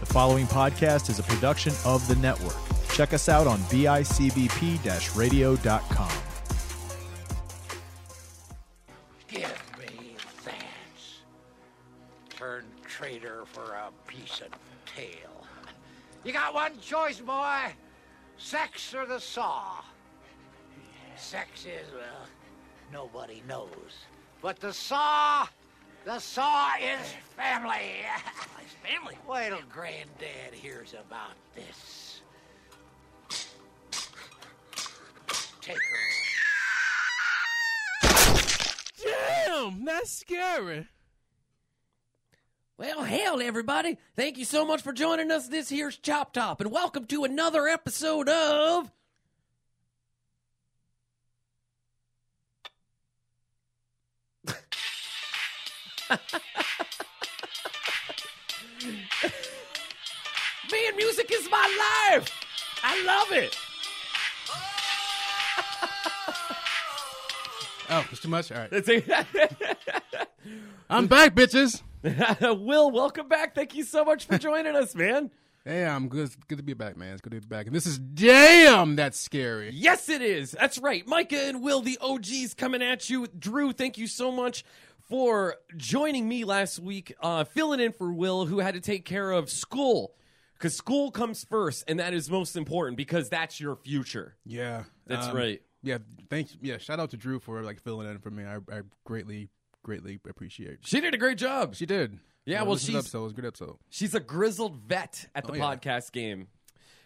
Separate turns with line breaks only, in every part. The following podcast is a production of the network. Check us out on bicbp radio.com.
Give me Vance. Turn traitor for a piece of tail. You got one choice, boy. Sex or the saw. Sex is, well, nobody knows. But the saw, the saw is family. It's family? Wait till Granddad hears about this. Take her.
Damn, that's scary.
Well, hell, everybody. Thank you so much for joining us. This here's Chop Top, and welcome to another episode of. Man, music is my life. I love it.
Oh, it's too much. All right,
That's
I'm back, bitches.
it. Will, welcome back. Thank you so much for joining us, man.
Hey, I'm good. It's good to be back, man. It's good to be back. And this is damn that's scary.
Yes, it is. That's right. Micah and Will, the OGs, coming at you. Drew, thank you so much for joining me last week, uh, filling in for Will, who had to take care of school. Because school comes first, and that is most important because that's your future.
Yeah, um,
That's right.
Yeah, thanks. Yeah, shout out to Drew for like filling in for me. I, I greatly, greatly appreciate.
She did a great job.
She did.
Yeah, well,
she
she's-
episode. It was a good episode.
She's a grizzled vet at the
Oh, yeah.
podcast game.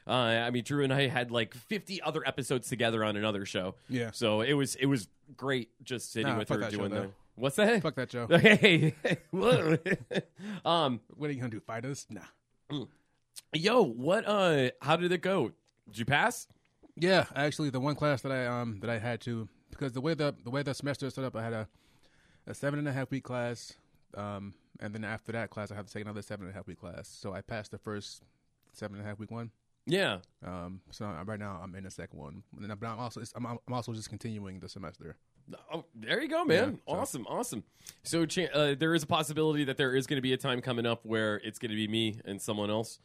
Uh, I mean, Drew and I had like 50 other episodes together on another show.
Yeah.
So it was it was great just sitting
Nah,
with
fuck
her
that show,
doing
though.
that. What's that?
Fuck that show.
Hey, whoa. um,
What are you gonna do? Fight us? Nah.
yo, what? Uh, how did it go? Did you pass?
Yeah, actually, the one class that I um that I had to because the way the the way the semester is set up, I had a a seven and a half week class, um, and then after that class, I have to take another seven and a half week class. So I passed the first seven and a half week one.
Yeah.
Um, so I'm, right now I'm in the second one, and I'm, but I'm also it's, I'm, I'm also just continuing the semester.
Oh, there you go, man.
Yeah, so-
Awesome, awesome. So cha- uh, there is a possibility that there is going to be a time coming up where it's going to be me and someone else,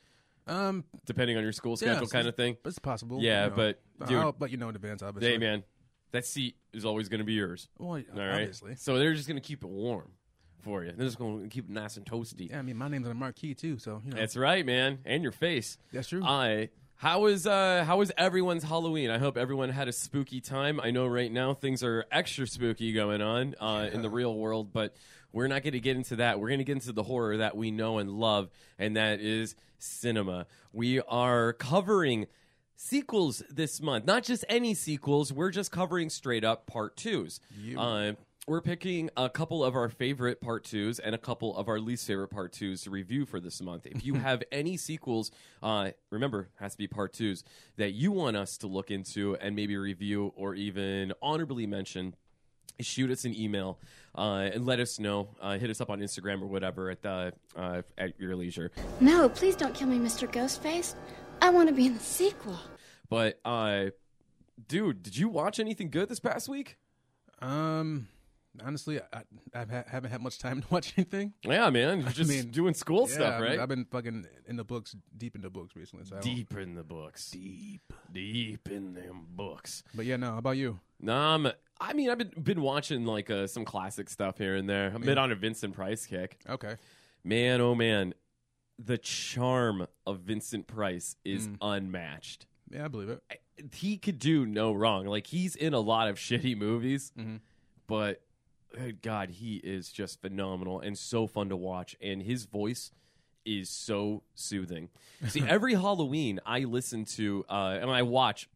Um,
depending on your school
Yeah,
schedule,
so-
kind of thing.
but it's possible.
Yeah,
you know.
but, dude-
I'll let you know in advance, obviously.
Hey, man, that seat is always going to be yours.
Well,
All right.
obviously.
So they're just going to keep it warm for you. They're just going to keep it nice and toasty.
Yeah, I mean my name's on the marquee too, so you know
That's right, man. And your face.
That's true.
I how is uh how is everyone's Halloween? I hope everyone had a spooky time. I know right now things are extra spooky going on uh, in the real world, but we're not going to get into that. We're going to get into the horror that we know and love, and that is cinema. We are covering sequels this month. Not just any sequels, we're just covering straight up part twos. Uh, we're picking a couple of our favorite part twos and a couple of our least favorite part twos to review for this month. If you have any sequels, uh, remember, it has to be part twos that you want us to look into and maybe review or even honorably mention shoot us an email uh, and let us know. Uh, hit us up on Instagram or whatever at the uh, at your leisure.
No, please don't kill me, Mr. Ghostface. I want to be in the sequel.
But uh, dude, did you watch anything good this past week?
um honestly I, I ha- haven't had much time to watch anything.
Yeah, man, you're just
mean,
doing school
Yeah,
stuff,
I've-
right?
I've been fucking in the books, deep in the books recently. So I don't-
deep in the books, deep, deep in them books.
But yeah, no. How about you?
Um, I mean, I've been been watching like uh, some classic stuff here and there. I've been on a Vincent Price kick.
Okay.
Man, oh man, the charm of Vincent Price is unmatched.
Yeah, I believe it.
he could do no wrong. Like he's in a lot of shitty movies,
Mhm.
but good God, he is just phenomenal and so fun to watch. And his voice is so soothing. See, every Halloween I listen to uh, and I watch.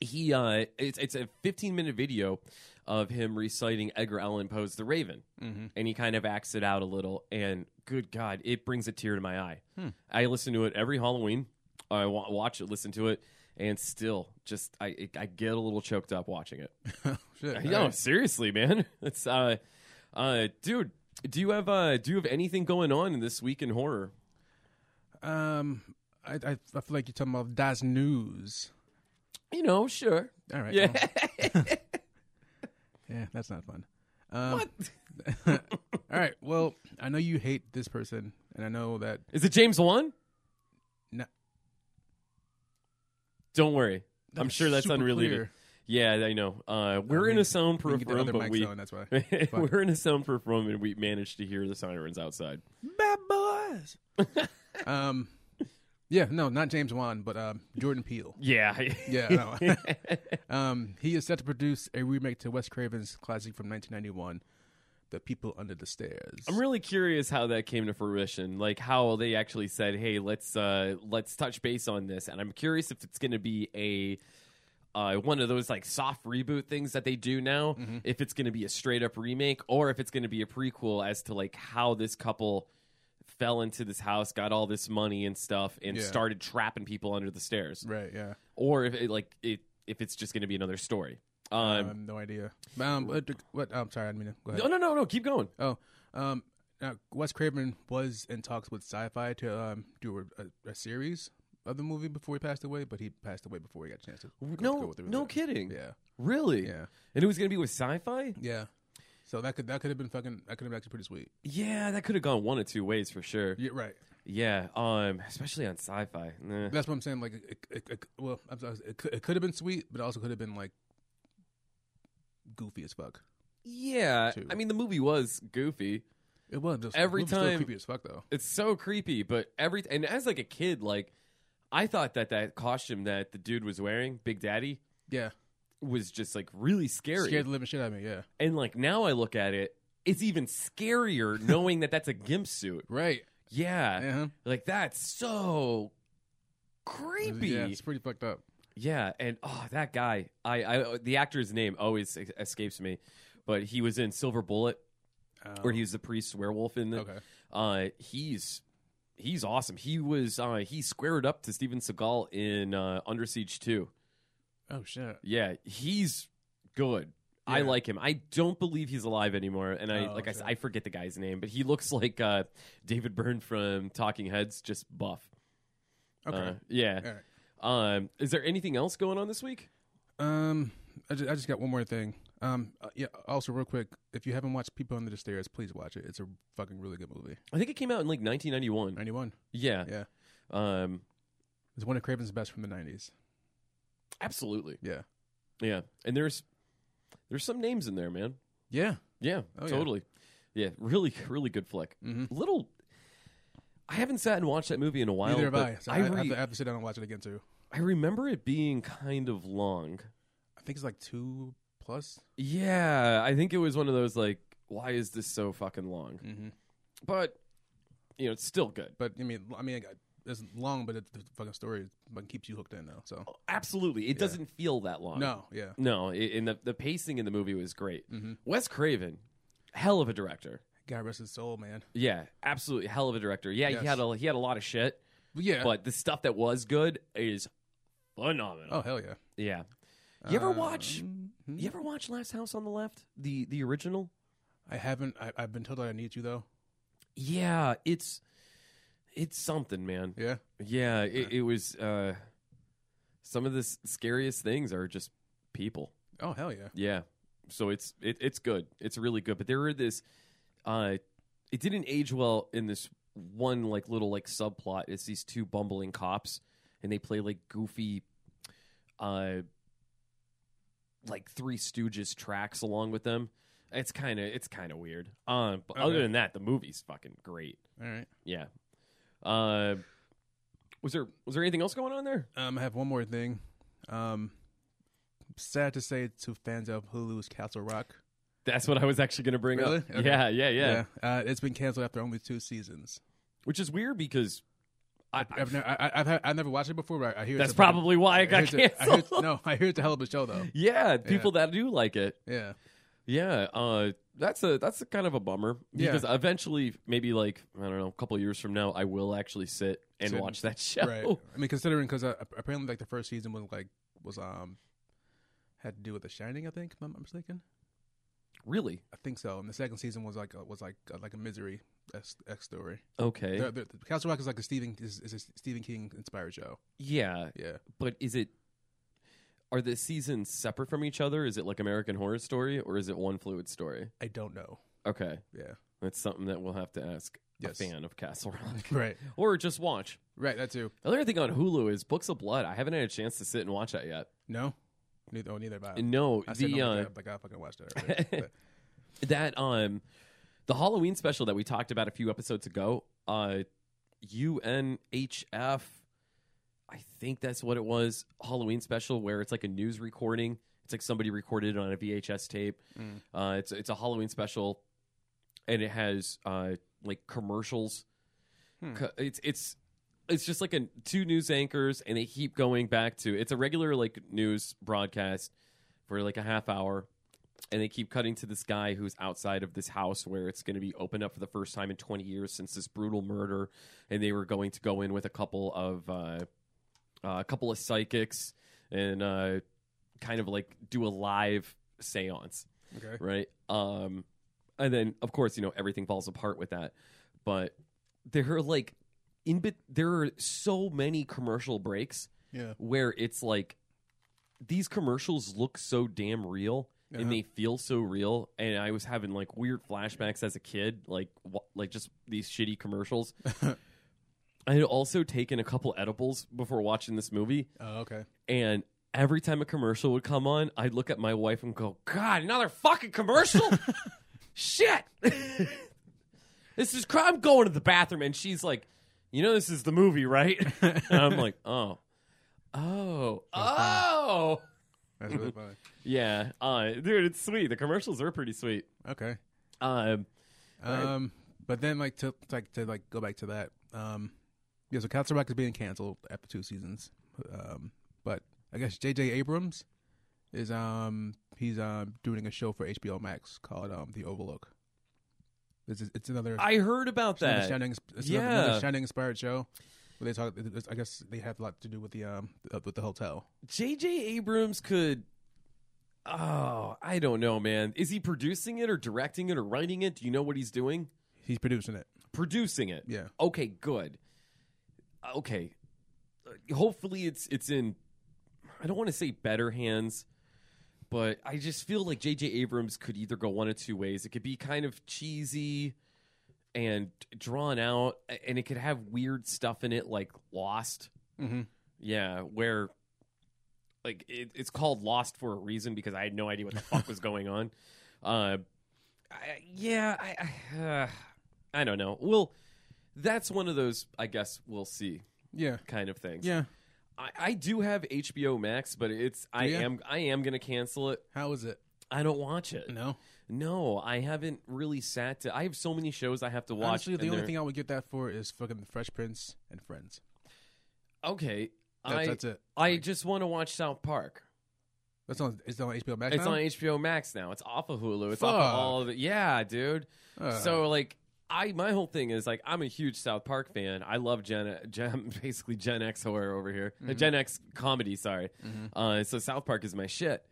He uh, it's it's a 15 minute video of him reciting Edgar Allan Poe's The Raven,
Mhm.
and he kind of acts it out a little. And good God, it brings a tear to my eye. I listen to it every Halloween. I wa- watch it, listen to it, and still just I it, I get a little choked up watching it.
Shit.
no,
alright.
seriously, man. It's uh, uh, dude. Do you have uh, do you have anything going on in this week in horror?
Um, I, I I feel like you're talking about Das News.
You know, sure.
All right.
Yeah.
well, yeah, that's not fun. Um, all right. Well, I know you hate this person, and I know that.
Is it James Wan? Don't worry. I'm
That's
sure that's
super
unrelated.
clear.
Yeah, I know. Uh, we're in a
We
soundproof
can get the
room,
other
but
mics
we
on. That's why. Fuck it.
we're in a soundproof room, and we managed to hear the sirens outside.
Bad boys. um, yeah, no, not James Wan, but um, Jordan Peele.
Yeah,
Yeah, I know. um, he is set to produce a remake to Wes Craven's classic from 1991, "The People Under the Stairs."
I'm really curious how that came to fruition. Like how they actually said, "Hey, let's uh let's touch base on this." And I'm curious if it's going to be a uh, one of those like soft reboot things that they do now,
Mm-hmm.
if it's going to be a straight up remake or if it's going to be a prequel as to like how this couple fell into this house, got all this money and stuff, and
Yeah.
started trapping people under the stairs,
right. Yeah,
or if it, like it if it's just going to be another story.
I
Um,
have no idea. Um, what? what I'm sorry, I didn't mean to. Go ahead.
no, no, no, no. Keep going.
Oh, um, now Wes Craven was in talks with Sci-Fi to um do a, a series of the movie before he passed away, but he passed away before he got a chance to go-
No,
go through
no
with it.
kidding.
Yeah,
Really?
Yeah.
And it was going to be with sci-fi.
yeah. So that could that could have been fucking that could have been actually pretty sweet.
Yeah, that could have gone one of two ways for sure.
Yeah, right.
Yeah, um, especially on sci-fi. Nah.
That's what I'm saying. Like, it, it, it, well, I'm sorry, it, could- it could have been sweet, but it also could have been like goofy as fuck.
Yeah,
Two.
I mean the movie was goofy.
It was just
Every
it was still
time-
creepy as fuck though.
It's so creepy, but every and as like a kid, like I thought that that costume that the dude was wearing, Big Daddy,
Yeah,
was just like really scary.
scared the living shit out of me. Yeah,
and like now I look at it, it's even scarier knowing that that's a gimp suit.
right.
Yeah,
Uh-huh.
like that's so creepy.
Yeah, it's pretty fucked up.
Yeah, and oh, that guy, I, I the actor's name always es- escapes me, but he was in Silver Bullet, where he was the priest werewolf in the.
Oh. Okay.
Uh, he's he's awesome. He was uh, he squared up to Steven Seagal in uh, Under Siege Two.
Oh shit.
Yeah, he's good. I
Yeah.
like him. I don't believe he's alive anymore, and I
Oh,
like I s-
sure.
I forget the guy's name, but he looks like uh, David Byrne from Talking Heads, just buff.
Okay.
Uh, yeah.
All right.
Um, is there anything else going on this week?
Um, I just, I just got one more thing. Um, uh, yeah. Also, real quick, if you haven't watched People Under the Stairs, please watch it. It's a fucking really good movie.
I think it came out in like 1991.
Ninety one.
Yeah.
Yeah,
Um.
it's one of Craven's best from the nineties.
Absolutely.
Yeah.
Yeah. And there's there's some names in there, man.
Yeah.
Yeah.
Oh, yeah.
totally. Yeah. Really, really good flick.
Mhm.
Little. I haven't sat and watched that movie in a while.
Neither have
but
I. So
I,
I, I, have
re-
to, I have to sit down and watch it again too.
I remember it being kind of long.
I think it's like two plus.
Yeah. I think it was one of those like, why is this so fucking long?
Mm-hmm.
But you know, it's still good.
But I mean, I mean, it's long, but it, the fucking story fucking keeps you hooked in though. So
Oh, Absolutely, it doesn't feel that long.
no, yeah,
No, i- and the the pacing in the movie was great.
Mhm.
Wes Craven, hell of a director.
God rest his soul, man.
Yeah, absolutely, hell of a director. Yeah,
Yes.
he had a he had a lot of shit,
But yeah.
but the stuff that was good is phenomenal.
oh hell yeah.
Yeah. You ever watch?
Um,
You ever watch Last House on the Left? The the original?
I haven't. I, I've been told that I need to though.
Yeah, it's it's something, man.
Yeah.
Yeah, it, it was. uh Some of the s- scariest things are just people.
Oh hell yeah.
Yeah. So it's it, it's good. It's really good. But there were this uh it didn't age well in this one like little like subplot. It's these two bumbling cops and they play like goofy uh like three stooges tracks along with them. It's kind of it's kind of weird. Um but other
Okay.
than that, the movie's fucking great.
All right.
Yeah. Uh was there was there anything else going on there?
Um, I have one more thing. Um, sad to say to fans of Hulu's Castle Rock.
That's what I was actually going to bring
Really?
up.
Okay.
Yeah, yeah, yeah,
Uh, it's been canceled after only two seasons.
Which is weird because I,
I've never, I, I've, had, I've never watched it before, but I hear it's
That's
a fucking-
probably why it
I
got
hear it's a- I hear it's-
canceled.
no, I hear it's a hell of a show though.
Yeah, people that do like it.
Yeah.
Yeah, uh, that's a that's a kind of a bummer
Yeah.
because eventually, maybe like I don't know, a couple years from now, I will actually sit and
Sit.
watch that show.
Right. I mean, considering because uh, apparently like the first season was like was um had to do with The Shining, I think, if I'm not mistaken.
Really?
I think so. And the second season was like a, was like a, like a misery X story.
Okay.
The, the, the Castle Rock is like a Stephen is, is a Stephen King inspired show.
yeah,
Yeah.
but is it? Are the seasons separate from each other? Is it like American Horror Story or is it one fluid story?
I don't know.
Okay,
Yeah.
that's something that we'll have to ask.
Yes.
a fan of Castle Rock,
Right.
or just watch.
Right, that too.
The other thing on Hulu is Books of Blood. I haven't had a chance to sit and watch that yet.
No? Neither, oh, neither have I.
And no,
I said
the
no
uh,
like, that, like I fucking watched that already. But
that um the Halloween special that we talked about a few episodes ago, uh UNHF I think that's what it was, Halloween special where it's like a news recording. It's like somebody recorded it on a VHS tape. Uh it's it's a Halloween special and it has uh like commercials. Co- It's it's it's just like a two news anchors and they keep going back to it's a regular like news broadcast for like a half hour and they keep cutting to this guy who's outside of this house where it's going to be opened up for the first time in 20 years since this brutal murder and they were going to go in with a couple of uh, uh, a couple of psychics and uh, kind of like do a live séance
okay.
right um and then of course you know everything falls apart with that but there are like in bet there are so many commercial breaks
Yeah.
where it's like these commercials look so damn real
Uh-huh.
and they feel so real and i was having like weird flashbacks as a kid like wa- like just these shitty commercials i had also taken a couple edibles before watching this movie
Oh, okay.
and every time a commercial would come on, I'd look at my wife and go, "God, another fucking commercial! Shit, this is. Cr- I'm going to the bathroom." And she's like, "You know, this is the movie, right?" and I'm like, "Oh, oh, oh,
That's really funny.
yeah, uh, dude, it's sweet. The commercials are pretty sweet."
Okay.
Um,
Um, but then like to like to like go back to that. Um, yeah. So Castle Rock is being canceled after two seasons. Um, but I guess J.J. Abrams is um he's um doing a show for HBO Max called um The Overlook. It's it's another
I heard about
it's another
that.
shining it's another- another
Yeah.
shining inspired show. Where they talk, it's- I guess they have a lot to do with the um uh, with the hotel.
J.J. Abrams could. Oh, I don't know, man. Is he producing it or directing it or writing it? Do you know what he's doing?
He's producing it.
producing it.
Yeah.
Okay, good. Okay. Uh, Hopefully it's it's in I don't want to say better hands, but I just feel like JJ Abrams could either go one of two ways. It could be kind of cheesy and drawn out a- and it could have weird stuff in it like Lost.
Mm-hmm.
Yeah, where like it, it's called Lost for a reason because I had no idea what the fuck was going on. Uh, I, yeah, I I, uh, I don't know. Well, that's one of those I guess we'll see
Yeah.
kind of things.
Yeah.
I, I do have HBO Max, but it's I
ya?
am I am gonna cancel it.
How is it?
I don't watch it.
No.
No, I haven't really sat to. I have so many shows I have to watch.
Honestly, the
and
only
they're-
thing I would get that for is fucking The Fresh Prince and Friends.
okay,
That's,
I
that's it.
I just want to watch South Park.
That's on. It's on HBO Max.
It's
now?
on HBO Max now. It's off of Hulu. It's off of
Fuck.
all of it. Yeah, dude.
Uh,
so like, I my whole thing is like, I'm a huge South Park fan. I love Gen, Gen basically Gen X horror over here,
Mm-hmm.
Uh, Gen X comedy. Sorry. Uh, so South Park is my shit,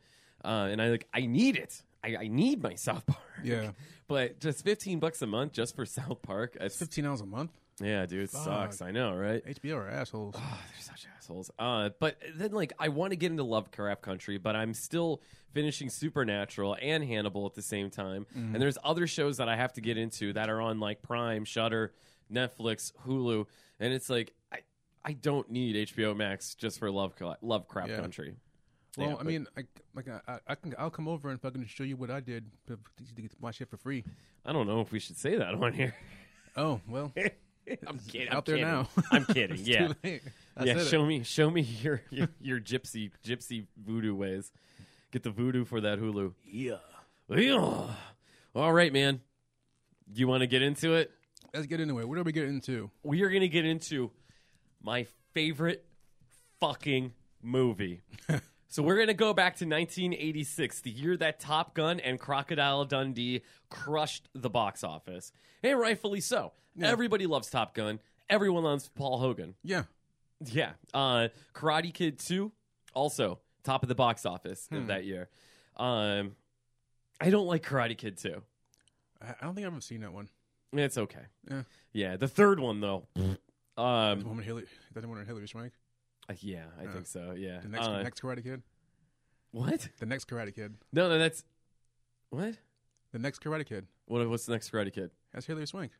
uh, and I like I need it. I, I need my South Park.
Yeah.
But just 15 bucks a month just for South Park. It's,
fifteen hours a month.
yeah, dude, it sucks. I know, right?
HBO are assholes.
Oh, they're such assholes. Uh, but then, like, I want to get into Lovecraft Country, but I'm still finishing Supernatural and Hannibal at the same time.
Mm-hmm.
And there's other shows that I have to get into that are on like Prime, Shutter, Netflix, Hulu, and it's like I I don't need HBO Max just for Lovecraft Lovecraft
Yeah.
Country.
well,
yeah,
I
but-
mean, I, like I- I, I can, I'll come over and fucking show you what I did to, to get my shit for free.
I don't know if we should say that on here.
Oh well, it's
I'm kidding. I'm
out there
kidding.
now.
I'm kidding.
too
yeah.
late. I
yeah,
said it.
show me, show me your, your your gypsy gypsy voodoo ways. Get the voodoo for that Hulu. Yeah, yeah. All right, man. You want to get into it?
Let's get into it. What are we getting into?
We are gonna get into my favorite fucking movie. so we're gonna go back to 1986, the year that Top Gun and Crocodile Dundee crushed the box office, and rightfully so. Everybody loves Top Gun. Everyone loves Paul Hogan.
Yeah,
Yeah. Uh, Karate Kid 2, also top of the box office
Hmm.
of that year. Um, I don't like Karate Kid 2.
I, I don't think I've ever seen that one.
It's okay.
Yeah.
Yeah. The third one, though.
The
um,
woman Hillary, that woman Hillary Swank,
uh, yeah, I think so. Yeah.
the next
Uh,
next Karate Kid,
What?
the next Karate Kid,
No, no, that's. What?
the next Karate Kid.
what? What's the next Karate Kid?
That's Hillary Swank.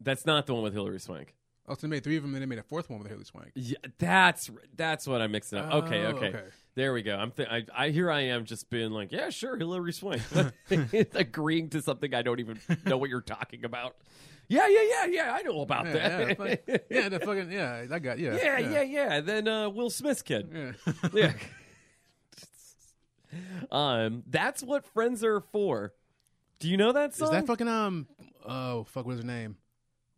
That's not the one with Hillary Swank.
Oh, so they made three of them, and they made a fourth one with Haley Swank.
Yeah, that's that's what I'm mixing up. okay,
Oh,
okay.
okay.
There we go. I'm th- I, I here I am just being like, yeah, sure, Hillary Swank, agreeing to something I don't even know what you're talking about. Yeah, yeah, yeah, yeah. I know about
Yeah, yeah,
that.
the fuck- yeah, the fucking yeah, I got yeah,
yeah, yeah, yeah. Then uh, Will Smith's kid.
yeah.
Yeah. um, that's what friends are for. Do you know that
Is
song?
that fucking um? Oh fuck, what is her name?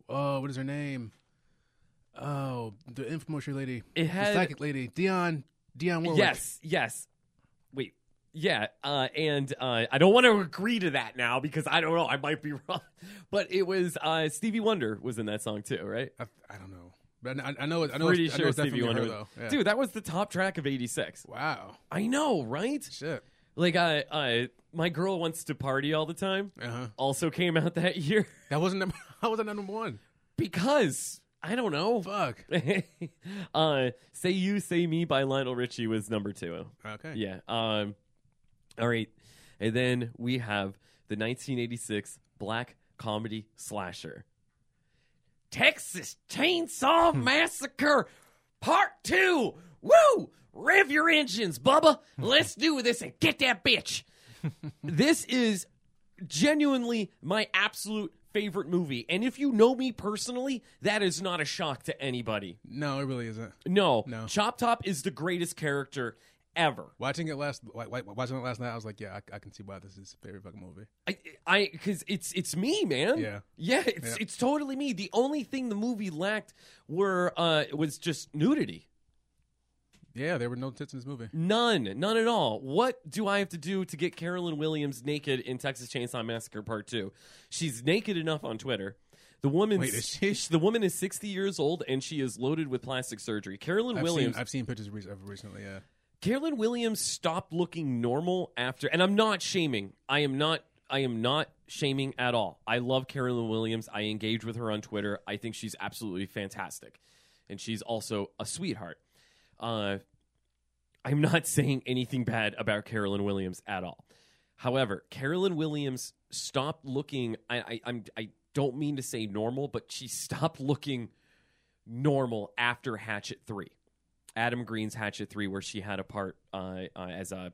Oh, what is her name? Oh, the infomercial lady,
It
the
had-
psychic lady, Dion, Dion Warwick.
yes, yes. Wait. Yeah, uh, and uh, I don't want to agree to that now because I don't know. I might be wrong, but it was uh, Stevie Wonder was in that song too, right?
I, I don't know, but I, I know it. I know
Pretty
it's, I know
sure
it's
Stevie
definitely
Wonder,
her,
was-
though. Yeah.
dude. That was the top track of '86.
Wow,
I know, right?
shit.
Like, I, I, my girl wants to party all the time.
Uh huh.
Also came out that year
That wasn't number. That wasn't number one.
because I don't know.
Fuck.
uh, "Say You, Say Me" by Lionel Richie was number two.
Okay.
Yeah. Um, all right, and then we have the 1986 black comedy slasher, Texas Chainsaw Massacre Part Two. Woo! Rev your engines, Bubba. Let's do this and get that bitch. this is genuinely my absolute favorite movie. And if you know me personally, that is not a shock to anybody.
No, it really isn't.
No.
No.
Chop Top is the greatest character ever.
Watching it last, like, like, watching it last night, I was like, yeah, I, I can see why this is a favorite fucking movie.
I I cuz it's it's me, man.
Yeah.
Yeah, it's
Yeah.
it's totally me. The only thing the movie lacked were uh was just nudity.
Yeah, there were no tits in this movie.
None, none at all. What do I have to do to get Carolyn Williams naked in Texas Chainsaw Massacre Part Two? She's naked enough on Twitter. The woman,
Wait, is she-
the woman is sixty years old and she is loaded with plastic surgery. Carolyn
I've
Williams,
seen, I've seen pictures re- of her recently. Yeah.
Carolyn Williams stopped looking normal after, and I'm not shaming. I am not. I am not shaming at all. I love Carolyn Williams. I engage with her on Twitter. I think she's absolutely fantastic, and she's also a sweetheart. Uh, I'm not saying anything bad about Carolyn Williams at all. However, Carolyn Williams stopped looking. I, I I'm I don't mean to say normal, but she stopped looking normal after Hatchet Three. Adam Green's Hatchet Three, where she had a part uh, uh, as a,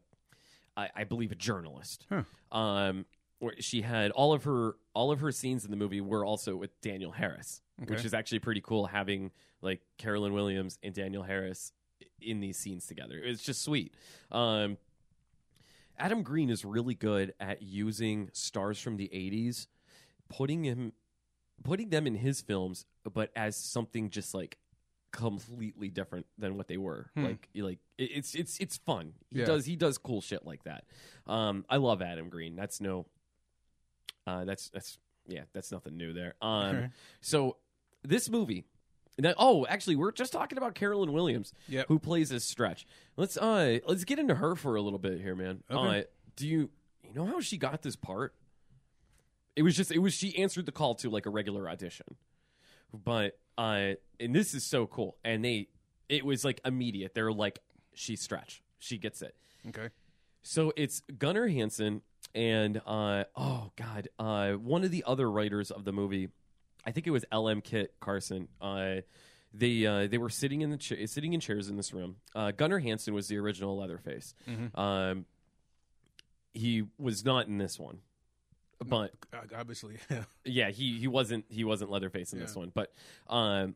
I, I believe, a journalist.
Huh.
Um, where she had all of her all of her scenes in the movie were also with Daniel Harris, which
Okay.
is actually pretty cool having like Carolyn Williams and Daniel Harris i- in these scenes together. It's just sweet. Um, Adam Green is really good at using stars from the '80s, putting him, putting them in his films, but as something just like completely different than what they were.
Hmm.
Like, like it- it's it's it's fun. He
Yeah.
does he does cool shit like that. Um, I love Adam Green. That's no, uh, that's that's yeah, that's nothing new there. Um,
Okay.
so this movie. and that- oh, actually, we're just talking about Carolyn Williams,
Yep.
who plays as Stretch. Let's uh, let's get into her for a little bit here, man.
Okay.
Uh, do you you know how she got this part? It was just it was she answered the call to like a regular audition, but uh, and this is so cool. And they it was like immediate. They're like, she's Stretch. She gets it.
Okay.
So it's Gunnar Hansen and uh, oh god, uh, one of the other writers of the movie. I think it was L.M. Kit Carson. Uh, they uh, they were sitting in the cha- sitting in chairs in this room. Uh, Gunnar Hansen was the original Leatherface. Um, he was not in this one, but
Uh, obviously, yeah.
yeah, he he wasn't he wasn't Leatherface in this
Yeah.
one, but um,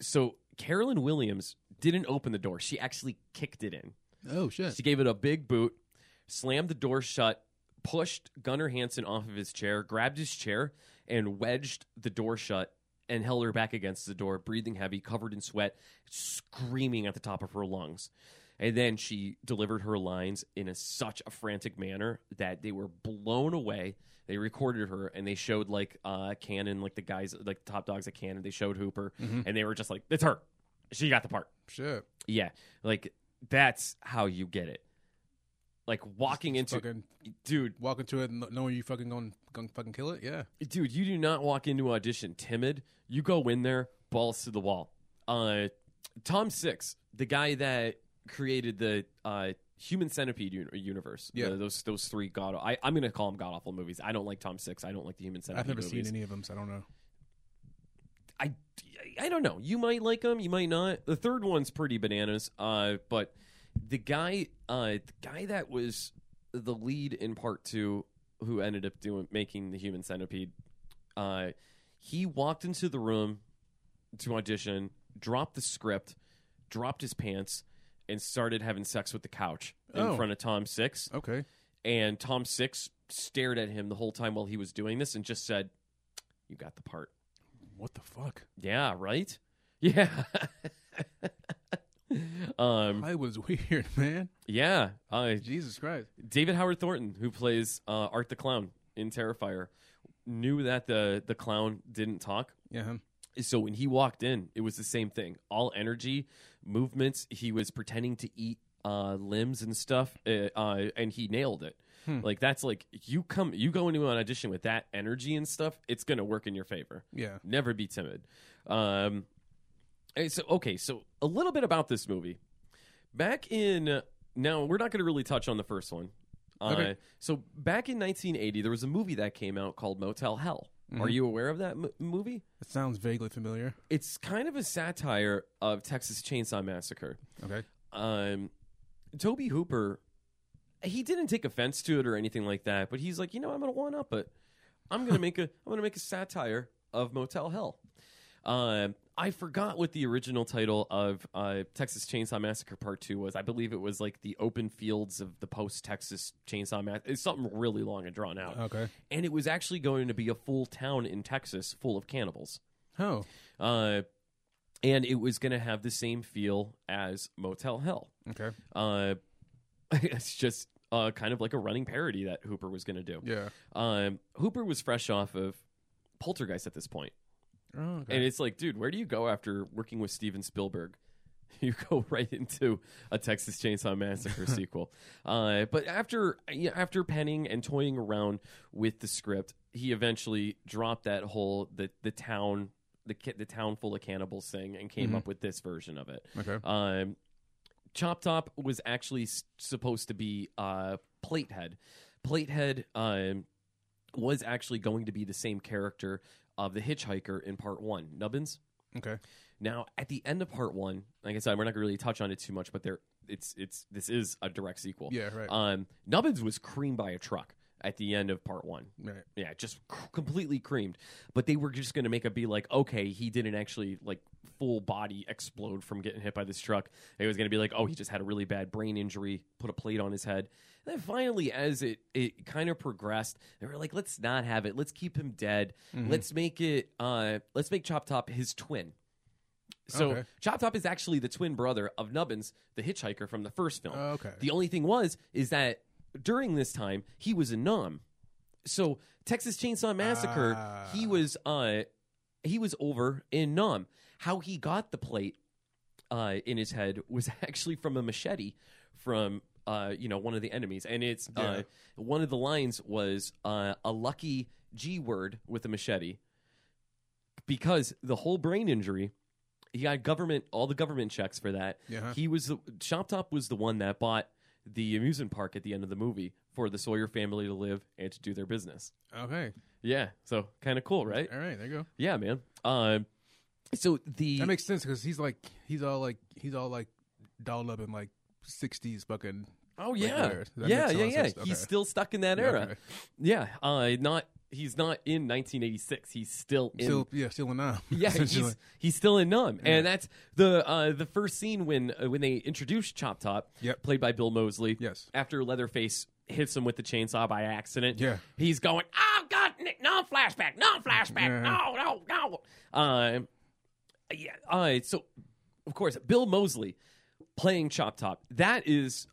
so Carolyn Williams didn't open the door. She actually kicked it in.
Oh shit.
She gave it a big boot, slammed the door shut, pushed Gunnar Hansen off of his chair, grabbed his chair, and wedged the door shut and held her back against the door, breathing heavy, covered in sweat, screaming at the top of her lungs. And then she delivered her lines in a, such a frantic manner that they were blown away. They recorded her and they showed like uh Cannon, like the guys, like the top dogs at Cannon. They showed Hooper and they were just like, "It's her. She got the part."
Shit.
Yeah, like that's how you get it. Like walking into,
Fucking
dude,
walk into it, kn- knowing you fucking going going fucking kill it. Yeah.
dude, you do not walk into audition timid. You go in there, balls to the wall. Uh, Tom Six, the guy that created the uh, Human Centipede uni- universe,
Yeah.
the- those those three god. I, I'm gonna call them god awful movies. I don't like Tom Six. I don't like the Human Centipede.
I've never seen
movies.
any of them, so I don't know.
I, I don't know. You might like him. You might not. The third one's pretty bananas. Uh, but the guy, uh, the guy that was the lead in part two, who ended up doing making the Human Centipede, uh, he walked into the room to audition, dropped the script, dropped his pants, and started having sex with the couch in
Oh.
front of Tom Six
Okay.
and Tom Six stared at him the whole time while he was doing this and just said, "You got the part."
What the fuck?
Yeah, right. Yeah. um.
I was weird, man.
Yeah. Uh,
Jesus Christ.
David Howard Thornton, who plays uh, Art the Clown in Terrifier, knew that the the clown didn't talk,
Yeah. him.
so when he walked in, it was the same thing. All energy, movements. He was pretending to eat uh, limbs and stuff, uh, uh, and he nailed it. Like that's like you come, you go into an audition with that energy and stuff. It's gonna work in your favor.
Yeah.
Never be timid. Um, hey, so okay, so a little bit about this movie. Back in now, we're not going to really touch on the first one. Uh,
Okay.
So back in 1980, there was a movie that came out called Motel Hell. Are you aware of that m- movie?
It sounds vaguely familiar.
It's kind of a satire of Texas Chainsaw Massacre.
Okay.
Um, Toby Hooper, he didn't take offense to it or anything like that, but he's like, you know, I'm gonna one up it. I'm gonna make a I'm gonna make a satire of Motel Hell. Um, I forgot what the original title of uh, Texas Chainsaw Massacre Part Two was. I believe it was like the Open Fields of the Post Texas Chainsaw Massacre. It's something really long and drawn out.
Okay.
And it was actually going to be a full town in Texas full of cannibals.
Oh.
Uh, and it was going to have the same feel as Motel Hell.
Okay.
Uh, it's just uh, kind of like a running parody that Hooper was going to do.
Yeah.
Um, Hooper was fresh off of Poltergeist at this point.
Oh, okay.
And it's like, dude, where do you go after working with Steven Spielberg? You go right into a Texas Chainsaw Massacre sequel. Uh, but after yeah, after penning and toying around with the script, he eventually dropped that whole the the town the ca- the town full of cannibals thing and came up with this version of it.
okay.
Um, Chop Top was actually s- supposed to be uh, Platehead. Platehead um, was actually going to be the same character of the hitchhiker in part one, Nubbins.
okay.
Now, at the end of part one, like I said, we're not going to really touch on it too much, but there, it's it's this is a direct sequel.
Yeah, right.
Um, Nubbins was creamed by a truck at the end of part one.
Right.
Yeah, just c- completely creamed. But they were just going to make it be like, okay, he didn't actually like full body explode from getting hit by this truck. It was going to be like, oh, he just had a really bad brain injury, put a plate on his head. And then finally, as it it kind of progressed, they were like, let's not have it. Let's keep him dead. Let's make it. Uh, let's make Chop Top his twin. So
Okay.
Chop Top is actually the twin brother of Nubbins, the hitchhiker from the first film.
Oh, okay.
The only thing was is that during this time he was a nom. So Texas Chainsaw Massacre,
Ah.
he was uh he was over in Nam. How he got the plate uh in his head was actually from a machete from uh you know one of the enemies and it's uh
Yeah.
one of the lines was uh a lucky G word with a machete because the whole brain injury he got government all the government checks for that.
Yeah.
He was the Chop Top was the one that bought the amusement park at the end of the movie for the Sawyer family to live and to do their business.
Okay.
Yeah, so kind of cool, right?
All right. There you go.
Yeah, man. Um, so the
That makes sense because he's like he's all like he's all like dolled up in like sixties fucking.
oh
like,
yeah
weird. That
yeah
makes a
yeah
lot of
yeah
sense. Okay.
he's still stuck in that
Yeah,
era.
okay.
Yeah, uh, not he's not in 1986. He's still in
still yeah still in now.
Yeah,
essentially.
he's, he's still in numb, and that's the uh, the first scene when uh, when they introduced Chop Top,
Yep.
played by Bill Mosley.
Yes.
after Leatherface hits him with the chainsaw by accident,
Yeah.
he's going, "Oh God, n- no flashback, no flashback,
Yeah.
no, no, no." Um, yeah, uh, so of course Bill Mosley playing Chop Top. That is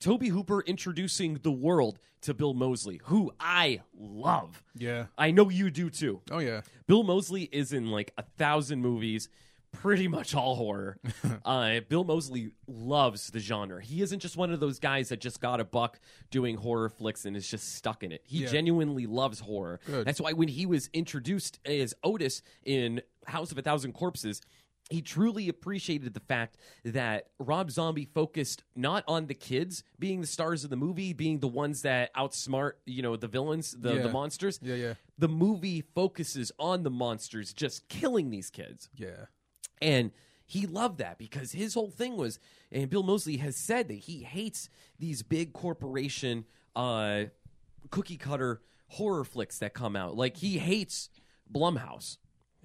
Toby Hooper introducing the world to Bill Mosley, who I love.
yeah.
I know you do too.
Oh yeah.
Bill Mosley is in like a thousand movies, pretty much all horror. uh, Bill Mosley loves the genre. He isn't just one of those guys that just got a buck doing horror flicks and is just stuck in it. He
Yeah.
genuinely loves horror.
Good.
That's why when he was introduced as Otis in House of a Thousand Corpses, he truly appreciated the fact that Rob Zombie focused not on the kids being the stars of the movie, being the ones that outsmart, you know, the villains, the,
Yeah.
the monsters.
Yeah, yeah.
The movie focuses on the monsters just killing these kids.
Yeah.
And he loved that because his whole thing was, and Bill Mosley has said that he hates these big corporation uh, cookie cutter horror flicks that come out. Like he hates Blumhouse.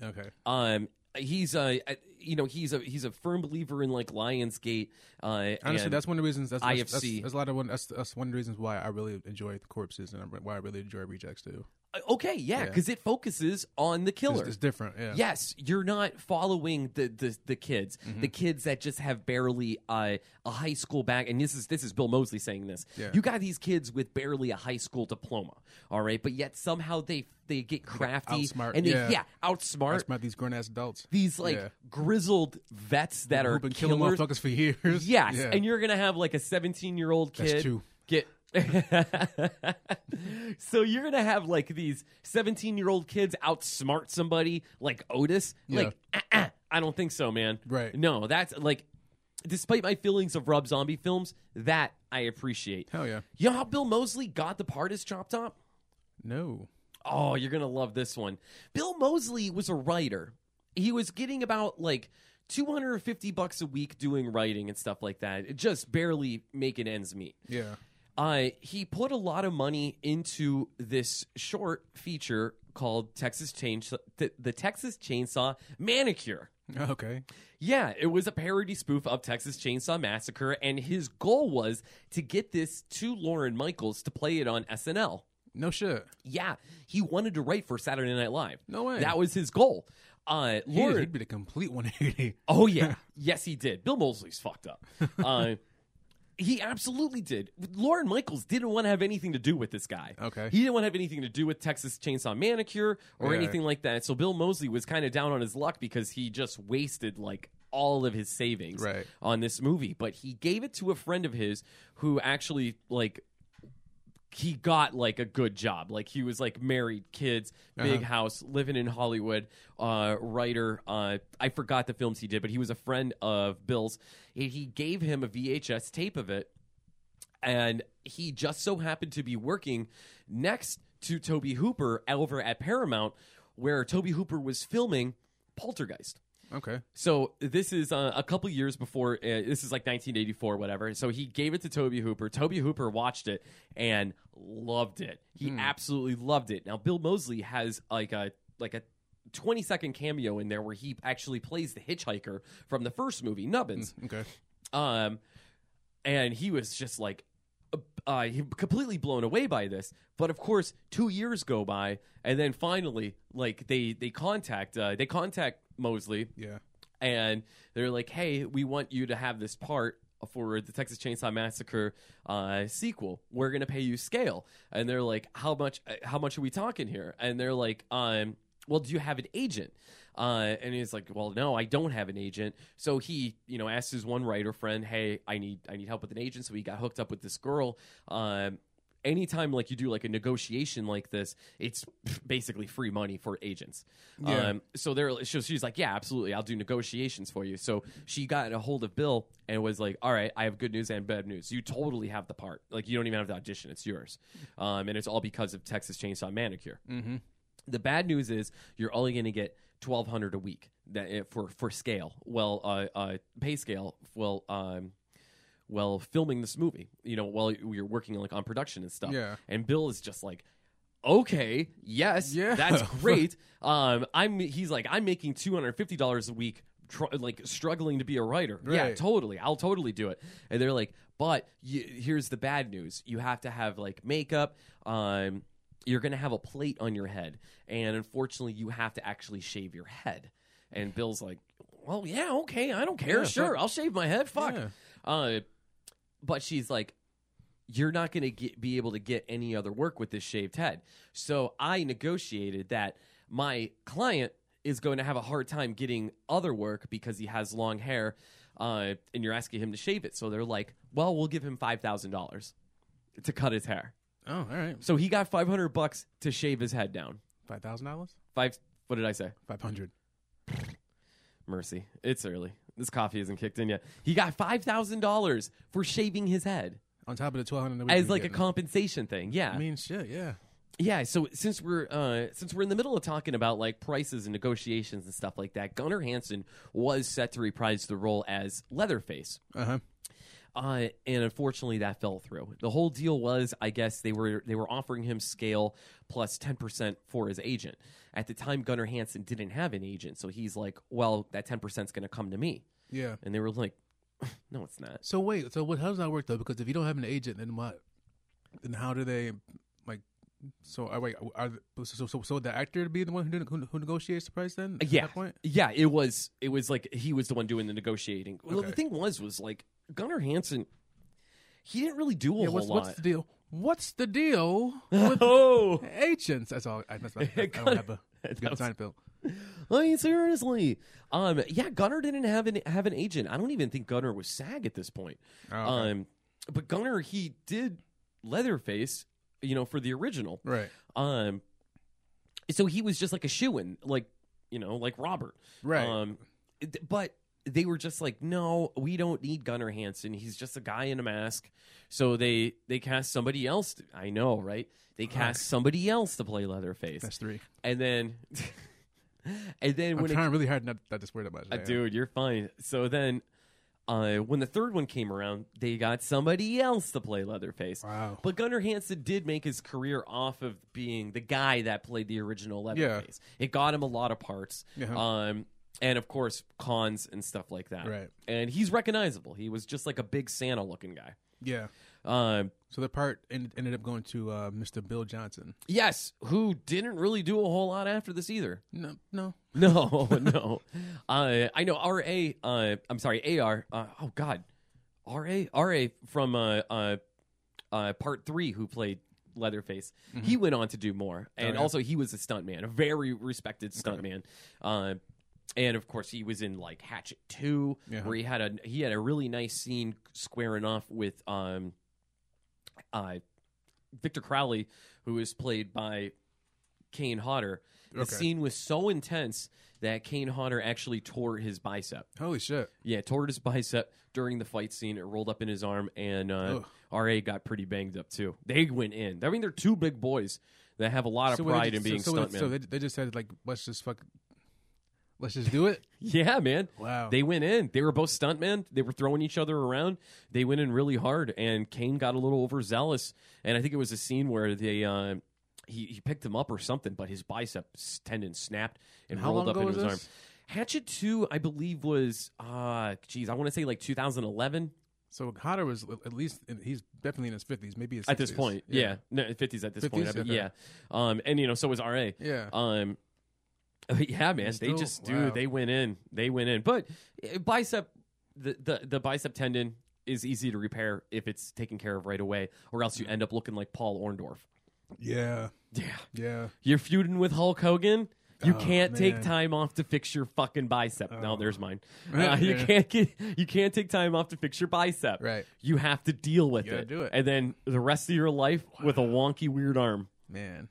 Okay.
Um, he's a you know he's a he's a firm believer in like Lionsgate. Uh,
Honestly,
and-
that's one of the reasons. That's, that's, that's-
IFC.
That's, a lot of one. That's, that's one of the reasons why I really enjoy the corpses and I- why I really enjoy rejects too.
Uh, okay. Yeah,
Yeah.
because it focuses on the
It's,
killer.
it's different. Yeah. Mm-hmm.
Yes, you're not following the the, the kids, the kids that just have barely uh, a high school back. And this is this is Bill Mosley saying this.
Yeah.
You got these kids with barely a high school diploma, all right, but yet somehow they they get crafty
outsmart,
and they
yeah.
outsmart
That's about these grown ass adults.
these like
Yeah.
grizzled vets that are
who've been killing
killers.
motherfuckers for years.
Yes,
Yeah.
and you're gonna have like a 17 year old kid.
That's two.
Get. so you're gonna have like these 17 year old kids outsmart somebody like Otis.
Yeah.
Like, uh-uh, I don't think so, man.
Right.
No, that's like, despite my feelings of Rob Zombie films, that I appreciate.
Hell yeah.
You know how Bill Mosley got the part as Chop Top?
no.
Oh, you're gonna love this one. Bill Mosley was a writer. He was getting about like 250 bucks a week doing writing and stuff like that, just barely making ends meet.
Yeah.
Uh, he put a lot of money into this short feature called Texas Chainsaw, the, the Texas Chainsaw Manicure.
Okay.
Yeah, it was a parody spoof of Texas Chainsaw Massacre, and his goal was to get this to Lauren Michaels to play it on SNL.
No shit.
Yeah, he wanted to write for Saturday Night Live.
No way.
That was his goal. Uh,
He,
Lauren.
he'd be the complete 180.
oh yeah, yes he did. Bill Mosley's fucked up. Uh, he absolutely did. Lauren Michaels didn't want to have anything to do with this guy.
Okay.
he didn't want to have anything to do with Texas Chainsaw Manicure or
Yeah.
anything like that. So Bill Mosley was kind of down on his luck because he just wasted like all of his savings
Right.
on this movie. But he gave it to a friend of his who actually like he got like a good job. Like he was like married, kids, big house, living in Hollywood, uh, writer. Uh, I forgot the films he did, but he was a friend of Bill's. And He gave him a VHS tape of it, and he just so happened to be working next to Toby Hooper over at Paramount, where Toby Hooper was filming Poltergeist.
Okay.
So this is uh, a couple years before. Uh, this is like 1984, whatever. So he gave it to Toby Hooper. Toby Hooper watched it and loved it. He absolutely loved it. Now Bill Mosley has like a like a 20 second cameo in there where he actually plays the hitchhiker from the first movie, Nubbins.
Okay.
Um, and he was just like, uh, uh, he- completely blown away by this. But of course, two years go by, and then finally, like they they contact uh, they contact Mosley
Yeah.
and they're like, "Hey, we want you to have this part for the Texas Chainsaw Massacre uh, sequel. We're gonna pay you scale." And they're like, "How much? uh, How much are we talking here?" And they're like, "Um, well, do you have an agent?" Uh, and he's like, "Well, no, I don't have an agent." So he, you know, asked his one writer friend, "Hey, I need I need help with an agent." So he got hooked up with this girl. Um, anytime like you do like a negotiation like this, it's basically free money for agents.
Yeah.
Um, so they're so she's like, yeah, absolutely, I'll do negotiations for you. So she got a hold of Bill and was like, all right, I have good news and bad news. You totally have the part. Like you don't even have the audition; it's yours. Um, and it's all because of Texas Chainsaw Manicure. Mm-hmm. The bad news is you're only going to get twelve hundred a week that eh, for for scale. Well, uh, uh, pay scale. Well, um, well, filming this movie. You know, while you're working like on production and stuff.
Yeah.
And Bill is just like, okay, yes,
Yeah.
that's great. um, I'm. He's like, I'm making two hundred fifty dollars a week. Tr- like struggling to be a writer. Yeah,
Right.
totally. I'll totally do it. And they're like, but you, here's the bad news: you have to have like makeup. Um, you're gonna have a plate on your head, and unfortunately, you have to actually shave your head. And Bill's like, well, yeah, okay, I don't care.
Yeah,
sure,
fuck.
I'll shave my head. Fuck.
Yeah.
Uh, but she's like, you're not going to get, be able to get any other work with this shaved head. So I negotiated that my client is going to have a hard time getting other work because he has long hair, uh, and you're asking him to shave it. So they're like, well, we'll give him five thousand dollars to cut his hair.
Oh, all right.
So he got five hundred bucks to shave his head down.
Five thousand dollars.
Five. What did I say?
Five hundred.
Mercy, it's early. This coffee isn't kicked in yet. He got five thousand dollars for shaving his head
on top of the twelve hundred
as like a compensation thing. Yeah,
I mean, shit, yeah.
yeah. So since we're uh, since we're in the middle of talking about like prices and negotiations and stuff like that, Gunnar Hansen was set to reprise the role as Leatherface.
Uh huh.
Uh, and unfortunately, that fell through. The whole deal was, I guess they were they were offering him scale plus ten percent for his agent. At the time, Gunnar Hansen didn't have an agent, so he's like, "Well, that ten percent's going to come to me."
Yeah.
And they were like, "No, it's not."
So wait, so what? How does that work though? Because if you don't have an agent, then what? Then how do they like? So are wait, are so so, so would the actor be the one who, who who negotiates the price then? At
yeah,
that point?
yeah. It was it was like he was the one doing the negotiating. Well, the
Okay.
thing was was like Gunnar Hansen, he didn't really do a
Yeah,
whole
what's,
lot.
what's the deal? What's the deal with
oh,
agents? That's all. I, that's, I, I don't have a good
That was-
Seinfeld.
I mean, seriously. Um, yeah, Gunner didn't have an have an agent. I don't even think Gunner was SAG at this point.
Oh, okay.
Um, but Gunner he did Leatherface, you know, for the original.
Right.
Um, so he was just like a shoe in, like you know, like Robert.
Right.
Um, it- but they were just like, no, we don't need Gunnar Hansen. He's just a guy in a mask. So they they cast somebody else. to- I know, right? They cast somebody else to play Leatherface,
That's three.
and then. And then
I'm
when it
trying really hard not, not to swear that much.
uh,
man.
dude, you're fine. So then, uh, when the third one came around, they got somebody else to play Leatherface.
Wow.
But Gunnar Hansen did make his career off of being the guy that played the original Leatherface. It got him a lot of parts.
Yeah.
Um, and of course, cons and stuff like that.
Right.
And he's recognizable. He was just like a big Santa looking guy.
Yeah.
Um,
So the part ended, ended up going to uh, Mr. Bill Johnson.
yes, who didn't really do a whole lot after this either.
No, no.
No, no. Uh, I know RA, uh, I'm sorry, AR. Uh, oh, God. RA? RA from uh, uh, uh, part three, who played Leatherface. He went on to do more. And
Mm-hmm. Oh, yeah.
also, he was a stuntman, a very respected stuntman. Uh, and of course, he was in like Hatchet Two,
Yeah.
where he had a he had a really nice scene squaring off with um, uh, Victor Crowley, who is played by Kane Hodder. The
Okay.
scene was so intense that Kane Hodder actually tore his bicep.
Holy shit.
Yeah, tore his bicep during the fight scene. It rolled up in his arm, and uh,
Ugh.
RA got pretty banged up too. They went in. I mean, they're two big boys that have a lot of
So what they
pride
ju-
in being
so, so what-
stuntmen.
So they, they just said like, let's just fuck, let's just do it.
yeah, man.
Wow.
They went in. They were both stuntmen. They were throwing each other around. They went in really hard, and Kane got a little overzealous. And I think it was a scene where they. Uh, he, he picked him up or something, but his bicep s- tendon snapped and
How
rolled
long
up
ago
in
was
his arm.
this?
Hatchet 2, I believe, was, uh, geez, I want to say like 2011,
So Hodder was at least in, he's definitely in his fifties, maybe his 60s.
at this point. Yeah, no, fifties at this point. I
50s?
mean, yeah, um, and you know, so was RA.
Yeah.
Um, yeah, man,
He's
they
still-
just
wow.
do. They went in. They went in. But uh, bicep, the, the the bicep tendon is easy to repair if it's taken care of right away, or else you end up looking like Paul Orndorff.
Mm. yeah,
Yeah,
yeah.
you're feuding with Hulk Hogan. You
Oh,
can't take
man.
time off to fix your fucking bicep. No, there's mine. Uh,
Right,
you
yeah.
can't get, you can't take time off to fix your bicep.
Right.
You have to deal with
You gotta
it.
do it.
And then the rest of your life with a wonky weird arm.
Man,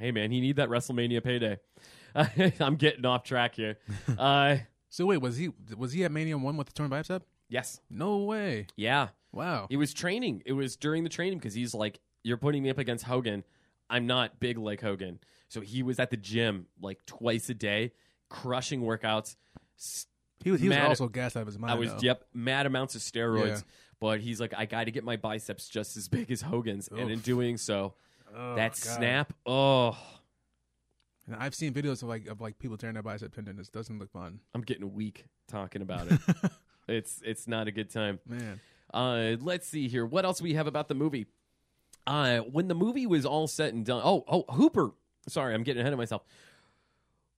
Hey man, he need that WrestleMania payday. I'm getting off track here. uh,
So wait, was he was he at Mania one with the torn bicep?
yes.
No way!
Yeah.
Wow.
It was training. It was during the training because he's like, you're putting me up against Hogan. I'm not big like Hogan. So he was at the gym like twice a day, crushing workouts. S-
He was he was
mad-
also gassed out of his mind.
I was,
though.
yep, mad amounts of steroids.
Yeah.
But he's like, I got to get my biceps just as big as Hogan's. And in
Oof.
doing so,
Oh,
that
God.
snap, oh,
And I've seen videos of like of like people tearing their bicep tendon. It doesn't look fun,
I'm getting weak talking about it. it's it's not a good time.
man.
Uh, let's see here. What else we have about the movie? Uh, when the movie was all set and done. Oh, oh, Hooper. Sorry, I'm getting ahead of myself.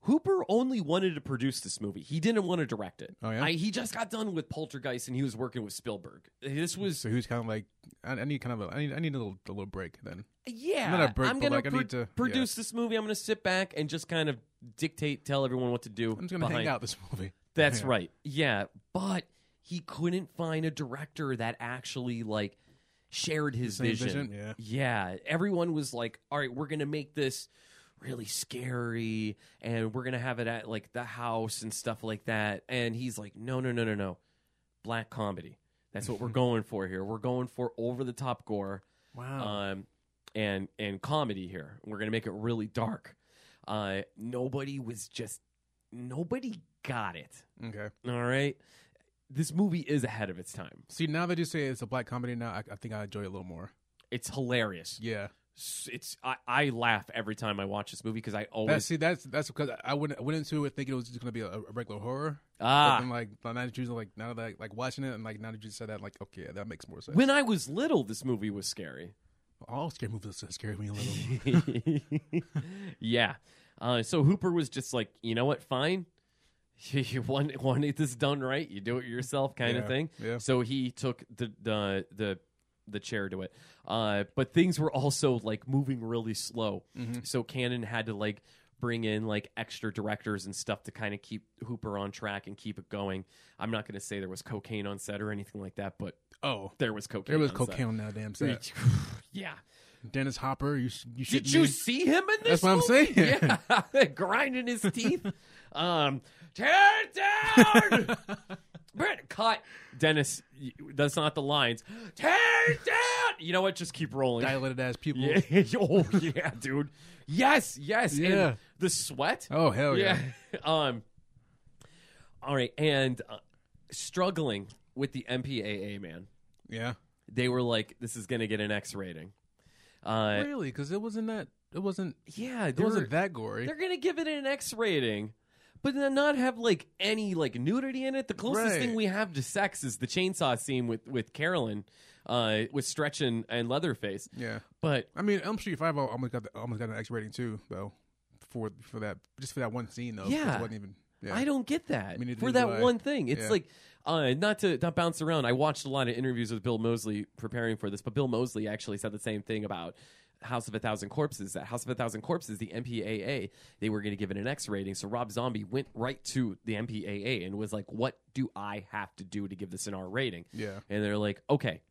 Hooper only wanted to produce this movie. He didn't want to direct it.
Oh, yeah?
I, he just got done with Poltergeist and he was working with Spielberg. This was
So he was kind of like, I, I need kind of a, I need I need a little a little break then.
yeah.
Not a break,
I'm
but,
gonna
like, I need to-
produce this movie. I'm gonna sit back and just kind of dictate, tell everyone what to do.
I'm just gonna
behind-
hang out this movie.
That's
Yeah.
right. Yeah, but he couldn't find a director that actually like shared his
Same
vision.
vision, yeah.
everyone was like, "All right, we're going to make this really scary and we're going to have it at like the house and stuff like that. And he's like, no, no, no, no, no. Black comedy. That's what we're going for here. We're going for over the top gore
Wow.
um, and and comedy here. We're gonna make it really dark. Uh, nobody was just nobody got it.
okay.
All right, this movie is ahead of its time.
See, now that you say it's a black comedy, now I, I think I enjoy it a little more.
It's hilarious.
Yeah.
S- It's I, I laugh every time I watch this movie because I
That's,
always
see, that's that's because I went went into it thinking it was just gonna be a, a regular horror.
ah.
And like now that you like now that I, like watching it and like now that you said that, like okay, that makes more sense.
When I was little, this movie was scary.
All scary movies scare me a little.
yeah. Uh, so Hooper was just like, you know what? Fine. You want want it this done right? You do it yourself, kind
Yeah,
of thing.
yeah.
So he took the the the the chair to it. Uh, but things were also like moving really slow.
Mm-hmm.
So Cannon had to like bring in like extra directors and stuff to kind of keep Hooper on track and keep it going. I'm not going to say there was cocaine on set or anything like that, but
oh,
there was cocaine.
there was
on
cocaine on that damn
Set.
set.
yeah.
Dennis Hopper, you sh- you should.
Did you see him in this?
That's what I'm
movie?
saying.
Yeah, grinding his teeth. um, tear it down. Brett, cut. Dennis, y- that's not the lines. Tear it down. You know what? Just keep rolling.
dilated ass pupil?
yeah. oh yeah, dude. Yes, yes. And
Yeah.
the sweat.
Oh hell yeah.
um. All right, and uh, struggling with the MPAA, man.
Yeah.
They were like, "This is going to get an X rating." Uh,
Really? Because it wasn't that. It wasn't.
yeah,
It
there were-
wasn't that gory.
they're gonna give it an X rating, but then not have like any like nudity in it. The closest
Right.
thing we have to sex is the chainsaw scene with with Carolyn, uh, with Stretch and, and Leatherface.
Yeah.
But
I mean, Elm Street Five almost got the, almost got an X rating too, though. For for that, just for that one scene though. 'cause
Yeah.
It wasn't even. Yeah.
I don't get that
Me neither
for
do
that
I.
one thing. It's
Yeah.
like uh, not to not bounce around. I watched a lot of interviews with Bill Mosley preparing for this, but Bill Mosley actually said the same thing about House of a Thousand Corpses. That House of a Thousand Corpses, the MPAA, they were going to give it an X rating. So Rob Zombie went right to the MPAA and was like, "What do I have to do to give this an R rating?"
Yeah.
and they're like, "Okay."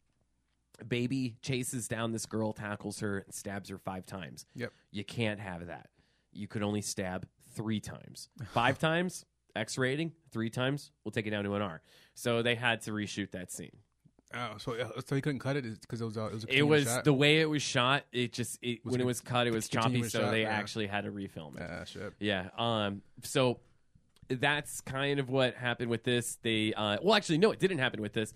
Baby chases down this girl, tackles her, and stabs her five times.
Yep.
You can't have that. You could only stab three times. Five times, X rating. Three times, we'll take it down to an R. So they had to reshoot that scene.
Oh, so so he couldn't cut it because it was uh, it was. A
it
clean
was
shot?
the way it was shot. It just it, when it was cut, it was choppy.
continuous
So
shot,
they
yeah.
actually had to refilm it.
Ah, shit.
Yeah. Um. So that's kind of what happened with this. They. Uh, well, actually, no, it didn't happen with this.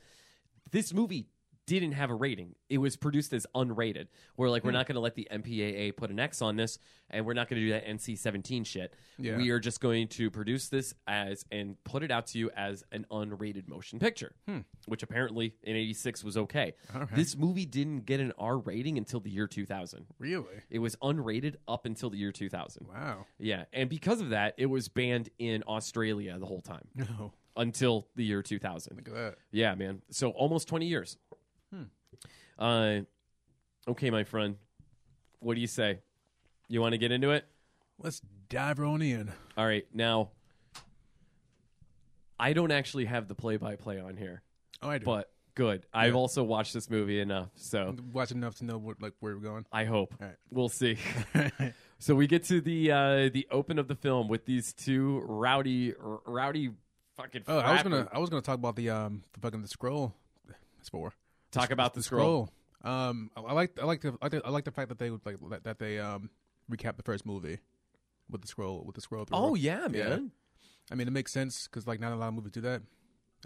This movie didn't have a rating. It was produced as unrated. We're like, we're
Hmm.
not going to let the MPAA put an X on this, and we're not going to do that NC-17 shit.
Yeah.
We are just going to produce this as and put it out to you as an unrated motion picture,
Hmm.
which apparently in '86 was okay. This movie didn't get an R rating until the year 2000.
Really?
It was unrated up until the year 2000.
Wow.
Yeah, and because of that, it was banned in Australia the whole time
No.
until the year
Look
2000.
at that.
Yeah, man. So almost 20 years.
Hmm.
Uh, okay, my friend. What do you say? You want to get into it?
Let's dive on in.
All right. Now, I don't actually have the play-by-play on here,
Oh, I do.
but good. I've also watched this movie enough, so
watch enough to know what like where we're going.
I hope.
All right.
We'll see. so we get to the uh, the open of the film with these two rowdy, r- rowdy fucking.
Oh, I was
frappers.
gonna I was gonna talk about the um the fucking the scroll. It's four.
talk about the, scroll.
Um, I, I like I like the I like the, I like the fact that they would like that, that they um recap the first movie with the scroll with the scroll. Through.
Oh yeah, man.
I mean it makes sense because like not a lot of movies do that.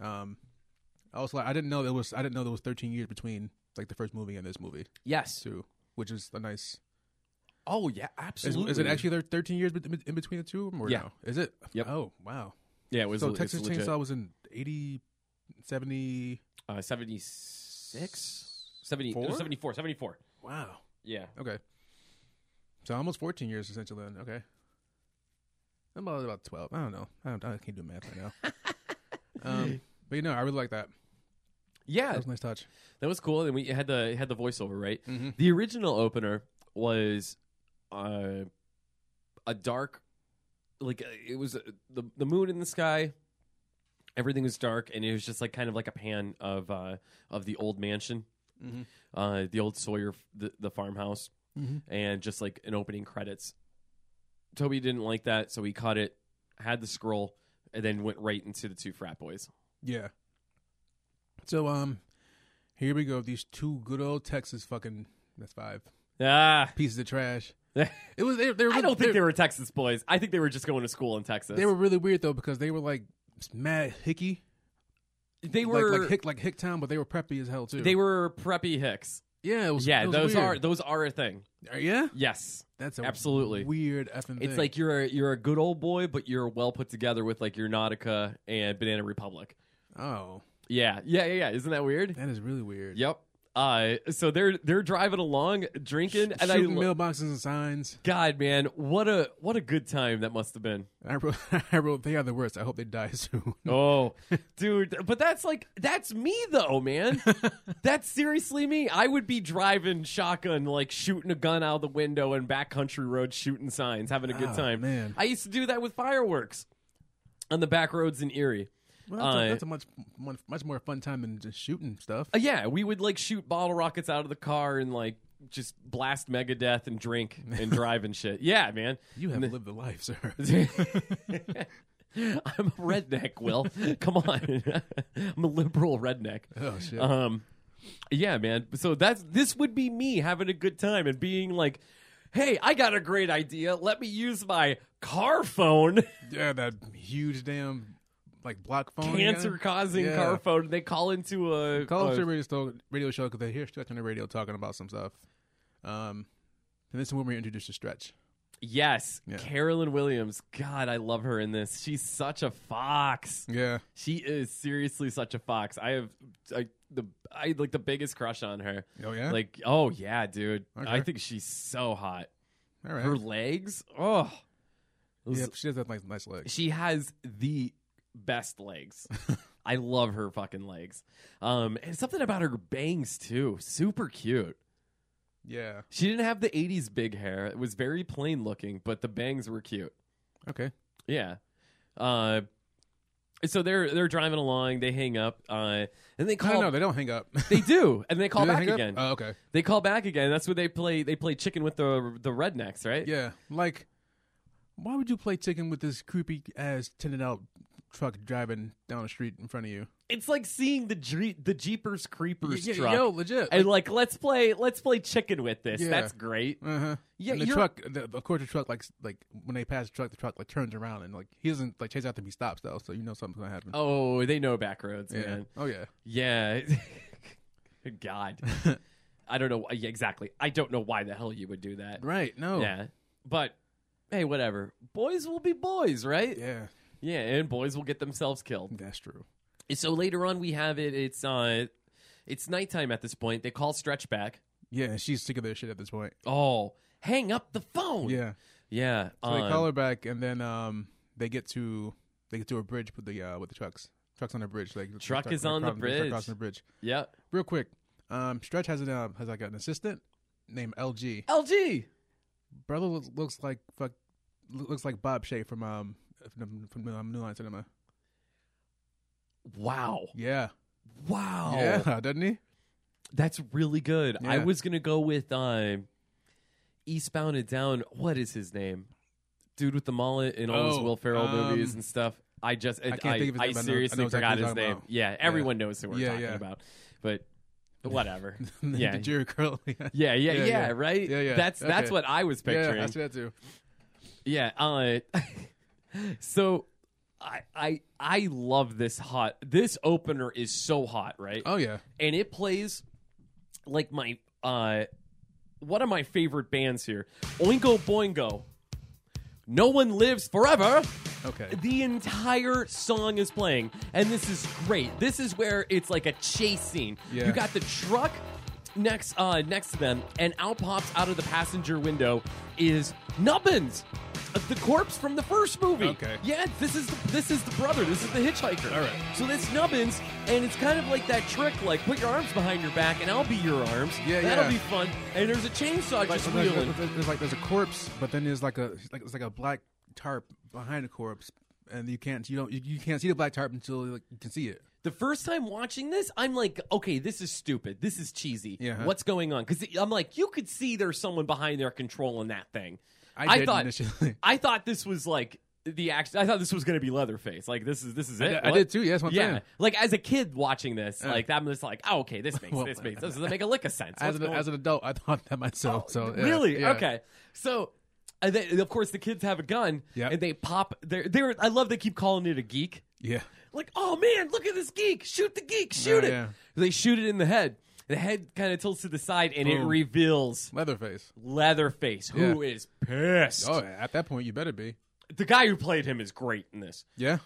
Um, I also like I didn't know there was I didn't know there was 13 years between like the first movie and this movie
Yes.
too, which is a nice.
Oh yeah,
Is,
absolutely.
is it actually there 13 years bet- in between the two? of 'em Or
Yeah.
No? Is it?
Yep.
Oh, wow.
Yeah, it was.
so
it's
Texas
legit.
Chainsaw was in 80, 70.
uh, 76? 70,
Four?
no, 74, 74.
Wow.
Yeah.
Okay. So almost 14 years essentially then. Okay. I'm about, about 12. I don't know. I, don't, I can't do math right now. um, but you know, I really like that.
Yeah,
That was a nice touch.
That was cool. And we had the had the voiceover, right?
Mm-hmm.
The original opener was uh, a dark, like uh, it was uh, the the moon in the sky. Everything was dark, and it was just like kind of like a pan of uh, of the old mansion,
Mm-hmm.
uh, the old Sawyer, the, the farmhouse, and just like an opening credits Toby didn't like that, so he cut it, had the scroll, and then went right into the two frat boys.
Yeah. So um, here we go. These two good old Texas fucking that's five
Ah,
pieces of trash. It was they, they were
I don't think
they
they were Texas boys. I think they were just going to school in Texas.
they were really weird though because they were like mad hicky,
they
like
were
like hick like hick town, but they were preppy as hell too.
they were preppy hicks.
yeah, it was,
Yeah,
it was
those
weird.
are those are a thing.
Uh, yeah.
Yes,
That's a
Absolutely.
weird effing.
it's
thing.
like you're a, you're a good old boy, but you're well put together with like your Nautica and Banana Republic.
oh,
Yeah, yeah, yeah. yeah. Isn't that weird?
that is really weird.
Yep. Uh, so they're they're driving along, drinking, and I
Shooting
lo-
mailboxes and signs.
God, man, what a what a good time that must have been.
I wrote, I wrote, they are the worst. I hope they die soon.
Oh, dude, but that's like that's me though, man. that's seriously me. I would be driving shotgun, like shooting a gun out the window and backcountry road, shooting signs, having a good
Ah,
time.
man.
I used to do that with fireworks on the back roads in Erie.
Well, that's,
Uh,
a, that's a much, much, much more fun time than just shooting stuff.
Uh, yeah, we would like shoot bottle rockets out of the car and like just blast Megadeth and drink and drive and shit. Yeah, man.
You have lived the life, sir.
I'm a redneck, Will. Come on. I'm a liberal redneck.
oh shit!
Um yeah, man. So that's this would be me having a good time and being like, "Hey, I got a great idea. Let me use my car phone,
yeah, that huge damn like block phone. you got?
cancer-causing
Yeah.
car phone." They call into a
Call
a-
up to the radio, sto- radio show because they hear Stretch on the radio talking about some stuff. Um, and this is when we introduced to Stretch.
Yes,
Yeah.
Carolyn Williams. God, I love her in this. She's such a fox.
Yeah,
She is seriously such a fox. I have I, the I like the biggest crush on her.
Oh, yeah?
Like oh yeah, dude. I
Okay.
think she's so hot.
all right.
Her legs. Oh.
yeah, she does have nice, nice legs.
She has the best legs. I love her fucking legs. Um and something about her bangs too. Super cute.
Yeah.
She didn't have the 80s big hair. It was very plain looking, but the bangs were cute.
Okay.
Yeah. Uh, so they're they're driving along. They hang up, uh, and they
I
call.
don't know. They don't hang up.
they do, and they call
Do they
back
hang up?
again.
Oh, okay.
they call back again. That's where they play. They play chicken with the the rednecks, right?
Yeah, like, why would you play chicken with this creepy ass tinted out truck driving down the street in front of you?
It's like seeing the Dre- the Jeepers Creepers
Yeah,
truck.
Yo, legit.
and like, let's play, let's play chicken with this.
Yeah.
That's great.
uh huh.
Yeah,
and the
you're-
truck. The, of course, the truck like like when they pass the truck, the truck like turns around and like he doesn't like chase after him. He stops though, so you know something's gonna happen.
Oh, they know back roads,
yeah.
man.
Oh yeah.
Yeah. God, I don't know yeah, exactly. I don't know why the hell you would do that.
Right. No.
Yeah. But hey, whatever. Boys will be boys, right?
Yeah.
Yeah, and boys will get themselves killed.
That's true.
So later on we have it it's uh it's nighttime at this point. They call Stretch back.
Yeah, and she's sick of this shit at this point.
Oh, hang up the phone.
Yeah.
Yeah.
So they
um,
call her back, and then um they get to they get to a bridge with the uh with the trucks. Trucks on the bridge. Like the
Truck is on the
crossing- Truck
bridge.
crossing the bridge.
Yeah.
real quick. Um, Stretch has an um, has like an assistant named LG.
LG.
Brother looks, looks like fuck, looks like Bob Shea from um from, from um, New Line Cinema.
Wow.
Yeah,
Wow.
yeah, doesn't he?
That's really good. I
Yeah.
was gonna go with uh, Eastbound and Down. What is his name? Dude with the mullet in all his
Oh,
Will Ferrell
um,
movies and stuff. I just I,
can't think of his
I
name, but I know- I
seriously
know exactly
forgot
who you're
his
talking
name.
about.
Yeah, everyone knows who we're
Yeah,
talking
yeah.
about. But whatever.
The-
yeah.
the Jerry Curl. yeah,
yeah, yeah, yeah,
Yeah, yeah.
right?
Yeah, yeah.
That's that's
Okay.
what I was picturing.
I see that too.
Yeah. Uh, so I I I love this hot. This opener is so hot, right?
Oh yeah,
and it plays like my uh one of my favorite bands here oingo boingo no one lives forever
okay.
the entire song is playing and this is great this is where it's like a chase scene
Yeah.
you got the truck next uh next to them and out pops out of the passenger window is nubbins uh, the corpse from the first movie
Okay.
yeah this is the, this is the brother this is the hitchhiker
All right.
so that's nubbins and it's kind of like that trick like put your arms behind your back and i'll be your arms
Yeah,
that'll
yeah.
be fun and there's a chainsaw
Like,
just
there's,
wheeling
there's- there's like there's a corpse, but then there's like a like it's like a black tarp behind the corpse, and you can't you don't you, you can't see the black tarp until like, you can see it.
The first time watching this, I'm like, okay, this is stupid. This is cheesy.
Yeah.
What's going on? Because I'm like, you could see there's someone behind there controlling that thing.
I did
thought
initially.
I thought this was like the action. I thought this was gonna be Leatherface. Like this is this is it.
I did- I
What?
did too, yeah, that's what I'm
yeah.
saying.
Like as a kid watching this, like I'm just like, oh okay, this makes this makes this doesn't make a lick of sense.
as
What's
an,
going
as an adult, I thought that myself. so yeah,
Oh, really
yeah.
okay so and then, of course the kids have a gun
Yep.
and they pop they're, they're i love they keep calling it a geek
Yeah,
like oh man look at this geek shoot the geek shoot
Oh, Yeah,
it
yeah.
they shoot it in the head the head kind of tilts to the side and it
Boom.
reveals
Leatherface.
leatherface who
Yeah.
is pissed
Oh, at that point, you better be.
the guy who played him is great in this
Yeah,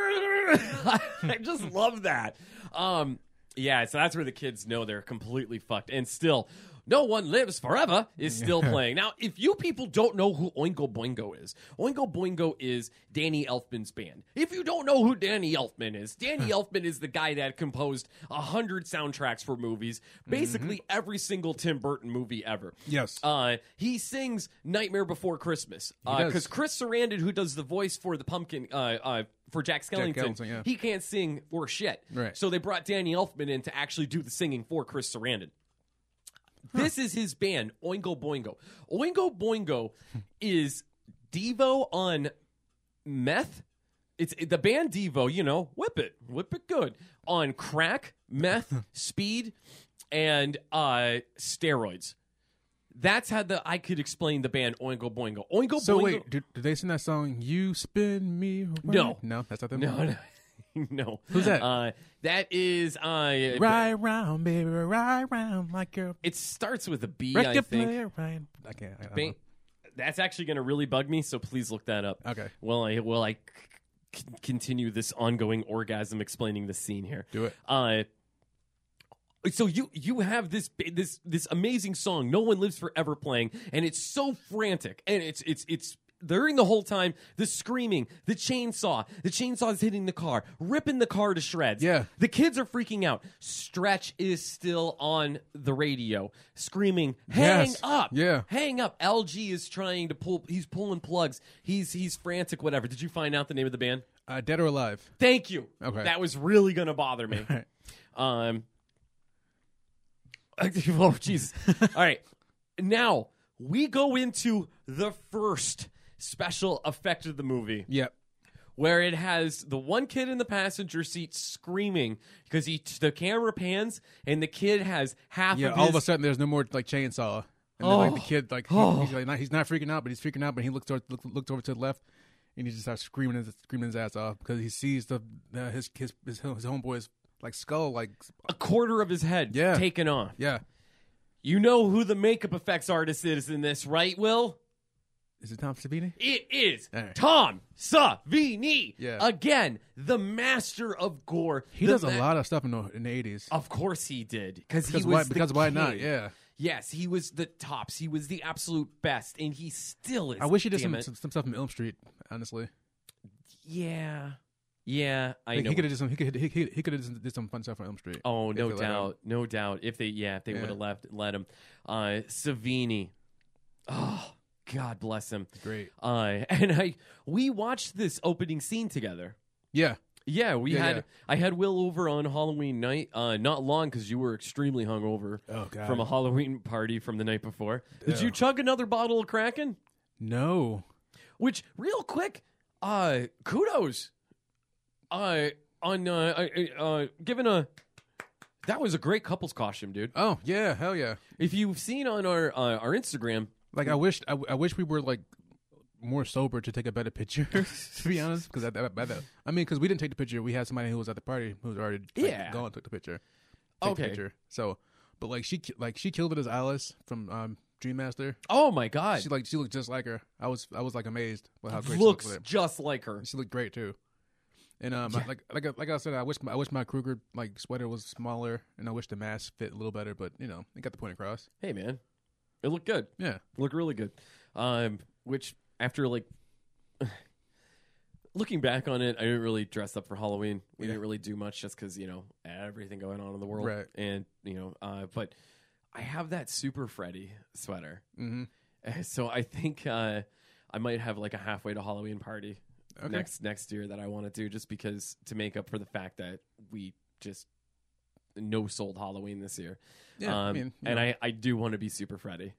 I just love that. Um, yeah, so that's where the kids know they're completely fucked. And still, No One Lives Forever is still playing. Now, if you people don't know who Oingo Boingo is, Oingo Boingo is Danny Elfman's band. If you don't know who Danny Elfman is, Danny Elfman is the guy that composed a hundred soundtracks for movies, basically every single Tim Burton movie ever.
Yes.
Uh, he sings Nightmare Before Christmas. Because
does.
Uh, Chris Sarandon, who does the voice for the pumpkin, uh, uh, for Jack Skellington,
Skellington, yeah.
he can't sing or shit.
Right.
So they brought Danny Elfman in to actually do the singing for Chris Sarandon. This is his band, Oingo Boingo. Oingo Boingo
Hmm.
is Devo on meth. It's the band Devo, you know, whip it, whip it good on crack, meth, speed, and uh, steroids. That's how the I could explain the band Oingo Boingo. Oingo
So
Boingo.
wait, do, do they sing that song? You spin me. Around?
No.
no, that's not them.
No, no. no.
Who's that?
Uh, that is uh,
Right round, baby, right round, like your
It starts with a B, I
record
think.
player. Right. I can't. I don't
Bing. That's actually going to really bug me, so please look that up.
Okay.
Well, I will I c- c- continue this ongoing orgasm explaining the scene here.
Do it.
Uh, so you you have this this this amazing song no one lives forever playing and it's so frantic and it's it's it's during the whole time the screaming the chainsaw the chainsaw's hitting the car ripping the car to shreds
Yeah.
the kids are freaking out stretch is still on the radio screaming hang
Yes.
up
Yeah.
hang up lg is trying to pull he's pulling plugs he's he's frantic whatever did you find out the name of the band
know. Uh, dead or alive?
Thank you.
Okay.
That was really gonna bother me.
Right.
Um. oh Jesus! All right. Now we go into the first special effect of the movie,
Yep.
where it has the one kid in the passenger seat screaming because he the camera pans and the kid has half
Yeah.
of
all
his
of a sudden, there's no more like chainsaw. And then, like the
Oh.
kid, like he-
Oh.
he's like not, he's not freaking out, but he's freaking out. But he looks toward, look, looked over to the left, and he just starts screaming his screaming his ass off because he sees the, the his his his, his homeboy's like skull, like
a quarter of his head
Yeah.
taken off.
yeah.
You know who the makeup effects artist is in this, right, Will?
Is it Tom Savini?
It is
All right.
Tom Savini.
Yeah.
Again, the master of gore.
He does a lot of stuff in the in the eighties.
Of course he did. Because Oh, he was
Because why-
the
because why not?
king.
Yeah.
Yes, he was the tops. He was the absolute best, and he still is.
I wish he did
damn
some,
it.
some some stuff in Elm Street. Honestly,
Yeah, yeah. I
Like,
know.
he could have done some. He could he, he, he could have did some fun stuff on Elm Street.
oh,
If
no
they let him.
doubt, no doubt. If they, yeah, if they
Yeah.
would have left, let him. Uh, Savini. Oh, God bless him.
Great.
Uh, and I, we watched this opening scene together.
Yeah.
Yeah, we
Yeah,
had
yeah.
I had Will over on Halloween night, uh, not long because you were extremely hungover
Oh, God.
from a Halloween party from the night before. Did you chug another bottle of Kraken?
No.
Which, real quick, uh, kudos, uh, on uh, uh, uh, given a that was a great couple's costume, dude.
Oh yeah. Hell yeah.
If you've seen on our uh, our Instagram,
Like I wish I, I wish we were like more sober to take a better picture. to be honest, because I, I, I, I mean, because we didn't take the picture. We had somebody who was at the party who was already like,
Yeah.
gone took the picture. Take
Okay.
The picture. So, but like she ki- like she killed it as Alice from um, Dream Master.
oh my god,
She like she looked just like her. I was I was like amazed by how great she
looks
looked. with
just like her.
it. She looked great too. And um, I- like like I- like I said, I wish my, I wish my Kruger like sweater was smaller, and I wish the mask fit a little better. But you know, it got the point across.
Hey man, it looked good.
Yeah,
look really good. Um, which after like looking back on it, I didn't really dress up for Halloween. We
Yeah.
didn't really do much just because you know everything going on in the world,
Right.
and you know, uh, but I have that super Freddy sweater,
Mhm.
Uh, so I think uh, I might have like a halfway to Halloween party
Okay.
next next year that I want to do just because to make up for the fact that we just no sold Halloween this year.
yeah. I
Um,
mean, you
and
know.
I, I do want to be Super Freddy.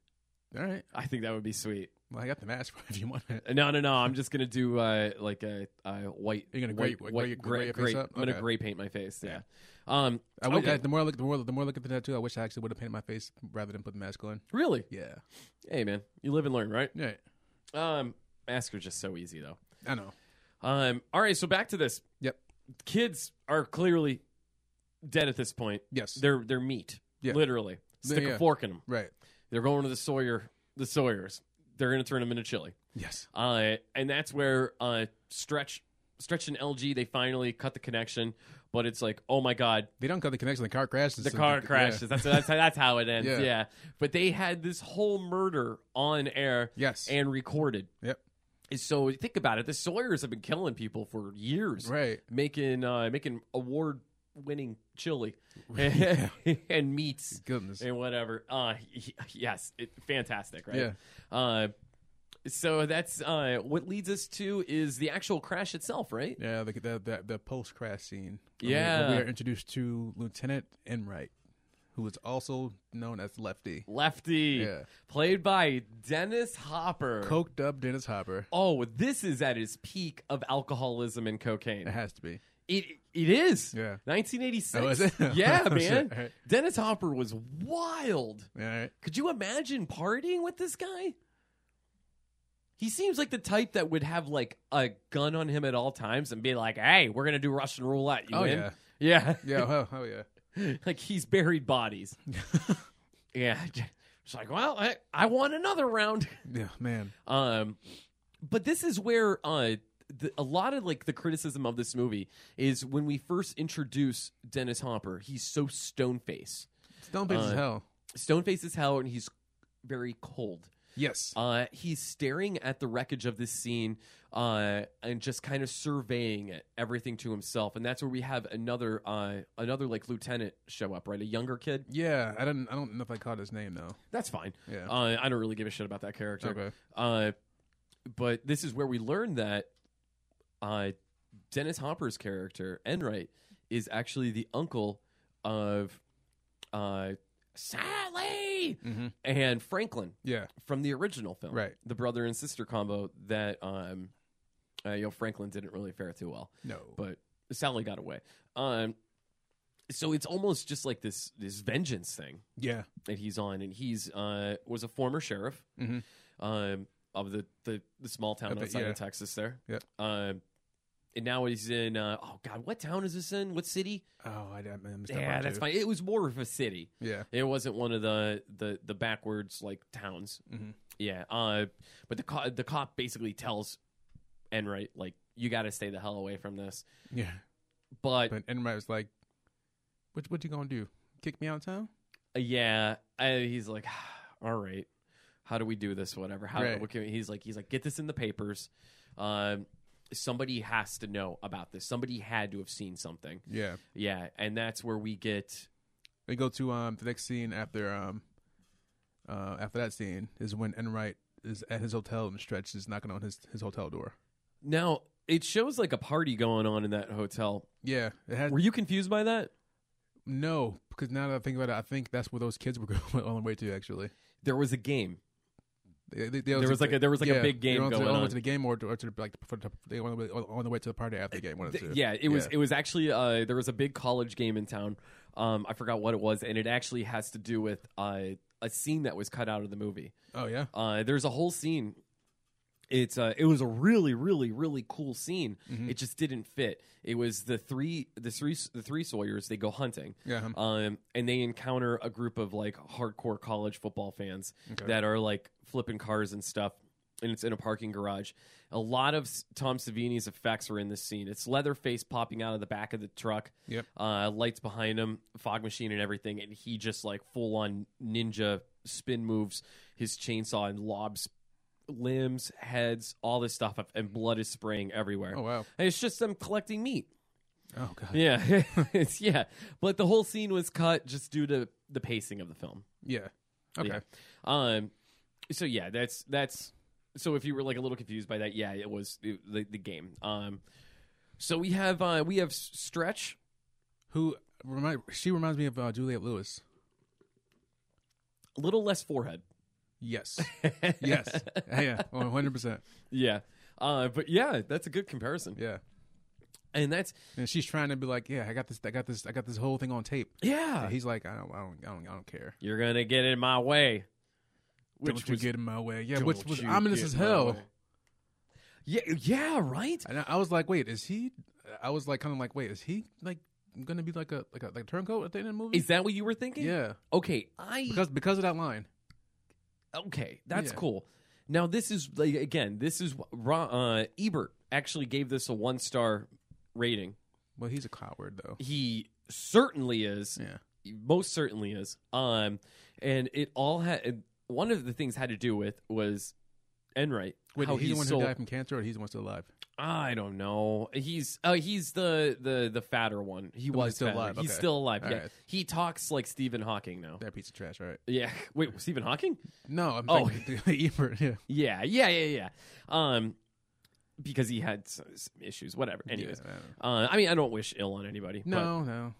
All right.
I think that would be sweet. Uh,
Well, I got the mask if you want it.
No, no, no. I'm just gonna do uh, like a, a white.
You're gonna
white,
gray-
white,
gray- gray your face up?
I'm gonna
Okay.
gray paint my face. Yeah. Um.
I wish,
okay.
I- the more I look, the more the more I look at the tattoo, I wish I actually would have painted my face rather than put the mask on.
Really?
Yeah.
Hey, man. You live and learn, right?
Yeah.
Um. Masks are just so easy, though.
I know.
Um. All right. So back to this.
Yep.
Kids are clearly dead at this point.
Yes.
They're they're meat.
Yeah.
Literally.
They-
Stick
yeah.
a fork in them.
Right.
They're going to the Sawyer. The Sawyer's. They're gonna turn them into chili.
Yes.
Uh, and that's where uh, Stretch, Stretch and LG, they finally cut the connection. But it's like, oh my god,
They don't cut the connection. The car crashes.
the
so-
car
yeah.
crashes. That's, that's that's how it ends.
Yeah.
Yeah. But they had this whole murder on air.
Yes.
And recorded.
Yep.
And So think about it. The Sawyer's have been killing people for years,
Right.
Making uh, making award winning chili and meats
Goodness.
and whatever. Uh, y- yes, it, fantastic, right?
Yeah.
Uh, so that's uh, what leads us to is the actual crash itself, right?
Yeah, the the the, the post crash scene. When we- when we,
Yeah.
are introduced to Lieutenant Enright, who is also known as Lefty,
Lefty,
Yeah.
played by Dennis Hopper.
coked up Dennis Hopper.
oh, this is at his peak of alcoholism and cocaine.
It has to be.
It it is.
Yeah.
1986.
Oh, is it?
Yeah,
Oh, shit.
man.
All right.
Dennis Hopper was wild.
All right.
Could you imagine partying with this guy? He seems like the type that would have like a gun on him at all times and be like, "Hey, we're gonna do Russian roulette." You
Oh,
in?
yeah.
yeah,
Yeah. Oh, oh yeah.
like he's buried bodies. yeah, it's like, well, I, I want another round.
Yeah, man.
Um, but this is where uh, the, a lot of like the criticism of this movie is when we first introduce Dennis Hopper, he's so stone face,
Stone face as
Uh,
hell.
stone face is hell, and he's very cold.
Yes.
Uh, he's staring at the wreckage of this scene uh, and just kind of surveying it, everything to himself. And that's where we have another uh, another like lieutenant show up, right? A younger kid.
yeah. I don't. I don't know if I caught his name though.
That's fine.
Yeah.
Uh, I don't really give a shit about that character.
Okay.
Uh, but this is where we learn that uh, Dennis Hopper's character Enright is actually the uncle of uh, Sally
Mhm.
and Franklin
Yeah.
from the original film,
Right.
The brother and sister combo that um, uh, you know Franklin didn't really fare too well,
No.
but Sally got away. Um, so it's almost just like this this vengeance thing
yeah.
that he's on, and he's uh was a former sheriff,
Mhm.
um of the the, the small town
Of the-
outside
yeah.
of Texas there,
Yep.
Um, and now he's in uh, oh god, what town is this in? What city?
Oh, I, I missed that
Yeah,
part,
that's
too.
fine. It was more of a city.
Yeah.
It wasn't one of the the the backwards like towns.
Mhm.
Yeah. Uh, but the co- the cop basically tells Enright like you got to stay the hell away from this.
Yeah.
But,
But Enright was like, "What? What you gonna do? Kick me out of town?"
uh, yeah, I, he's like, all right, how do we do this? Whatever. How
Right.
what can we-" he's like he's like get this in the papers. Um, somebody has to know about this. Somebody had to have seen something.
Yeah.
Yeah, and that's where we get
They go to um the next scene after um uh after that scene is when Enright is at his hotel and Stretch is knocking on his his hotel door.
now. It shows like a party going on in that hotel.
Yeah, it has
Were you confused by that?
no because now that I think about it, I think that's where those kids were going on the way to actually.
There was a game.
They- they- they
There was like a- there was like a big
they
game
were on to,
going
on the way
on.
to the game or to, or to like for the, they were on the, way, on the way to the party after the game. One of the
Th-
two.
yeah, it was it was actually uh, there was a big college game in town. Um, I forgot what it was, and it actually has to do with uh, a scene that was cut out of the movie.
oh yeah.
Uh, there's a whole scene. It's uh, it was a really really really cool scene. It just didn't fit. It was the three the three the three Sawyer's they go hunting.
Yeah.
Um, and they encounter a group of like hardcore college football fans that are like flipping cars and stuff. And it's in a parking garage. A lot of S- Tom Savini's effects are in this scene. It's Leatherface popping out of the back of the truck.
Yep.
Uh, lights behind him, fog machine, and everything. And he just like full on ninja spin moves his chainsaw and lobs limbs, heads, all this stuff, and blood is spraying everywhere.
Oh wow.
And it's just them collecting meat.
Oh god.
Yeah, it's, yeah. But the whole scene was cut just due to the pacing of the film.
Yeah. Okay.
Yeah. Um. So yeah, that's that's. So if you were like a little confused by that, yeah, it was it, the the game. Um. So we have uh we have Stretch.
Who remind? She reminds me of uh, Juliet Lewis.
A little less forehead.
Yes. yes. Yeah. One hundred percent.
Yeah. Uh, but yeah, that's a good comparison.
Yeah.
And that's
And she's trying to be like, yeah, I got this. I got this. I got this whole thing on tape.
yeah.
And he's like, I don't. I don't. I don't. I don't care.
You're gonna get in my way. Which
don't you
was-
get in my way. Yeah.
Don't
Which was
you
ominous
get
as
in my
hell.
way. yeah, yeah, right.
And I, I was like, wait, is he? I was like, kind of like, wait, is he like gonna be like a like a like a turncoat at the end of the movie?
Is that what you were thinking?
yeah.
Okay, I
Because because of that line.
okay, that's
Yeah.
cool. Now this is like again, this is wh- Ra- uh, Ebert actually gave this a one star rating.
Well, he's a coward though.
He certainly is.
Yeah.
He most certainly is. Um, and it all had one of the things had to do with was Enright.
Wait,
how
he's the
he
one
sold-
who died from cancer, or he's the one still alive?
I don't know. He's uh, he's the the the fatter one. He
The one
was
who's still
fatter.
alive,
He's
okay.
still alive.
All
yeah,
right.
he talks like Stephen Hawking now.
That piece of trash, right?
Yeah, wait, Stephen Hawking?
No, I'm
Oh.
thinking the Ebert. Yeah.
Yeah, yeah, yeah, yeah. Um, because he had s- some issues. Whatever. Anyways,
Yeah, I don't know.
uh, I mean, I don't wish ill on anybody.
no, no.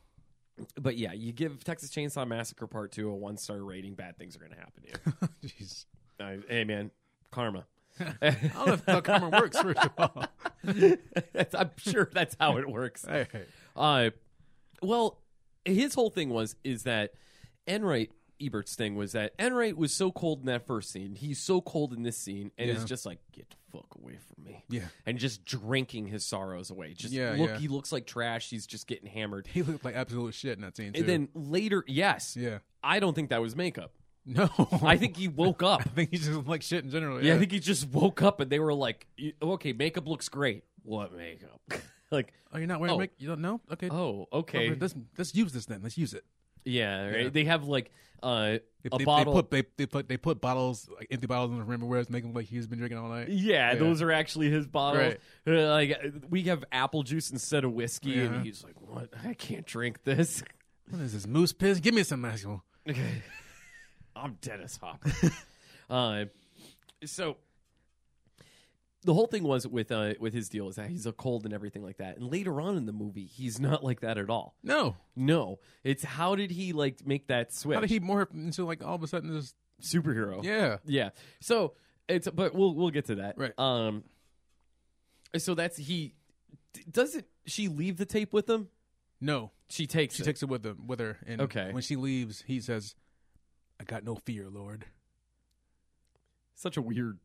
but, but yeah, you give Texas Chainsaw Massacre Part Two a one star rating, bad things are gonna happen to you.
Jeez.
uh, hey, man, karma.
I don't know if how karma works first of all.
That's- I'm sure that's how it works.
All right.
Uh, well, his whole thing was is that Enright Ebert's thing was that Enright was so cold in that first scene. He's so cold in this scene, and it's
Yeah.
just like get the fuck away from me.
Yeah.
and just drinking his sorrows away. Just
Yeah,
look,
yeah.
he looks like trash. He's just getting hammered.
He looked like absolute shit in that scene too.
And then later, yes,
yeah.
I don't think that was makeup.
No.
I think he woke up.
I think he's just like shit in general.
Yeah, I think he just woke up, and they were like, "Y- "Okay, makeup looks great." What makeup? like,
Oh, you're not wearing
Oh.
make you don't know? Okay.
oh, okay,
Let's let's use this then. Let's use it.
yeah, right.
Yeah.
They have like uh,
If
a
they,
bottle.
they put they, they put they put bottles like empty bottles in the rimmerwares, make them like he's been drinking all night.
Yeah,
Yeah.
those are actually his bottles. Uh, Like uh, we have apple juice instead of whiskey,
Yeah.
and he's like, "What? I can't drink this."
What is this moose piss? Give me some Maxwell.
I'm Dennis Hopper. uh, so the whole thing was with uh, with his deal is that he's a cold and everything like that. And later on in the movie, he's not like that at all.
No,
No, it's how did he like make that switch?
how did he morph into like all of a sudden this?
superhero?
Yeah,
yeah. So it's but we'll we'll get to that.
Right.
Um. So that's he. d- Doesn't she leave the tape with him?
no,
She takes.
she
it.
takes it with him with her. And
Okay.
when she leaves, he says, "I got no fear, Lord."
such a weird.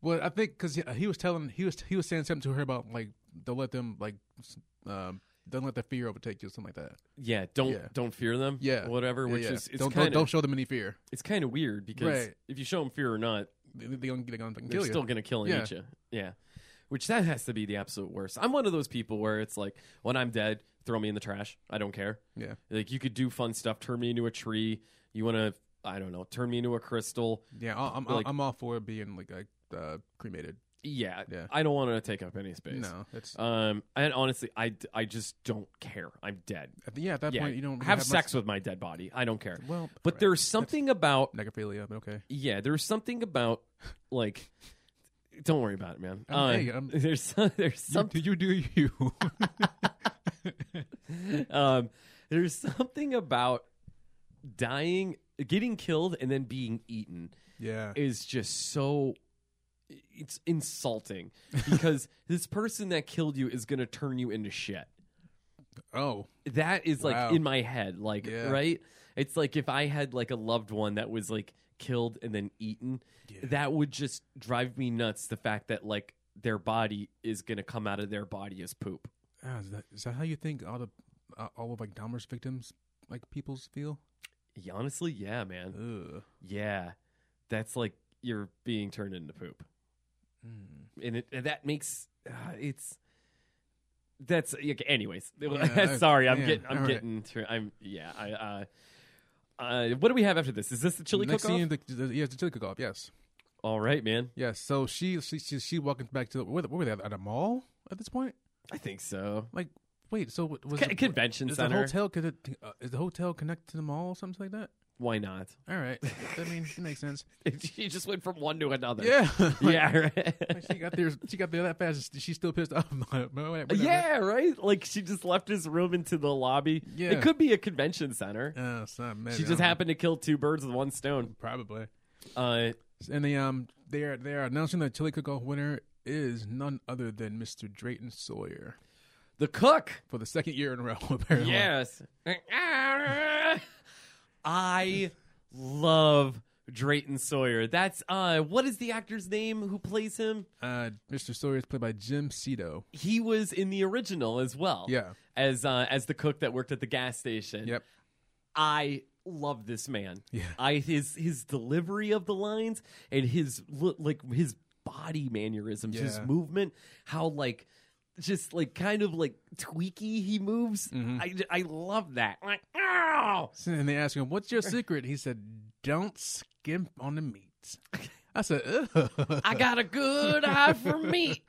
Well, I think because he, he was telling he was he was saying something to her about like don't let them like s- um, don't let the fear overtake you or something like that.
Yeah. Don't
Yeah.
don't fear them.
Yeah,
Whatever.
Yeah,
Which
yeah.
is it's
don't,
kind
don't don't
of
show them any fear.
it's kind of weird because
Right.
if you show them fear or not,
They, they gonna, they gonna fucking
they're
kill
still
you.
gonna kill and
Yeah.
eat you. Yeah. Which that has to be the absolute worst. I'm one of those people where it's like when I'm dead, throw me in the trash. I don't care.
Yeah,
Like you could do fun stuff. Turn me into a tree. You want to. I don't know. Turn me into a crystal.
yeah. I- I'm
Like-
I'm all for being like like, uh, cremated.
Yeah,
Yeah.
I don't want to take up any space.
No, it's
Um, and honestly, I, I just don't care. I'm dead.
at the- yeah. At that
yeah,
point, you don't really
have,
much-
sex with my dead body. I don't care.
Well,
but
right.
there's something about
necrophilia. But okay,
yeah, there's something about like. Don't worry about it, man.
I'm-
Uh,
Um, hey, I'm-
there's some- there's something
you do you?
um, there's something about dying, getting killed, and then being eaten.
yeah,
is just so it's insulting because this person that killed you is going to turn you into shit.
Oh,
That is
Wow.
like in my head, like
Yeah.
right? It's like if I had like a loved one that was like killed and then eaten, that would just drive me nuts the fact that like their body is going to come out of their body as poop.
Ah, is that, is that how you think all the uh, all of like Dahmer's victims like people's feel?
Y- Honestly, yeah, man.
Ugh.
Yeah. That's like you're being turned into poop.
Hmm.
And, it, and that makes uh, it's that's okay, anyways.
Yeah,
Sorry, I'm
yeah,
getting I'm
all right.
getting through I'm yeah, I uh uh, what do we have after this? Is this the chili
Next
cook
scene, the, the, yes, the chili cook-off. Yes,
All right, man.
yes. So she she she, she walking back to the, where, where were they at, at a mall at this point?
I think so.
Like, wait, so what was
Co-
it-
convention
is
center.
The hotel could it, uh, is the hotel connected to the mall or something like that?
Why not?
All right, I mean, it makes sense.
she just went from one to another.
Yeah, Like,
Yeah, right.
she got there. She got there that fast. She's still pissed off. Whatever.
yeah, right? Like she just left his room into the lobby.
Yeah.
It could be a convention center.
Uh, it's not-
she
maybe, I
just
don't know.
happened to kill two birds with one stone.
Probably.
Uh,
And they um they are they are announcing the chili cook-off winner is none other than Mr. Drayton Sawyer
the cook.
for the second year in a row. Apparently,
Yes. I love Drayton Sawyer. That's uh what is the actor's name who plays him?
Uh, Mr. Sawyer is played by Jim Cito.
He was in the original as well.
Yeah.
As uh as the cook that worked at the gas station.
Yep.
I love this man.
Yeah.
I his his delivery of the lines and his look like his body mannerisms, his
Yeah.
movement, how like just like kind of like tweaky he moves.
Mm-hmm.
I I love that. Like, "Ow!"
And they asked him, "What's your secret?" He said, "Don't skimp on the meat." I said, Ugh.
I got a good eye for meat.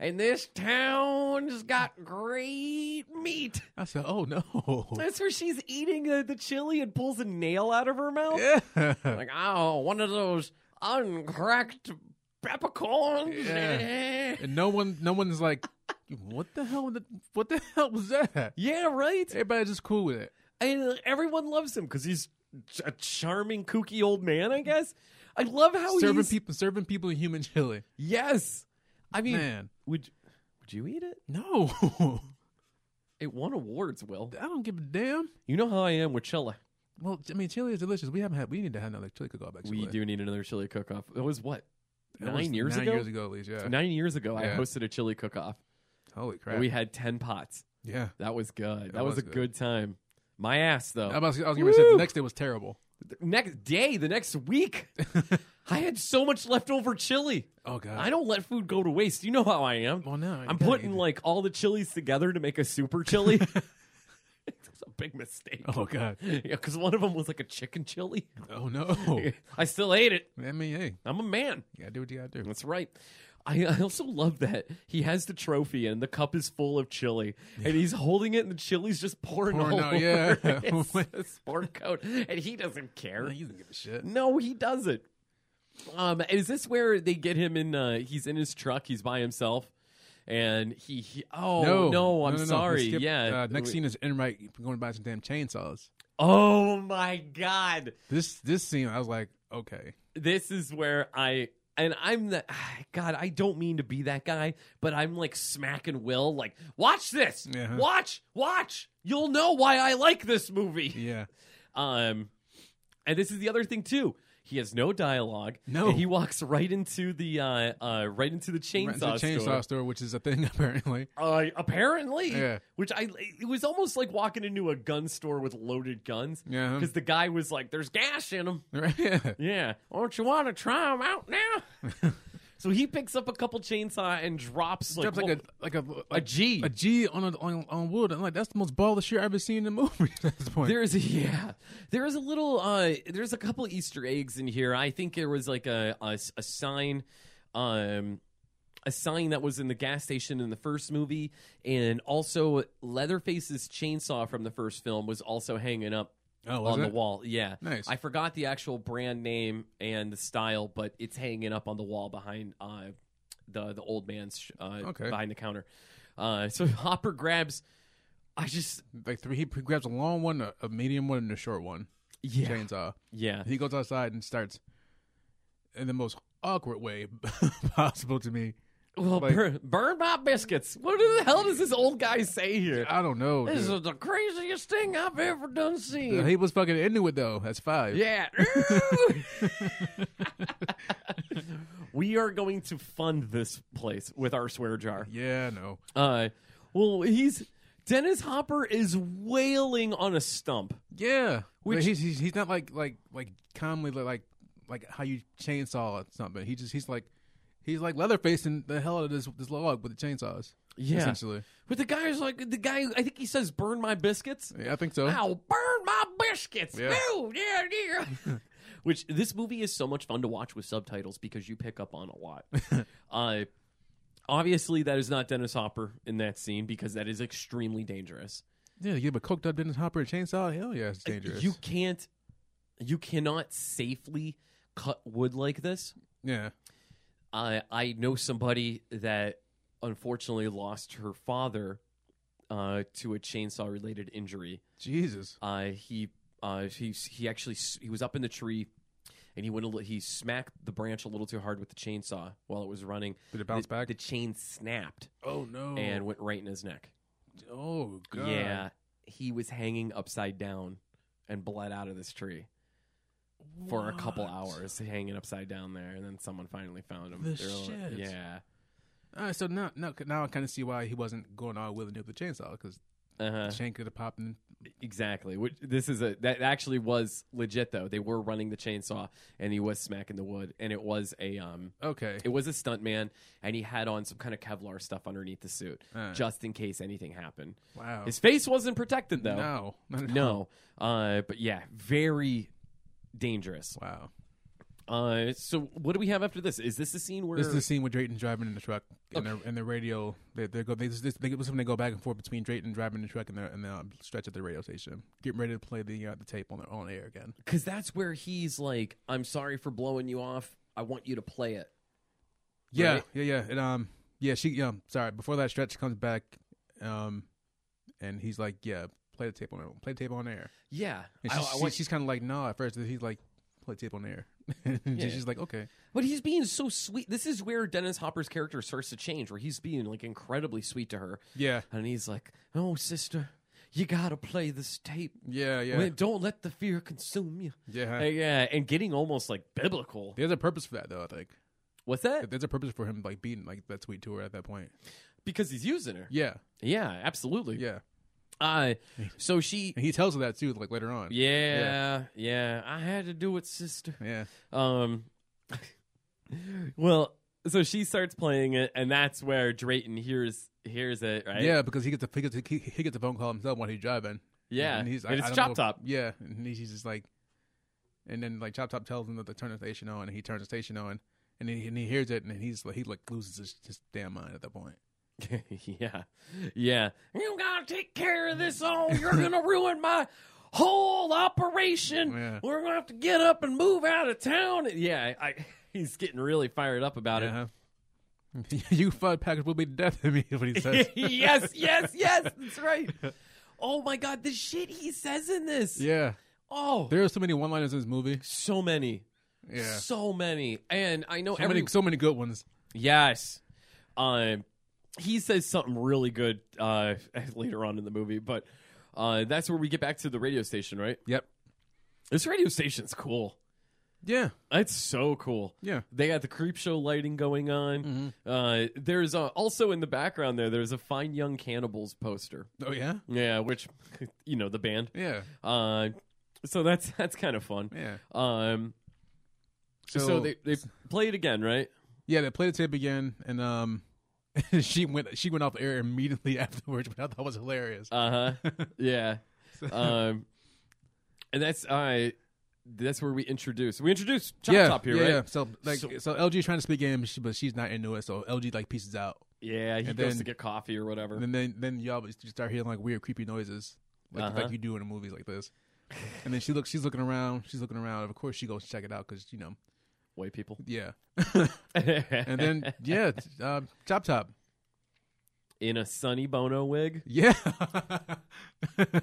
And this town's got great meat.
I said, "Oh no."
That's where she's eating uh, the chili and pulls a nail out of her mouth.
Yeah.
Like, oh, one of those uncracked peppercorns.
Yeah. And no one, no one's like, what the hell? What the hell was that?
Yeah, right?
Everybody's just cool with it.
And uh, everyone loves him because he's ch- a charming, kooky old man, I guess. I love how
serving
he's...
people, serving people human chili.
Yes. I mean,
Man,
would would you eat it?
no,
It won awards, Will.
I don't give a damn.
You know how I am with chili.
Well, I mean, chili is delicious. We haven't had. We need to have another chili cook-off. Actually,
We do need another chili cook-off. It was what
That
nine
was
years
nine
ago.
years ago, at least. Yeah.
Nine years ago, I
Yeah.
hosted a chili cook-off.
Holy crap.
and We had ten pots.
yeah.
That was good. That was,
was
a
good.
good time. My ass though.
I was, I was gonna say
Woo!
the next day was terrible.
The next day, the next week, I had so much leftover chili.
Oh god.
I don't let food go to waste. You know how I am.
Well, no, you
I'm
gotta
putting
eat it.
like all the chilies together to make a super chili. It's a big mistake.
Oh god.
Yeah, because one of them was like a chicken chili.
Oh no.
I still ate it.
I mean, hey,
I'm a man.
you gotta do what you gotta do.
That's right. I, I also love that he has the trophy and the cup is full of chili, and he's holding it, and the chili's just pouring,
Pouring
all
out,
over
yeah.
his, his sport coat, and he doesn't care.
You don't give a shit.
No, he doesn't. Um, is this where they get him in? Uh, he's in his truck. He's by himself, and he. he oh no, I'm
no, no.
sorry.
Skip-
yeah.
Uh, next scene is Enright going to buy some damn chainsaws.
Oh my god.
This this scene, I was like, okay,
this is where I and I'm the ah, God. I don't mean to be that guy, but I'm like smacking Will. Like, watch this,
Yeah.
watch, watch. You'll know why I like this movie.
yeah,
Um, and this is the other thing too. He has no dialogue.
No.
and he walks right into the uh, uh, right into the chainsaw,
Right into the chainsaw
store.
store. which is a thing apparently.
Uh, apparently,
Yeah.
which I it was almost like walking into a gun store with loaded guns.
Yeah.
because the guy was like, "There's gas in them."
Right? Yeah.
Yeah. Don't you want to try them out now? so he picks up a couple chainsaw and drops like,
Drops like a
whoa,
like a
a G.
a G on a, on on wood. I'm like, that's the most baller shit I've ever seen in a movie at this point.
There is a yeah. There is a little uh there's a couple Easter eggs in here. I think there was like a a, a sign um a sign that was in the gas station in the first movie and also Leatherface's chainsaw from the first film was also hanging up
oh, was
on the
it?
wall. Yeah.
Nice.
I forgot the actual brand name and the style, but it's hanging up on the wall behind uh, the the old man's sh- uh,
Okay.
behind the counter. Uh, so Hopper grabs. I just
Like three, he grabs a long one, a, a medium one, and a short one.
yeah
Chainsaw.
yeah.
He goes outside and starts in the most awkward way possible to me.
Well,
like-
bur- burn my biscuits. What the hell does this old guy say here?
I don't know.
This
dude. Uh,
is the craziest thing I've ever done seen.
he was fucking into it though. That's five.
Yeah. Ooh. we are going to fund this place with our swear jar.
Yeah, no.
Uh, well, he's Dennis Hopper is wailing on a stump.
Yeah,
Which-
which he's, he's he's not like like like calmly li- like like how you chainsaw something. He just he's like he's like leatherfacing the hell out of this this log with the chainsaws.
Yeah.
essentially.
But the guy's like the guy. I think he says, "Burn my biscuits."
Yeah, I think so.
Ow! Burn my biscuits.
Yeah.
No, yeah, yeah. Which this movie is so much fun to watch with subtitles because you pick up on a lot. uh, obviously, that is not Dennis Hopper in that scene because that is extremely dangerous.
Yeah, you give a coked up Dennis Hopper a chainsaw. Hell yeah, it's dangerous.
Uh, You can't, you cannot safely cut wood like this.
yeah,
I I know somebody that unfortunately lost her father uh, to a chainsaw related injury.
Jesus.
Uh, he uh, he he actually s- he was up in the tree, and he went a li- he smacked the branch a little too hard with the chainsaw while it was running.
Did it bounce
the,
back?
The chain snapped
Oh no!
and went right in his neck.
oh god!
Yeah, he was hanging upside down and bled out of this tree for a couple
What?
hours, hanging upside down there, and then someone finally found him.
The
They were like-
shit.
yeah.
All right, so now, now, now I kind of see why he wasn't going all willing with the chainsaw because
Uh-huh.
the chain could have popped in.
Exactly. Which this is a that actually was legit though. They were running the chainsaw and he was smacking the wood and it was a um
Okay,
it was a stunt man and he had on some kind of Kevlar stuff underneath the suit
Uh.
just in case anything happened.
wow.
His face wasn't protected though.
no, not at all.
No. Uh but yeah, very dangerous.
Wow.
Uh so what do we have after this? Is this the scene where
This is the scene with Drayton driving in the truck and, the, and the radio. They, they go. They, this, this- they, this is when they go back and forth between Drayton driving in the truck and the, and the um, stretch at the radio station, getting ready to play the uh, the tape on their own air again.
Because that's where he's like, I'm sorry for blowing you off. I want you to play it.
Yeah,
Right?
yeah, yeah. And um, yeah, she. Um, sorry. Before that stretch comes back, um, and he's like, "Yeah, play the tape on air. Play the tape on air."
Yeah.
And
I-
she,
I
she-
want-
she's kind of like, "No." At first, he's like, "Play the tape on air." And She's like, "Okay."
But he's being so sweet. This is where Dennis Hopper's character starts to change, where he's being like incredibly sweet to her.
Yeah,
And he's like, Oh, sister, you gotta play this tape.
yeah, yeah,
Wait, don't let the fear consume you.
yeah.
Uh, yeah, and getting almost like biblical.
There's a purpose for that, though. I think
What's that?
there's a purpose for him like beating like that sweet to her at that point.
Because he's using her.
Yeah,
Yeah, absolutely.
yeah.
Uh, so she.
And he tells her that too, like later on.
Yeah, yeah. I had to do it, sister.
yeah.
Um, well, so she starts playing it, and that's where Drayton hears hears it, right?
Yeah, because he gets a he gets a, he he gets a phone call himself while he's driving.
yeah.
and he's
and it's
I don't
chop
know-
top.
Yeah, and he's just like, and then like chop top tells him that to turn the station on, and he turns the station on, and he and he hears it, and then he's like he like loses his, his damn mind at that point.
yeah, yeah. You gotta take care of this all. You're gonna ruin my whole operation.
Yeah.
We're gonna have to get up and move out of town. Yeah, I, he's getting really fired up about it.
you fuck package will be death to me. is What he says.
yes, yes, yes. That's right. Oh my god, the shit he says in this.
yeah,
Oh,
there are so many one liners in this movie.
so many,
Yeah, so
so many, and I know every
many so many good ones.
Yes. Um, he says something really good uh, later on in the movie, but uh, that's where we get back to the radio station, right?
Yep.
This radio station's cool.
Yeah,
It's so cool.
yeah. Mm-hmm.
They got the creep show lighting going on. Uh, there's uh also in the background there. There's a Fine Young Cannibals poster.
Oh yeah,
Yeah, which you know the band.
yeah,
Uh, so that's that's kind of fun.
yeah.
Um, so, they they play it again, right?
Yeah, they played the tape again, and um, she went she went off air immediately afterwards, which I thought was hilarious.
Uh huh. yeah. Um, and that's I. that's where we introduce. We introduce Chop
yeah,
Top here,
yeah, yeah.
right?
So like, so,
So-
LG trying to speak game, she, but she's not into it. So LG like pieces out,
Yeah, he
And
goes
then-
to get coffee or whatever.
and then then y'all just start hearing like weird creepy noises, like
Uh-huh.
like you do in movies like this. And then she looks, she's looking around, she's looking around. Of course, she goes to check it out because you know,
White people.
yeah. and then yeah, uh, Chop Top,
in a Sonny Bono wig.
yeah.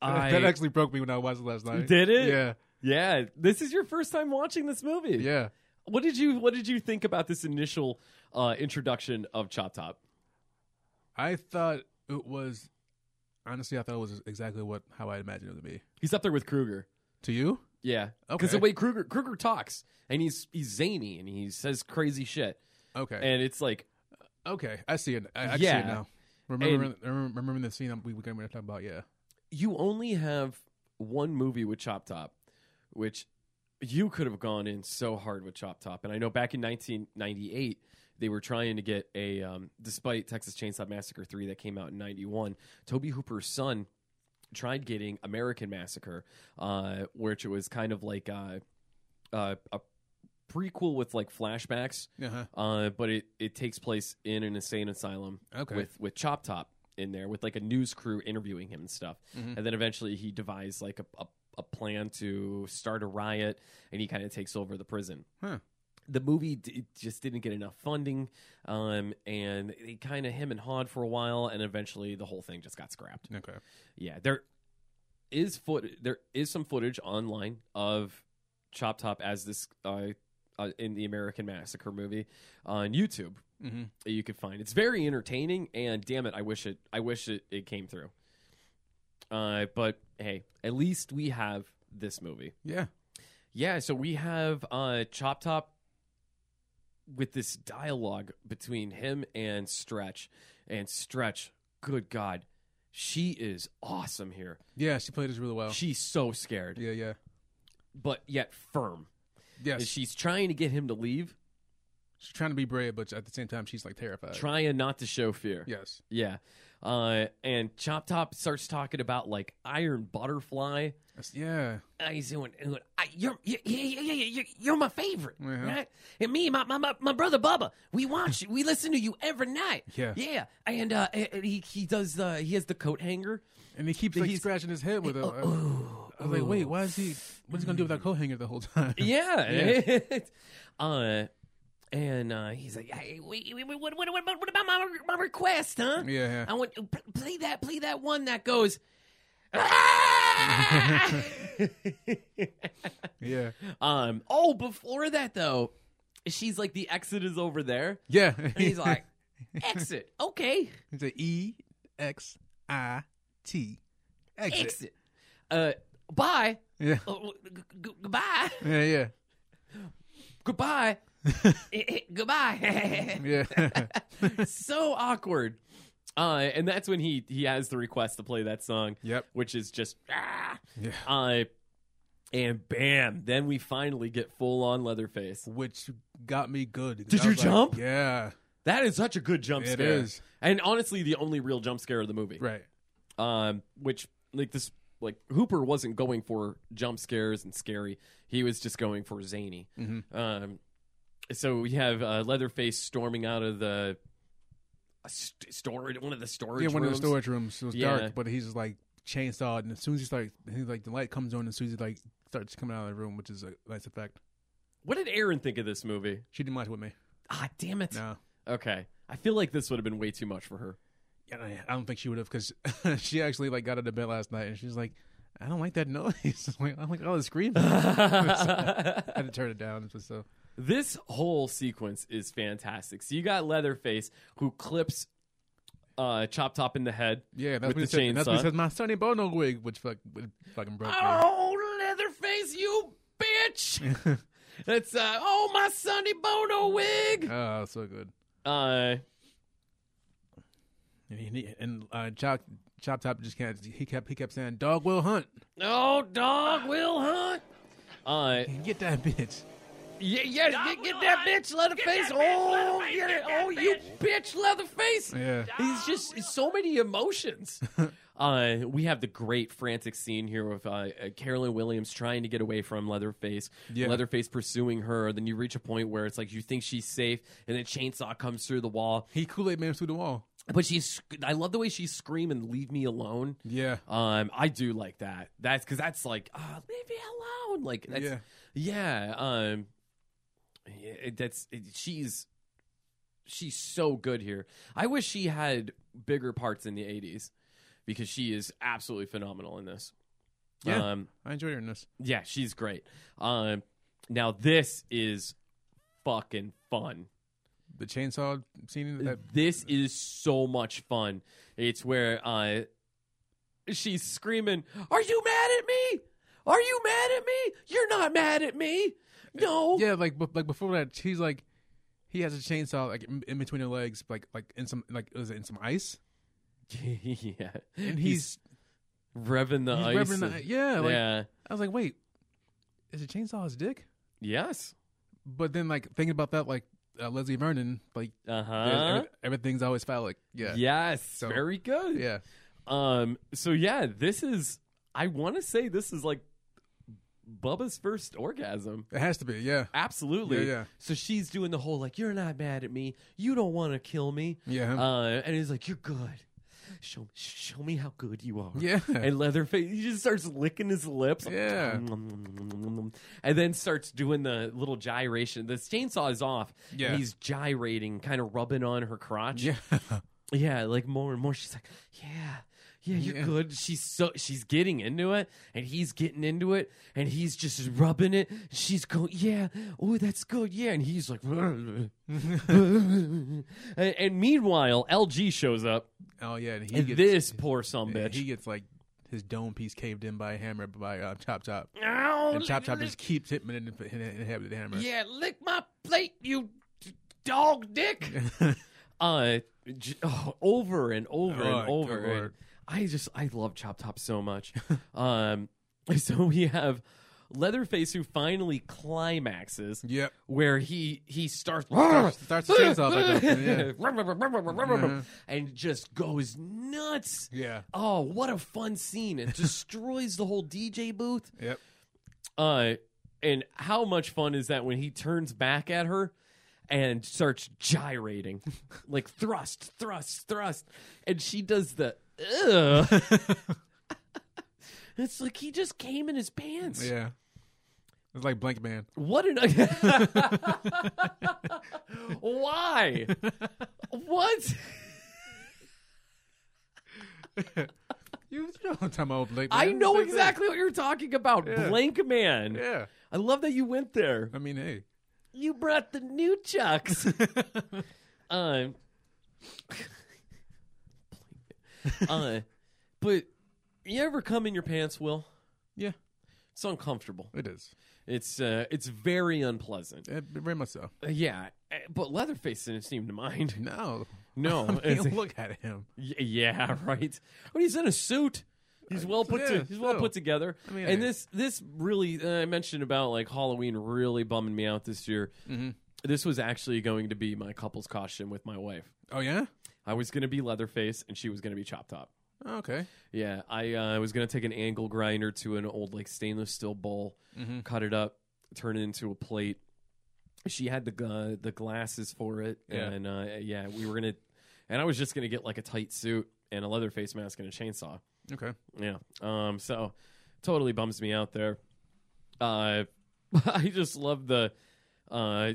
I-
that actually broke me when I watched it last night.
Did it?
Yeah,
Yeah, this is your first time watching this movie.
yeah.
What did you What did you think about this initial uh, introduction of Chop Top?
I thought it was honestly, I thought it was exactly what how I imagined it to be.
He's up there with Kruger.
To you?
Yeah,
Okay.
because the way Kruger Kruger talks and he's he's zany and he says crazy shit
Okay.
and it's like
okay. I see it. I, I can see
Yeah.
it now. Remember,
And-
remember, remember the scene we were going to talk about? Yeah.
you only have one movie with Chop Top, which you could have gone in so hard with Chop Top. And I know back in 1998, they were trying to get a, um, despite Texas Chainsaw Massacre 3 that came out in 91, Toby Hooper's son tried getting American Massacre, uh, which it was kind of like uh, uh, a prequel with like flashbacks,
Uh-huh.
uh, but it, it takes place in an insane asylum
Okay.
with with Chop Top in there with like a news crew interviewing him and stuff.
Mm-hmm.
And then eventually he devised like a, a, a plan to start a riot and he kind of takes over the prison.
Huh.
The movie d- it just didn't get enough funding, um, and they kind of him and hawed for a while, and eventually the whole thing just got scrapped.
Okay.
Yeah, there is foot there is some footage online of Chop Top as this uh, uh, in the American Massacre movie on YouTube.
Mm-hmm.
that You could find it's very entertaining, and damn it, I wish it I wish it, it came through. Uh, but hey, at least we have this movie.
Yeah.
Yeah, so we have uh Chop Top with this dialogue between him and Stretch. And Stretch, good God, she is awesome here.
Yeah, she played this really well.
She's so scared,
yeah, yeah.
but yet firm.
Yes.
And she's trying to get him to leave,
she's trying to be brave, but at the same time, she's like terrified.
trying not to show fear.
yes.
Uh, Yeah. Uh, and Chop Top starts talking about like iron butterfly.
That's- yeah.
I, Uh, he's doing, doing- I, you're, you, you, you, you, you're my favorite,
Uh-huh.
right? And me, my, my, my, my brother Bubba, we watch you, we listen to you every night.
Yeah.
yeah. And, uh, and and he he does uh, he has the coat hanger.
And he keeps like,
He's-
scratching his head with a.
Uh-huh.
I was like, wait, why is he? What's he gonna do with that coat hanger the whole time?
Mm. Yeah, uh, and uh, he's like, hey, wait, wait, wait, what, what, what, about- what about my, my request, huh?
Yeah, yeah.
I want p- play that play that one that goes. "Ah!"
yeah,
Um. Oh, before that though, she's like the exit is over there,
yeah.
and he's like, exit. Okay,
it's a E X I T, exit.
exit. Uh, bye.
Yeah,
Oh, g- g- goodbye.
yeah, yeah,
Goodbye. Eh, eh, goodbye.
yeah.
so awkward. Uh, and that's when he he has the request to play that song.
Yep.
Which is just ah.
Yeah.
Uh, and bam, then we finally get full on Leatherface.
Which got me good. 'cause
Did
I
you
was like,
jump?
yeah,
That is such a good jump
It
scare.
is.
And honestly, the only real jump scare of the movie.
right.
um, which like this like Hooper wasn't going for jump scares and scary. He was just going for zany.
Mm-hmm.
Um, so we have uh, Leatherface storming out of the a st- storage one of the storage
Yeah, one of
rooms.
the storage rooms. It was
Yeah.
dark, but he's just like chainsawed, and as soon as he starts, he's like the light comes on, and as soon as he like starts coming out of the room, which is a nice effect.
What did Aaron think of this movie?
She didn't watch it with me.
Ah, damn it.
No.
Okay, I feel like this would have been way too much for her.
Yeah, I I don't think she would have because she actually like got out of bed last night and she's like, I don't like that noise. I'm like, I don't like all the screaming. I had to turn it down. It was so
This whole sequence is fantastic. So you got Leatherface who clips uh, Chop Top in the head.
yeah, that's
with
what
the
he said.
chainsaw.
That's what he says. My Sonny Bono wig, which fuck, which fucking broke. me.
Oh, Leatherface, you bitch! That's uh, oh my Sonny Bono wig.
Oh, so good.
Uh,
And he- he, and uh, Chop Chop Top just can't. He kept he kept saying, "Dog will hunt."
oh dog will hunt. Uh,
Get that bitch.
yeah, yeah, get, get that bitch, Leatherface. oh, get it. oh, you bitch, Leatherface.
Yeah.
He's just so many emotions. uh, we have the great frantic scene here with uh, uh, Carolyn Williams trying to get away from Leatherface.
Yeah.
Leatherface pursuing her. Then you reach a point where it's like you think she's safe, and then chainsaw comes through the wall.
He Kool Aid man through the wall.
But she's, I love the way she's screaming, "Leave me alone."
Yeah.
Um, I do like that. That's because that's like, ah, leave me alone. Like, that's, yeah, Um, yeah, it- that's it, she's she's so good here. I wish she had bigger parts in the '80s because she is absolutely phenomenal in this.
Yeah.
Um,
I enjoyed her in this.
yeah, she's great. Um, now this is fucking fun.
The chainsaw scene. That,
This is so much fun. It's where uh, she's screaming, "Are you mad at me? Are you mad at me? You're not mad at me. No,
Yeah, like bef- like before that, he's like, he has a chainsaw like in, in between her legs, like like in some like was it in some ice?
yeah."
And he's,
revving the
he's
ice.
revving the-
and-
yeah, like-
yeah.
I was like, wait, is a chainsaw his dick?
Yes.
But then like thinking about that, like uh, Leslie Vernon, like
Uh
there's
huh.
every- everything's always phallic. Yeah,
Yes.
So-
Very good.
yeah.
Um. So yeah, this is. I want to say this is like Bubba's first orgasm.
It has to be. Yeah,
Absolutely.
Yeah, yeah.
So she's doing the whole like, "You're not mad at me. You don't want to kill me."
Yeah.
Uh, and he's like, "You're good. Show me, show me how good you are."
Yeah.
And Leatherface, he just starts licking his lips.
Yeah.
And then starts doing the little gyration. The chainsaw is off. and
Yeah.
he's gyrating, kind of rubbing on her crotch.
yeah.
Yeah, like more and more. She's like, yeah, yeah, you're good. She's so she's getting into it, and he's getting into it, and he's just rubbing it. She's going, yeah, oh, that's good, yeah, and he's like, and, and meanwhile, LG shows up,
Oh yeah, and he
and
gets
this poor some
yeah,
bitch.
He gets like his dome piece caved in by a hammer by uh, Chop Chop,
Ow,
and Chop
lick-
Chop
lick-
just keeps hitting him and and- and hit with the hammer.
Oh yeah, lick my plate, you d- dog dick. uh, j- oh, over and over
Oh,
and
good
over. and
lord.
I just I love Chop Top so much. um, so we have Leatherface who finally climaxes.
Yep.
Where he he Ah, starts
Starts- starts the chainsaw back up, yeah.
Mm-hmm. and just goes nuts.
Yeah.
Oh, what a fun scene! It destroys the whole DJ booth.
Yep.
Uh, and how much fun is that when he turns back at her and starts gyrating, like thrust, thrust, thrust, and she does the. Ugh. it's like he just came in his pants.
Yeah. It's like Blank Man.
What an. Why? what?
You know what I'm talking about, Blank Man.
I know
Same thing.
exactly what you're talking about,
Yeah.
Blank Man.
Yeah.
I love that you went there.
I mean, hey.
You brought the new chucks. um, uh, but you ever come in your pants, Will?
Yeah,
It's uncomfortable.
it is.
It's uh, it's very unpleasant.
It, very much so.
Uh, yeah, uh, but Leatherface didn't seem to mind.
No.
No,
I mean,
it's-
look at him.
Y- yeah, right. But he's in a suit.
Uh,
He's well put.
yeah,
to, he's well
still.
put together.
I mean,
and
hey.
this this really uh, I mentioned about like Halloween really bumming me out this year.
Mm-hmm.
This was actually going to be my couple's costume with my wife.
Oh, yeah?
I was going to be Leatherface, and she was going to be Chop Top.
Okay.
Yeah, I uh, was going to take an angle grinder to an old like stainless steel bowl, cut it up, turn it into a plate. She had the gu- the glasses for it,
Yeah.
and uh, yeah, we were gonna, and I was just gonna get like a tight suit and a leather face mask and a chainsaw.
Okay.
Yeah. Um. So, totally bums me out there. Uh, I just love the. Uh,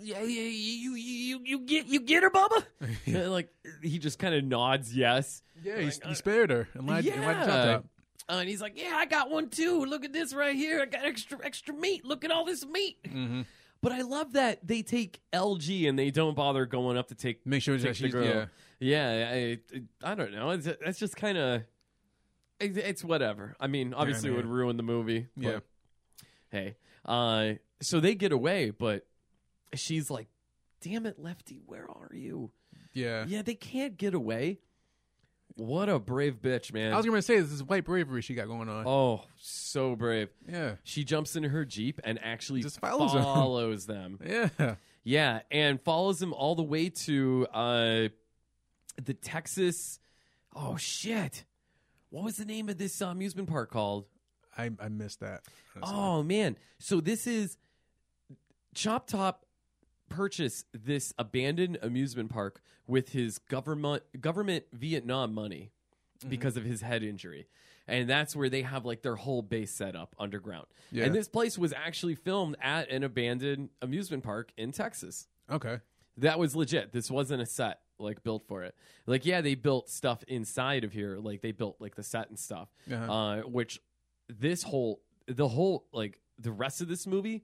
yeah, yeah, you, you, you, you get, you get her, Bubba. Uh, Like he just kind of nods yes.
Yeah, he, he spared her and lied, and lied to Chop Chop.
Uh, and he's like, "Yeah, I got one too. Look at this right here. I got extra extra meat. Look at all this meat." But I love that they take LG and they don't bother going up to take
Make sure that
take the
she's,
girl.
yeah.
Yeah, I, I don't know. It's, it's just kind of it's, it's whatever. I mean, obviously it would
man.
ruin the movie. but
Yeah.
Hey, uh, so they get away, but she's like, "Damn it, Lefty, where are you?"
Yeah.
Yeah, they can't get away. What a brave bitch, man!
I was going to say, this is white bravery she got going on.
Oh, so brave.
Yeah.
She jumps into her Jeep and actually
Just follows them.
follows them.
Yeah.
Yeah, and follows them all the way to uh, the Texas. Oh, shit. What was the name of this amusement park called?
I, I missed that.
Oh, man. So this is Chop Top purchased this abandoned amusement park with his government government Vietnam money because of his head injury. And that's where they have like their whole base set up underground.
Yeah.
And this place was actually filmed at an abandoned amusement park in Texas.
Okay.
That was legit. This wasn't a set like built for it. Like yeah, they built stuff inside of here. Like they built like the set and stuff.
Uh-huh.
Uh, which this whole the whole like the rest of this movie,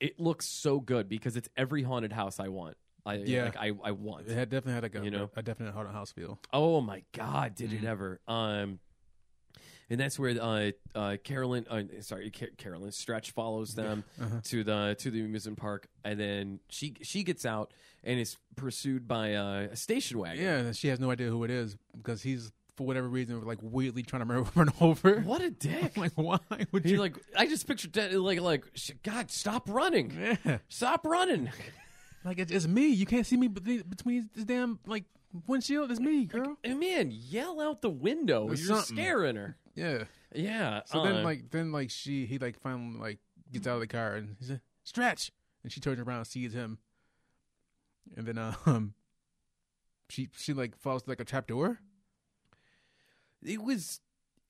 it looks so good because it's every haunted house I want. I
Yeah.
like, I I want.
It had definitely had like a,
You know?
a definite haunted house feel.
Oh my God, did
Mm-hmm.
it ever? Um, and that's where uh, uh, Carolyn, uh, sorry, Ca- Carolyn Stretch follows them
uh-huh.
to the to the amusement park, and then she she gets out and is pursued by uh, a station wagon.
Yeah, and she has no idea who it is because he's, for whatever reason, like weirdly trying to mur- run over.
what a dick!
Like, why would
He's
you?
like, I just pictured that, like like sh- God, stop running,
yeah.
stop running.
Like it's, it's me. You can't see me between between this damn like windshield. It's me, girl.
And man, yell out the window!
There's
You're
something.
scaring her.
Yeah.
Yeah.
So then
uh,
like then like she he like finally like gets out of the car and he said stretch and she turns around and sees him, and then um she she like falls to like a trap door.
it was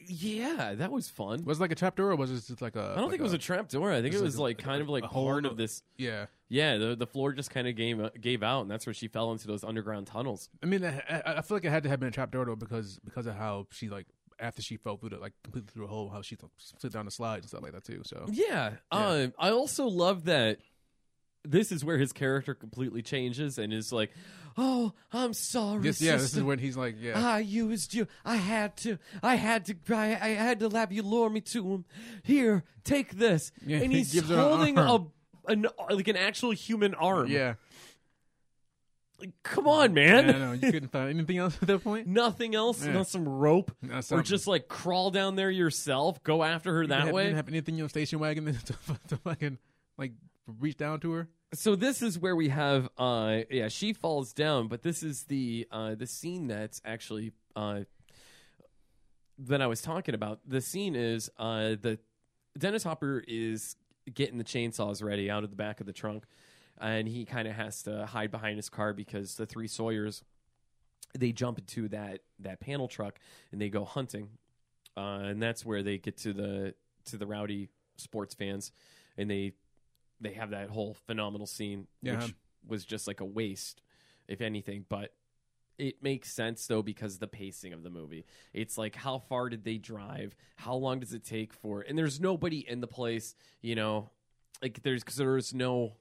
Yeah, that was fun.
Was it like a trapdoor or was it just like a?
I don't think it was a, trapdoor. I think it
like
was
a-
like kind of like
a hole
part
in
of
the-
this.
Yeah,
Yeah, the the floor just kind of gave uh, gave out, and that's where she fell into those underground tunnels.
I mean, I, I- I feel like it had to have been a trapdoor though because because of how she like after she fell through the like completely through a hole, how she slid down the slides and stuff like that too. So
Yeah. Uh, I also love that this is where his character completely changes and is like, "Oh, I'm sorry,
this, yeah, this
sister. Ah.
is when he's like, yeah,
I used you. I had to. I had to. I, I had to have you lure me to him. Here, take this."
Yeah,
and
he
he's
gives her an
holding a,
arm.
an like an actual human arm.
yeah.
Like, come on,
I
man.
don't know. You couldn't find anything else at that point.
Nothing else,
Yeah.
not some rope,
Not
or
something.
just like crawl down there yourself, go after her
You
that
didn't have-
way.
didn't have anything in your station wagon to, to fucking like reach down to her.
so this is where we have uh yeah she falls down but this is the uh the scene that's actually uh that i was talking about the scene is uh the dennis hopper is getting the chainsaws ready out of the back of the trunk and he kind of has to hide behind his car because the three sawyers they jump into that that panel truck and they go hunting uh and that's where they get to the to the rowdy sports fans and they they have that whole phenomenal scene,
Yeah.
which was just like a waste, if anything. But it makes sense though because of the pacing of the movie. It's like how far did they drive? How long does it take for? And there's nobody in the place, you know, like there's because there's no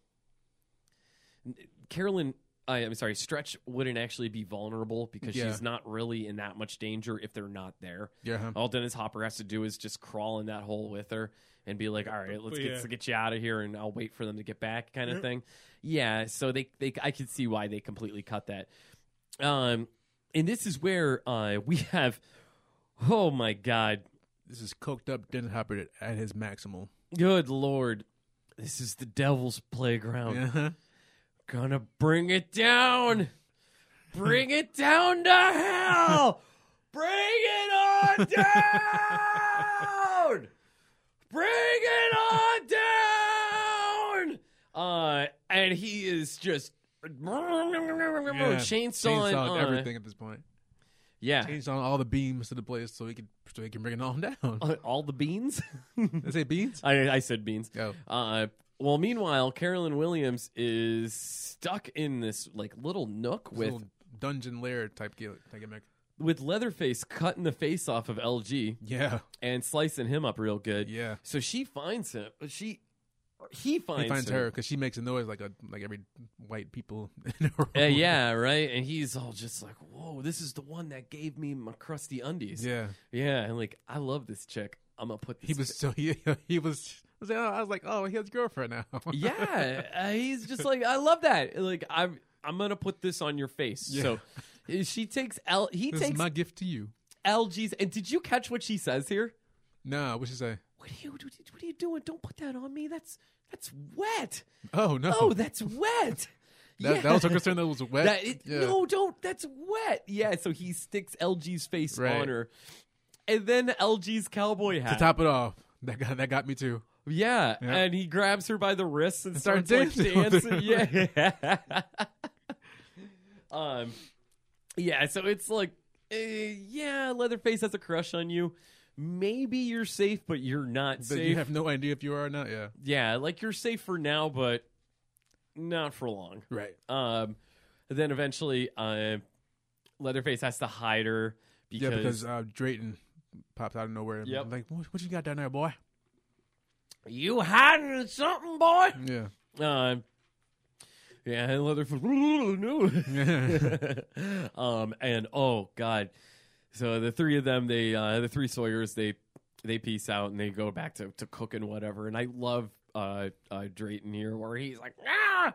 Carolyn. I, I'm sorry, Stretch wouldn't actually be vulnerable because
Yeah.
she's not really in that much danger if they're not there.
Yeah, huh?
All Dennis Hopper has to do is just crawl in that hole with her and be like, "All right, let's
Yeah.
get, get you out of here, and I'll wait for them to get back," kind of thing. Yeah, so they, they, I could see why they completely cut that. Um, and this is where uh we have, oh my god,
This is coked up Dennis Hopper at his maximal.
good lord, this is the devil's playground.
Yeah.
Gonna bring it down, bring it down to hell, bring it on down. Bring it on down! Uh, and he is just
Yeah.
chainsawing
Chainsawed
uh,
everything at this point.
Yeah,
Chainsawed all the beams to the place so he can so he can bring it all down.
Uh, all the beans.
Did I say beans?
I, I said beans.
Oh.
Uh, well, meanwhile, Carolyn Williams is stuck in this like little nook with
Little dungeon lair type gi- type gimmick.
with Leatherface cutting the face off of LG
Yeah,
and slicing him up real good.
yeah.
So she finds him. She he finds,
He finds her because she makes a noise like a like every white people in a room.
Uh, yeah, right. And he's all just like, "Whoa, this is the one that gave me my crusty undies."
yeah.
yeah. And like, I love this chick. I'm gonna put. This
He was so he he was. I was like, oh, I was like, oh, he has a girlfriend now.
yeah, uh, he's just like, I love that. Like, I'm I'm gonna put this on your face. So uh, she takes L. He
this is
takes
my gift to you.
LG's. And did you catch what she says here?
No, what she say?
What are you What are you doing? Don't put that on me. That's that's wet.
Oh no,
Oh, that's wet.
that,
Yeah.
that was her concern. That was wet.
That it,
Yeah.
No, don't. That's wet. Yeah. So he sticks LG's face
Right.
on her, and then LG's cowboy
To
hat.
top it off, that got that got me too.
Yeah,
Yeah.
and he grabs her by the wrists and starts
starts
like,
dancing with
dancing. Yeah. um, yeah. So it's like, uh, yeah, Leatherface has a crush on you. Maybe you're safe, but you're not
But
safe.
you have no idea if you are or not. Yeah,
yeah, like you're safe for now, but not for long.
right.
Um, then eventually, uh, Leatherface has to hide her because,
Yeah, because uh, Drayton pops out of nowhere. and
Yep.
Like, what, what you got down there, boy?
you hiding something, boy.
Yeah.
Um, yeah, and Leatherface. no. um, and oh god, so the three of them, they uh, the three Sawyer's, they they peace out and they go back to to cook and whatever. And I love uh, uh Drayton here, where he's like, ah.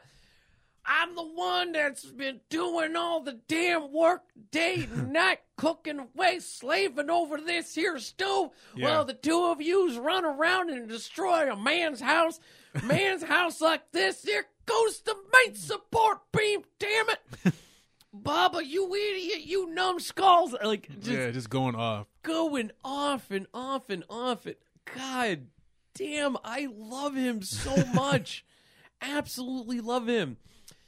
I'm the one that's been doing all the damn work day and night, cooking away, slaving over this here stove. Well, the two of yous run around and destroy a man's house. Man's house like this here goes the main support beam, damn it. Baba, you idiot, you numbskulls. Like, just
yeah, just going off.
going off and off and off and god damn i love him so much absolutely love him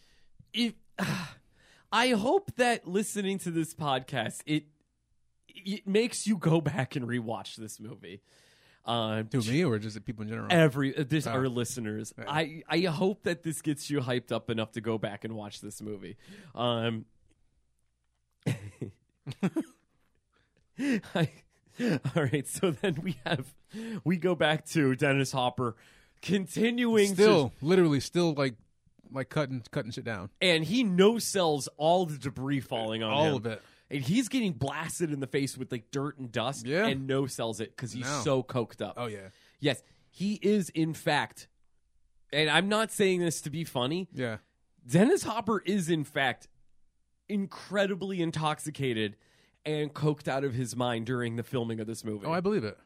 if i hope that listening to this podcast it it makes you go back and rewatch this movie. Uh,
To me or just the people in general?
every uh, this our listeners. I I hope that this gets you hyped up enough to go back and watch this movie. Um, I, all right, so then we have we go back to Dennis Hopper continuing to
still, literally, still like like cutting cutting shit down.
and he no sells all the debris falling on
All
him.
of it.
And he's getting blasted in the face with like dirt and dust,
Yeah.
and no sells it because he's
No.
so coked up.
Oh yeah,
Yes, he is in fact, and I'm not saying this to be funny.
yeah.
Dennis Hopper is in fact incredibly intoxicated and coked out of his mind during the filming of this movie.
Oh, I believe it.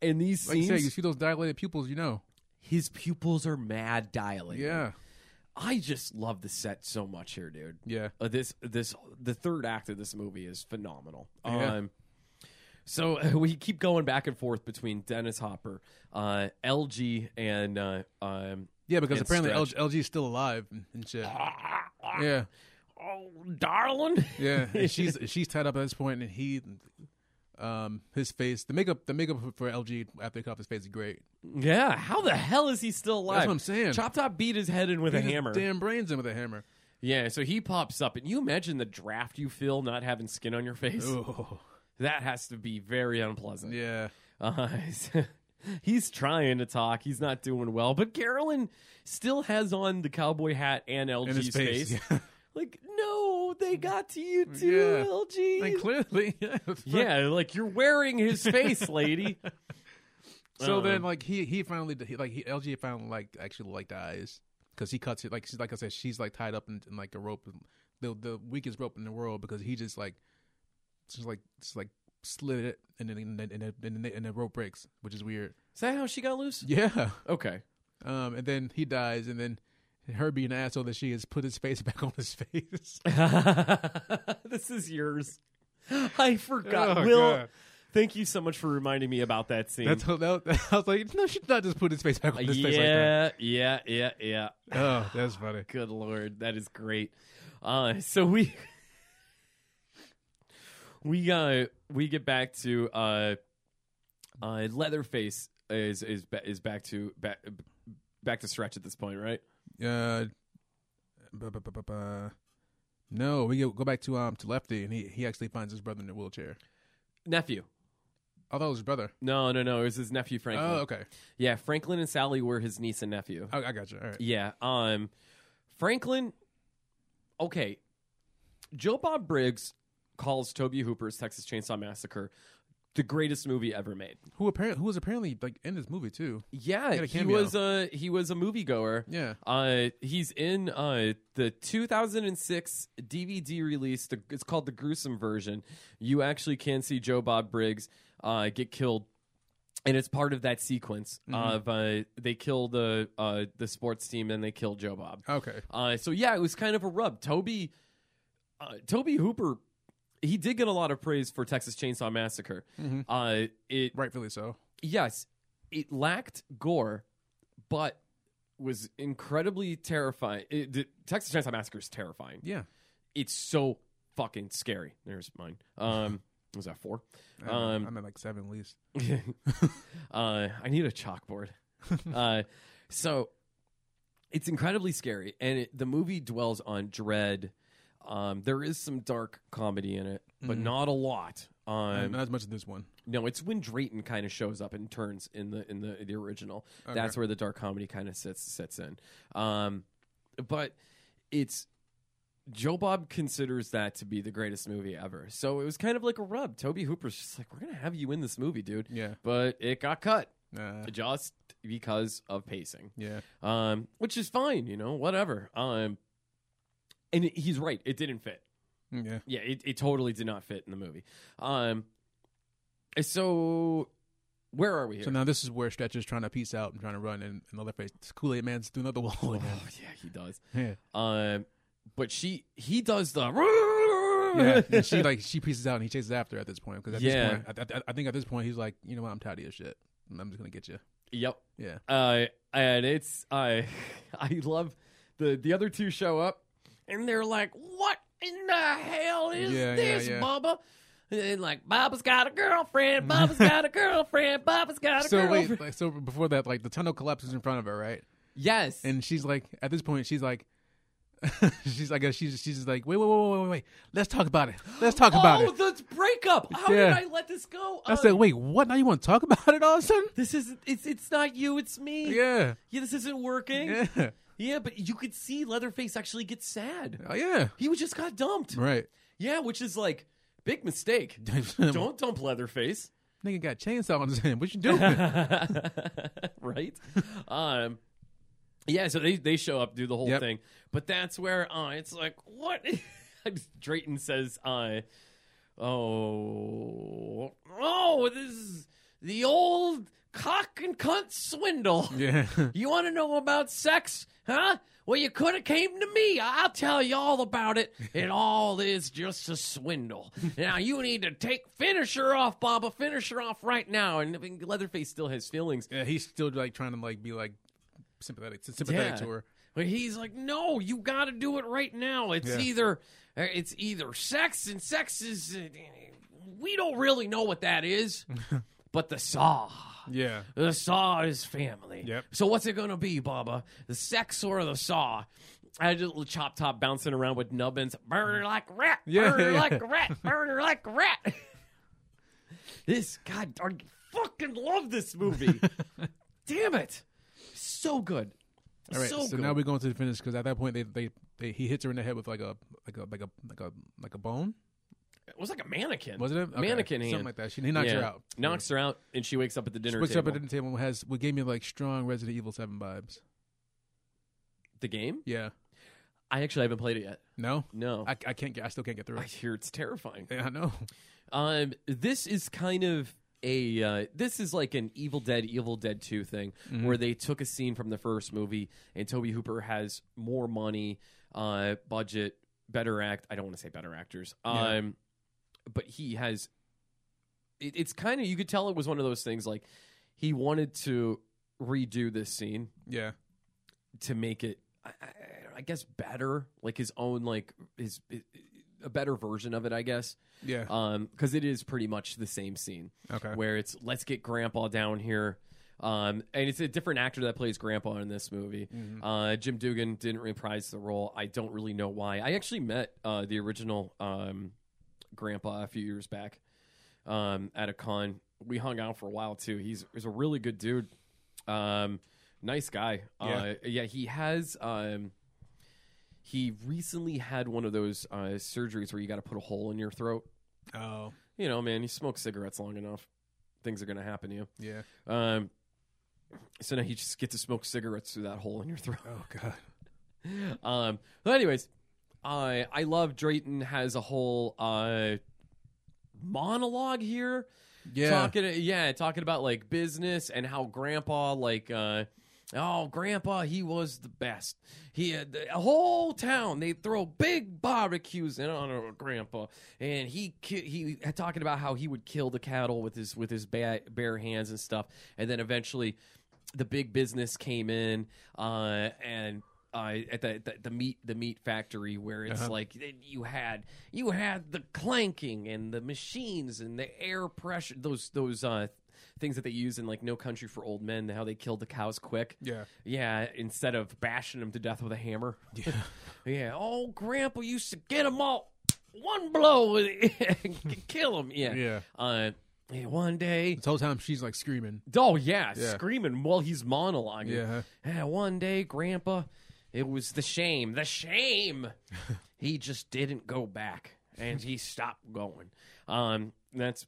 and these
Like you
scenes,
said, you see those dilated pupils, you know.
his pupils are mad dilated.
Yeah,
I just love the set so much here, dude.
yeah.
Uh, this this the third act of this movie is phenomenal.
Yeah.
Um so uh, we keep going back and forth between Dennis Hopper, uh, LG, and uh, um,
Yeah, because
It's
apparently
stretched.
LG is still alive and- and shit. Yeah,
oh, darling.
yeah. And she's she's tied up at this point, and he, um, his face, the makeup, the makeup for LG after they cut off his face is great.
Yeah, how the hell is he still alive?
what I'm saying.
Chop Top beat his head in with
Beat
a
his
hammer.
damn brains in with a hammer.
Yeah, so he pops up, and you imagine the draft you feel not having skin on your face.
Oh,
That has to be very unpleasant.
yeah.
Uh, he's trying to talk. He's not doing well, but Carolyn still has on the cowboy hat and LG's
his face, yeah.
Like, no, they got to you too,
Yeah.
LG.
And clearly, yeah.
yeah, like you're wearing his face, lady.
So
Uh,
then, like he he finally he, like he, LG finally like actually like dies because he cuts it like she's like I said she's like tied up in, in like a rope the the weakest rope in the world because he just like just like just like slid it and then and then and, then- and, then- and the rope breaks which is weird
Is that how she got loose?
yeah
Okay.
um and then he dies and then her being an asshole that she has put his face back on his face
this is yours. I forgot.
Oh,
Will,
God.
thank you so much for reminding me about that scene. Uh,
that's how that, I was like no she's not just put his face back on his face like that
yeah, yeah, yeah, yeah.
oh that's funny
Good lord, that is great. Uh, so we we uh we get back to uh uh Leatherface is is ba- is back to back back to stretch at this point, right?
uh, bu- bu- bu- bu- bu- no, we go go back to um to Lefty, and he he actually finds his brother in a wheelchair.
Nephew.
I thought it was his brother.
No, no, no. It was his nephew Franklin.
Oh, okay.
Yeah, Franklin and Sally were his niece and nephew.
I, I got you. All right.
Yeah. Um, Franklin. Okay. Joe Bob Briggs calls Toby Hooper's Texas Chainsaw Massacre the greatest movie ever made.
Who apparently who was apparently like in this movie too.
Yeah,
had a
he
cameo.
was a he was a moviegoer.
Yeah.
Uh, he's in uh the 2006 DVD release. The, it's called the gruesome version. You actually can see Joe Bob Briggs uh get killed, and it's part of that sequence
Mm-hmm.
of uh they kill the uh the sports team and they kill Joe Bob.
Okay.
Uh, so yeah, it was kind of a rub. Toby, uh, Toby Hooper, he did get a lot of praise for Texas Chainsaw Massacre.
Mm-hmm.
Uh, it
Rightfully so.
yes, it lacked gore, but was incredibly terrifying. It, the Texas Chainsaw Massacre is terrifying.
Yeah.
It's so fucking scary. There's mine. Um, was that four?
I-
Um,
I'm at like seven at least.
uh, I need a chalkboard. uh, so it's incredibly scary, and it, the movie dwells on dread. Um, there is some dark comedy in it, but not a lot. Um,
Not as much as this one.
no, it's when Drayton kind of shows up and turns in the in the the original. That's where the dark comedy kind of sits sets in. Um, but it's Joe Bob considers that to be the greatest movie ever. So it was kind of like a rub. Toby Hooper's just like, we're gonna have you in this movie, dude.
Yeah.
But it got cut
Uh,
just because of pacing
yeah.
um, which is fine, you know, whatever. Um, and it- he's right; it didn't fit.
Mm, Yeah.
Yeah, it, it totally did not fit in the movie. Um, so where are we here?
So now this is where Stretch is trying to peace out and trying to run, and, and the face Kool Aid Man's through another wall again.
oh yeah, he does.
Yeah.
Um, but she he does the
yeah. And she like she pieces out and he chases after her at this point because at
Yeah.
this point I, I, I think at this point he's like you know what I'm tired of your shit I'm just gonna get you
yep.
yeah
Uh, and it's I I love the the other two show up and they're like, "What in the hell is
Yeah, yeah,
this,
yeah.
Bubba?" And like Baba's got a girlfriend, Baba's got a girlfriend, Baba's got a
So
girlfriend.
wait, like, so before that, like the tunnel collapses in front of her, right?
Yes.
And she's like, at this point, she's like, she's like, uh, she's she's just like, wait, wait, wait, wait, wait, wait, let's talk about it. Let's talk about
oh,
it.
the breakup. How
Yeah.
did I let this go?
I
Uh,
said, wait, what? Now you want to talk about it all of a sudden?
this is it's it's not you, it's me.
Yeah,
Yeah, this isn't working.
yeah,
Yeah, but you could see Leatherface actually get sad.
oh, yeah,
He was just got dumped.
right.
Yeah, which is like big mistake. Don't dump Leatherface.
Nigga got chainsaw on his hand. What you doing?
right? um, yeah, so they, they show up, do the whole
Yep.
thing. But that's where uh, it's like, what? Drayton says, uh, oh, oh, this is the old cock and cunt swindle.
yeah,
You want to know about sex? Huh? Well, you could have came to me. I'll tell you all about it. It all is just a swindle. now you need to take Finisher off, Baba. Finisher off right now. And I mean, Leatherface still has feelings.
yeah. He's still like trying to like be like sympathetic, sympathetic
Yeah.
to her.
But he's like, no, you got to do it right now. It's
Yeah.
either uh, it's either sex, and sex is uh, we don't really know what that is, but the saw.
Yeah,
The saw is family.
Yep.
So what's it gonna be, Baba? The sex or the saw? I just little chop top bouncing around with nubbins. Burn her like rat.
Yeah,
burn her
yeah.
like a rat. Burn her like a rat. this god, I fucking love this movie. Damn it, so good.
All right,
so,
so,
good.
now we go into the finish because at that point they, they they he hits her in the head with like a like a like a like a like a bone.
it was like a mannequin.
Was it a
mannequin hand?
Something like that. She he knocks her
Yeah.
out.
Knocks her out, and she wakes up at the dinner
She wakes up
table.
at the table and has what gave me like strong Resident Evil Seven vibes.
the game?
Yeah.
I actually haven't played it yet.
No.
No,
I, I can't get. I still can't get through.
I
it.
hear it's terrifying.
Yeah, I know.
Um, this is kind of a uh, this is like an Evil Dead, Evil Dead Two thing, where they took a scene from the first movie, and Toby Hooper has more money, uh, budget, better act. I don't want to say better actors,
Yeah.
um, but he has. It, it's kind of you could tell it was one of those things like he wanted to redo this scene
Yeah.
to make it I, I, I guess better like his own like his, a better version of it i guess
Yeah.
um because it is pretty much the same scene
okay.
where it's let's get grandpa down here um and it's a different actor that plays grandpa in this movie uh jim dugan didn't reprise the role i don't really know why i actually met uh the original um grandpa a few years back um at a con we hung out for a while too he's he's a really good dude um nice guy uh yeah he has um he recently had one of those uh surgeries where you got to put a hole in your throat
Oh.
you know, man, you smoke cigarettes long enough, things are going to happen to you.
Yeah.
Um, so now you just get to smoke cigarettes through that hole in your throat.
Oh God.
Um, but anyways, I I love Drayton has a whole uh monologue here
Yeah.
talking yeah talking about like business and how grandpa like uh oh grandpa he was the best he had the whole town they throw big barbecues in honor of grandpa and he ki- he talking about how he would kill the cattle with his with his ba- bare hands and stuff and then eventually the big business came in uh and uh, at the, the the meat the meat factory where
Uh-huh.
it's like then you had you had the clanking and the machines and the air pressure those those uh things that they use in like No Country for Old Men how they killed the cows quick
Yeah.
yeah instead of bashing them to death with a hammer yeah yeah oh grandpa used to get them all one blow with it and kill them yeah
Yeah.
uh and one day
This whole time she's like screaming.
Oh yeah,
Yeah.
screaming while he's monologuing.
Yeah.
"Ah, one day, Grandpa, it was the shame, the shame. he just didn't go back, and he stopped going. Um, that's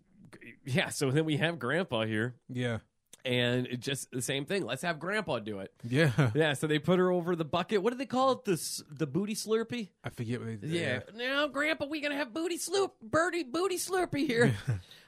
yeah. So then we have Grandpa here,
Yeah.
and it just the same thing. Let's have Grandpa do it.
Yeah.
Yeah. So they put her over the bucket. What do they call it? The s- the booty slurpee.
I forget what they.
Yeah. Now, Grandpa, we gonna have booty slurp, birdie booty slurpee here.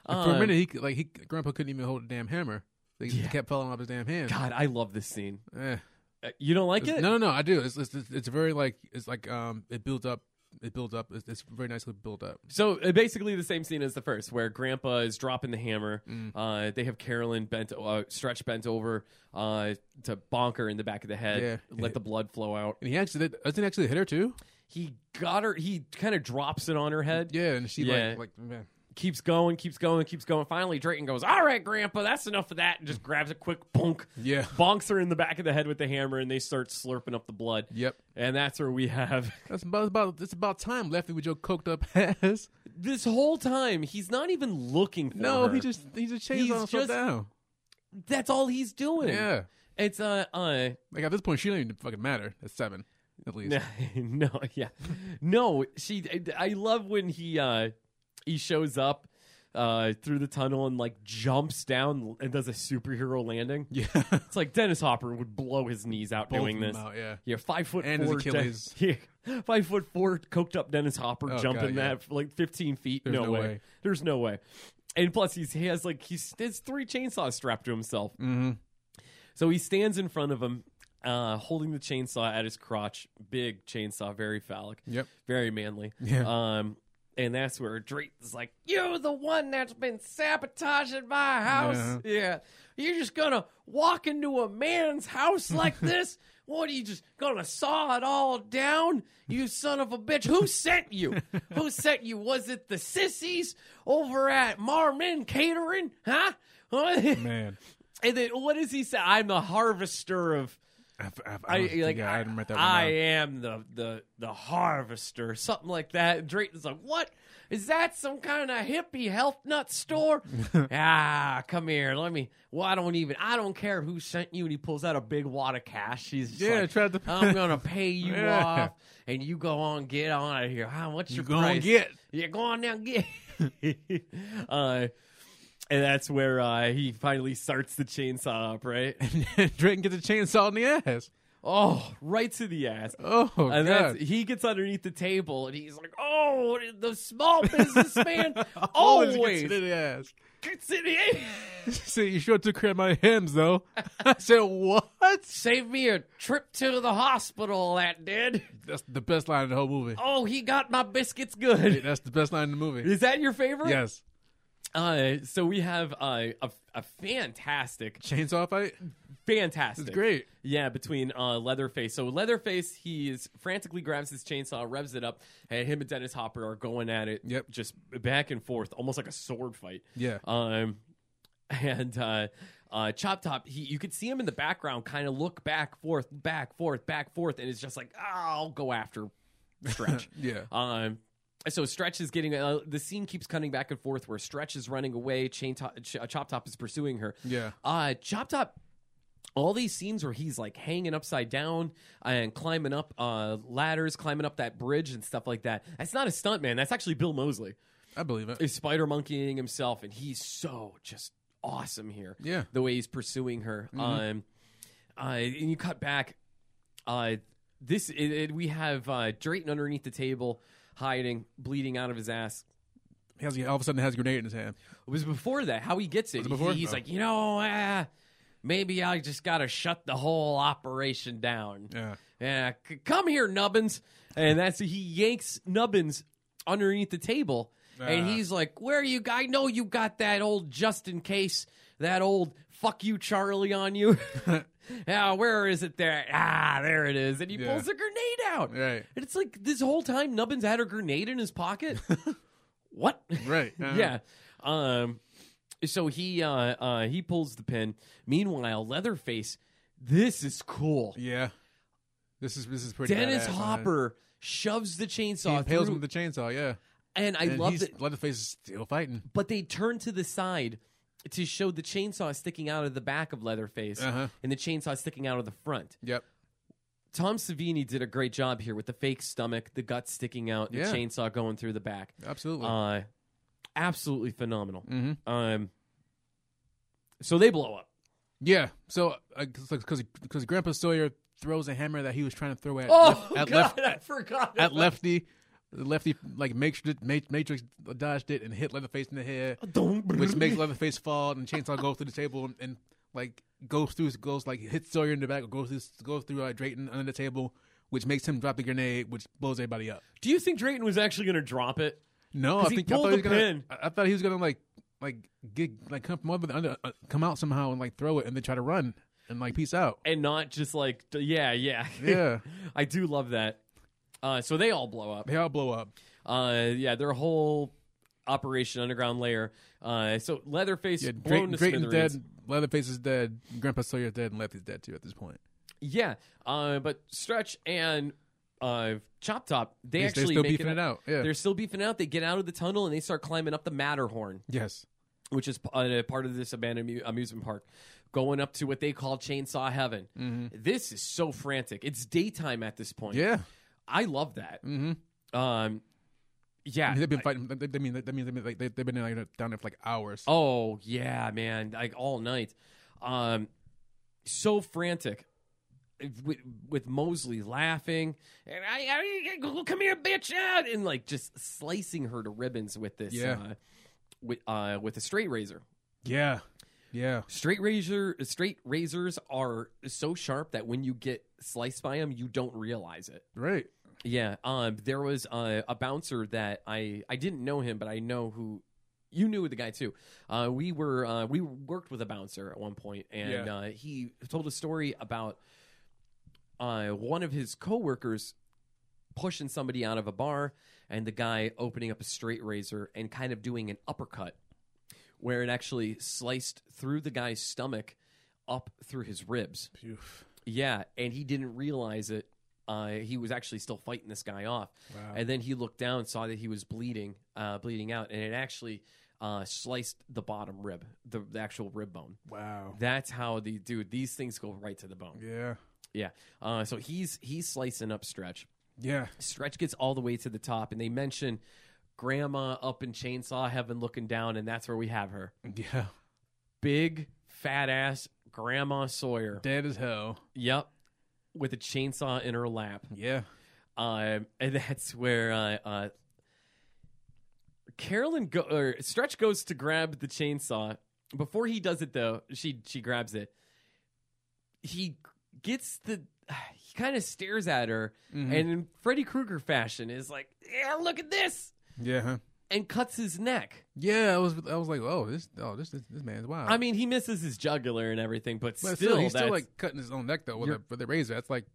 For a
Um,
minute, he could- like he Grandpa couldn't even hold a damn hammer. They kept falling off his damn hand.
God, I love this scene.
Eh.
Uh, You don't like it?
No, no, no. I do. It's, it's it's it's very like it's like um it builds up. It builds up. It's, it's very nicely built up.
So uh, basically, the same scene as the first, where Grandpa is dropping the hammer.
Mm.
Uh, they have Carolyn bent, uh, stretch bent over uh, to bonk her in the back of the head,
Yeah.
let the blood flow out.
And he actually did- doesn't he actually hit her too.
He got her. He kind of drops it on her head.
Yeah, and she
Yeah.
like like man.
keeps going, keeps going, keeps going. Finally, Drayton goes, "All right, Grandpa, that's enough of that," and just grabs a quick bonk.
Yeah.
bonks her in the back of the head with the hammer, and they start slurping up the blood.
Yep.
and that's where we have
That's about, about it's about time, Lefty, with your coked up ass.
this whole time. He's not even looking for
No,
her.
he just he just
He's
chased on
just-
himself down.
that's all he's doing.
Yeah.
it's uh uh
Like at this point, she didn't even fucking matter. At seven, at least.
No, no, yeah, no. She, I I love when he uh he shows up uh through the tunnel and like jumps down and does a superhero landing.
Yeah.
It's like Dennis Hopper would blow his knees out
Both
doing
of them
this.
out, yeah.
Yeah, five foot
And his
four.
Achilles.
Den- yeah, five foot four, coked up Dennis Hopper
Oh,
jumping
God, yeah.
that like fifteen feet.
There's
no,
no
way.
way.
There's no way. And plus, he's he has like he's there's three chainsaws strapped to himself.
Mm-hmm.
So he stands in front of him, uh, holding the chainsaw at his crotch. Big chainsaw, very phallic.
Yep.
Very manly.
Yeah.
Um, and that's where Drayton's like, You're the one that's been sabotaging my house.
Yeah.
Yeah. You're just gonna walk into a man's house like this? What are you just gonna saw it all down? You son of a bitch. Who sent you? Who sent you? Was it the sissies over at Marmin Catering? Huh?
Man,
And then what does he say? I'm the harvester of
I, f- I f- I
I
don't
like
think I,
I,
I didn't write that
I
one down.
am the the the harvester, something like that. And Drayton's like, "What is that? Some kind of hippie health nut store?" ah, come here, let me. Well, I don't even. I don't care who sent you. And he pulls out a big wad of cash. He's just
Yeah,
like,
tried to-
I'm gonna pay you
Yeah.
off, and you go on get on out of here. How much
You
your
gonna
price?
get?
Yeah, go on now get. uh, and that's where uh, he finally starts the chainsaw up, right?
Drayton gets a chainsaw in the ass.
Oh, right to the ass.
Oh
And
god.
that's, he gets underneath the table and he's like, "Oh, the small businessman
Always
always
gets it in the ass.
gets it in.
See, you sure took care of my hymns though. I said what?
Saved me a trip to the hospital. That did.
That's the best line in the whole movie.
Oh, he got my biscuits good.
That's the best line in the movie.
Is that your favorite?
Yes.
Uh, so we have uh, a a fantastic,
Chainsaw fight.
fantastic.
It's great.
Yeah, between uh, Leatherface. So Leatherface, he is frantically grabs his chainsaw, revs it up, and him and Dennis Hopper are going at it.
Yep.
just back and forth, almost like a sword fight.
Yeah.
Um, and uh, uh, Chop Top, he you could see him in the background, kind of look back, forth, back, forth, back, forth, and it's just like, "Ah, I'll go after Stretch.
Yeah.
Um, so Stretch is getting uh, the scene keeps cutting back and forth where Stretch is running away, Chain Top, Ch- uh, Chop Top is pursuing her.
Yeah.
Uh, Chop Top. All these scenes where he's like hanging upside down and climbing up uh, ladders, climbing up that bridge and stuff like that. That's not a stunt man. That's actually Bill Mosley
I believe it.
is spider monkeying himself, and he's so just awesome here.
Yeah. Mm-hmm.
the way he's pursuing her. Um, uh, and you cut back. Uh, this it, it- we have uh, Drayton underneath the table, hiding, bleeding out of his ass.
He has, all of a sudden has a grenade in his hand.
It was before that. How he gets it?
it before?
He's
Oh.
like, you know, uh, maybe I just gotta shut the whole operation down.
Yeah.
Yeah, c- come here, Nubbins. And that's he yanks Nubbins underneath the table. And
Ah.
he's like, Where are you? I know you got that old just in case, that old fuck you, Charlie, on you. yeah, where is it there? Ah, there it is. And he
Yeah.
pulls a grenade out.
Right.
And it's like this whole time, Nubbins had a grenade in his pocket. what?
Right. Uh,
yeah. Um. So he uh, uh he pulls the pin. Meanwhile, Leatherface, this is cool.
Yeah. This is this is pretty.
Dennis
badass, man.
Hopper shoves the
He
chainsaw
impales
through,
him with the chainsaw. Yeah.
and I
and
love
he's-
it.
Leatherface is still fighting.
But they turn to the side to show the chainsaw sticking out of the back of Leatherface
Uh-huh.
and the chainsaw sticking out of the front.
Yep.
Tom Savini did a great job here with the fake stomach, the gut sticking out, the
Yeah.
chainsaw going through the back.
Absolutely. Mm-hmm.
Uh, absolutely phenomenal. Um, so they blow up.
yeah. So uh, because because Grandpa Sawyer throws a hammer that he was trying to throw at
Oh
lef- at,
God,
left,
I forgot.
at lefty. Lefty like matrix Ma- matrix dodged it and hit Leatherface in the head, which makes Leatherface fall and Chainsaw go through the table and, and like goes through goes like hits Sawyer in the back or goes through goes through uh, Drayton under the table, which makes him drop the grenade, which blows everybody up.
Do you think Drayton was actually going to drop it?
No,
'Cause
I
he
think I
pulled
thought he
the
was gonna.
pin.
I, I thought he was gonna like like get like come from under, under uh, come out somehow and like throw it and then try to run and like peace out.
and not just like d- yeah yeah
Yeah.
i do love that uh so they all blow up
They all blow up.
uh yeah their whole Operation Underground Lair. Uh, so Leatherface
Yeah,
blown
Drayton,
to
Drayton's
smithereens.
dead. Leatherface is dead. Grandpa Sawyer's dead, and Lefty's dead too at this point.
Yeah, uh, but Stretch and uh, Chop Top, they
They- they're
actually
still
make
beefing it out, yeah.
They're still beefing out. They get out of the tunnel and they start climbing up the Matterhorn,
Yes.
which is p- uh, part of this abandoned amu- amusement park, going up to what they call Chainsaw Heaven. This is so frantic. It's daytime at this point.
Mm-hmm. Yeah.
I love that. Mm-hmm. Um, yeah,
I mean, they've been fighting. They, they mean, that means they've been, like, they, they've been like, down there for like hours.
Oh yeah, man, like all night. Um, so frantic with, with Mosley laughing and I, I- I- come here, bitch, out and like just slicing her to ribbons with this.
Yeah.
Uh, with uh, with a straight razor.
Yeah. Yeah.
Straight razor, straight razors are so sharp that when you get sliced by them, you don't realize it.
Right.
Yeah, um, there was uh, a bouncer that I I didn't know him, but I know who you knew the guy too. Uh, we were uh, we worked with a bouncer at one point, and
Yeah.
uh, he told a story about uh, one of his coworkers pushing somebody out of a bar, and the guy opening up a straight razor and kind of doing an uppercut, where it actually sliced through the guy's stomach up through his ribs. Yeah, and he didn't realize it. Uh, he was actually still fighting this guy off, and then he looked down, saw that he was bleeding, uh, bleeding out, and it actually uh, sliced the bottom rib, the, the actual rib bone.
Wow.
That's how the dude. These things go right to the bone.
Yeah.
Yeah. Uh, so he's he's slicing up stretch.
Yeah.
Stretch gets all the way to the top, and they mention Grandma up in chainsaw heaven, looking down, and that's where we have her,
Yeah.
big fat ass Grandma Sawyer.
Dead as hell.
Yep. With a chainsaw in her lap.
Yeah.
Um, and that's where uh, uh, Carolyn go- or Stretch goes to grab the chainsaw. Before he does it, though, she she grabs it. He gets the. He kind of stares at her,
Mm-hmm.
and in Freddy Krueger fashion, is like, "Yeah, look at this,"
Yeah. Huh?
and cuts his neck.
Yeah. I was. I was like, oh, this. Oh, this. This, this man's wow.
I mean, he misses his jugular and everything, but,
but
still,
still, he's still
that's-
like cutting his own neck though with, a,
You're-
with a razor. That's like.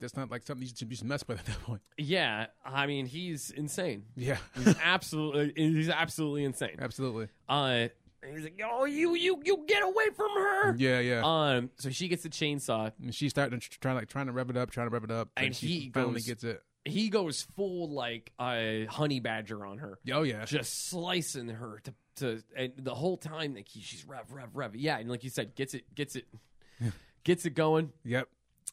That's not like something you should, you should mess with at that point.
yeah. I mean, he's insane.
Yeah.
He's absolutely, he's absolutely insane.
Absolutely.
Uh, and he's like, "Oh, you, you, you get away from her!"
Yeah. Yeah.
Um, so she gets the chainsaw.
and she's starting to tr- trying like trying to rev it up, trying to rev it up,
And
she
he
finally
goes-
gets it.
He goes full like uh, honey badger on her,
Oh yeah.
just slicing her to to and the whole time like he, she's rev rev rev. Yeah, and like you said, gets it gets it gets it going.
Yep.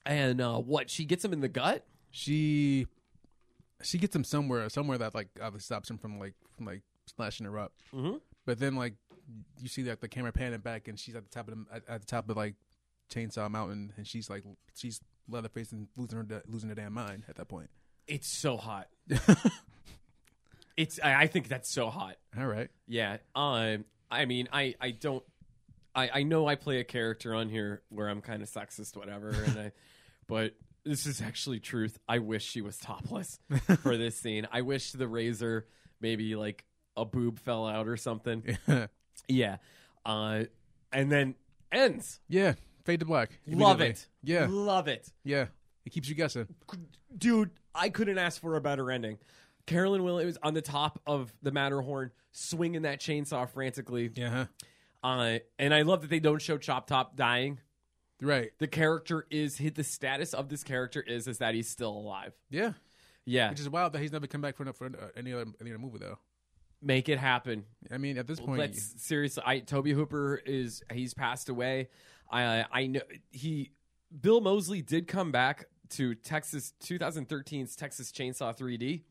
And uh, what she gets him in the gut.
She she gets him somewhere somewhere that like obviously stops him from like from like slashing her up. Mm-hmm. But then like you see like the camera panning back and she's at the top of the, at, at the top of like Chainsaw Mountain and she's like she's Leatherface and losing her da- losing her damn mind at that point.
It's so hot. it's I, I think that's so hot.
All right.
Yeah. Um. I mean, I I don't. I I know I play a character on here where I'm kind of sexist, whatever, and I. But this is actually truth. I wish she was topless for this scene. I wish the razor maybe like a boob fell out or something. yeah. Uh. And then ends.
yeah. Fade to black.
Love
immediately.
it.
Yeah.
Love it,
Yeah. It keeps you guessing.
dude. I couldn't ask for a better ending. Carolyn Williams on the top of the Matterhorn, swinging that chainsaw frantically.
Yeah. Huh?
Uh, and I love that they don't show Chop Top dying.
Right.
The character is hit. The status of this character is is that he's still alive.
Yeah.
Yeah,
Which is wild that he's never come back for, for uh, any other any other movie though.
make it happen.
I mean, at this point,
Let's seriously. I Toby Hooper is he's passed away. I I know he. Bill Mosley did come back to Texas 2013's Texas Chainsaw 3D,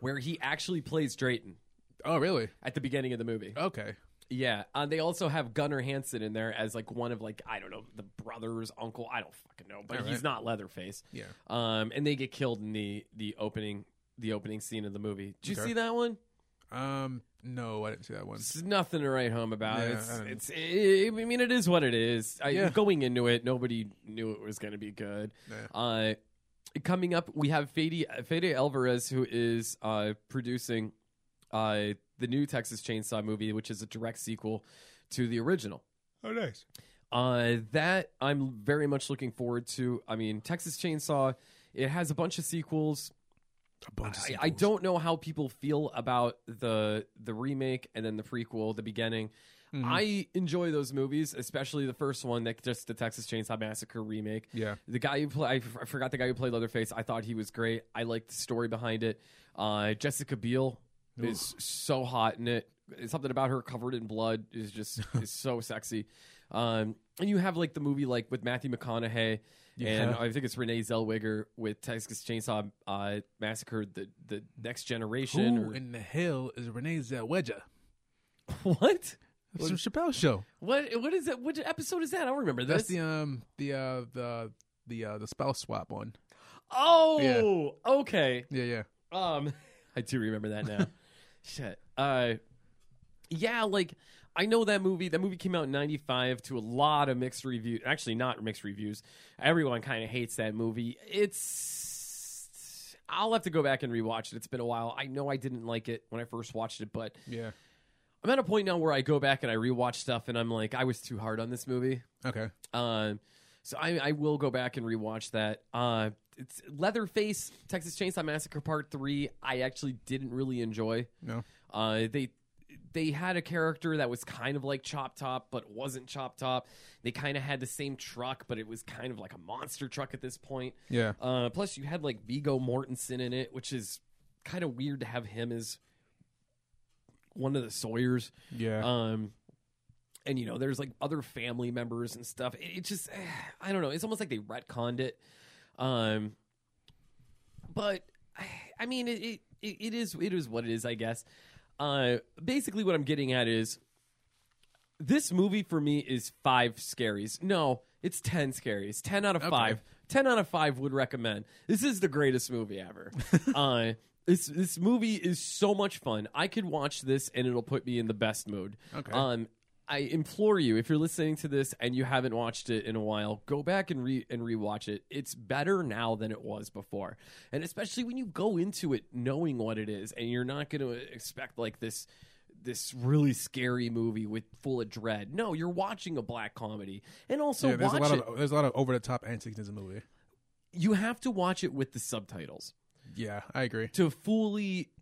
where he actually plays Drayton
oh really?
at the beginning of the movie.
Okay.
Yeah, uh, they also have Gunnar Hansen in there as like one of like I don't know the brothers, uncle. I don't fucking know, but
All
he's
right.
not Leatherface.
Yeah.
Um, and they get killed in the the opening the opening scene of the movie. Did you
Okay.
see that one?
Um, no, I didn't see that one.
It's nothing to write home about.
Yeah, I
it's
don't know.
it's i I mean it is what it is. I,
Yeah.
Going into it, nobody knew it was going to be good.
Yeah.
Uh, coming up, we have Fede, Fede Alvarez who is uh, producing uh, the new Texas Chainsaw movie, which is a direct sequel to the original.
Oh, nice.
Uh, that I'm very much looking forward to. I mean, Texas Chainsaw, it has a bunch of sequels.
a bunch of
I, I
sequels.
don't know how people feel about the the remake and then the prequel, the beginning.
Mm-hmm.
I enjoy those movies, especially the first one, that just the Texas Chainsaw Massacre remake.
Yeah.
the guy who played, I f- I forgot the guy who played Leatherface. I thought he was great. I liked the story behind it. Uh, Jessica Biel is so hot in it. Something about her covered in blood is just is so sexy. Um, and you have like the movie like with Matthew McConaughey and
Uh-huh.
I think it's Renee Zellweger with Texas Chainsaw uh, Massacre, the the Next Generation.
Who in the hell is Renee Zellweger?
or, what?
It's from Chappelle Show.
What? What is that? What episode is that? I don't remember.
That's
this.
the um the uh the the uh the spouse swap one.
oh, okay.
Yeah, yeah.
Um, I do remember that now. Shit. Uh, yeah, like I know that movie. That movie came out in '95 to a lot of mixed reviews. Actually, not mixed reviews. Everyone kind of hates that movie. It's I'll have to go back and rewatch it. It's been a while. I know I didn't like it when I first watched it, but
Yeah.
I'm at a point now where I go back and I rewatch stuff, and I'm like, I was too hard on this movie.
Okay.
Um, so I, I will go back and rewatch that. Uh, it's Leatherface, Texas Chainsaw Massacre Part Three. I actually didn't really enjoy.
No.
Uh, they they had a character that was kind of like Chop Top, but wasn't Chop Top. They kind of had the same truck, but it was kind of like a monster truck at this point.
Yeah.
Uh, plus, you had like Vigo Mortensen in it, which is kind of weird to have him as one of the Sawyer's.
Yeah.
Um, and you know, there's like other family members and stuff. It, it just, eh, I don't know. It's almost like they retconned it. Um, but I- I mean, it, it it is it is what it is, I guess. Uh, basically, what I'm getting at is this movie for me is five scaries. No, it's ten scaries. Ten out of five. Ten out of five would recommend. This is the greatest movie ever. uh, this this movie is so much fun. I could watch this and it'll put me in the best mood.
Okay.
Um, I implore you, if you're listening to this and you haven't watched it in a while, go back and re and rewatch it. It's better now than it was before, and especially when you go into it knowing what it is, and you're not going to expect like this this really scary movie with full of dread. No, you're watching a black comedy, and also
yeah, there's a
watch
lot
it.
of there's a lot of over the top antics in the movie.
you have to watch it with the subtitles.
Yeah, I agree.
to fully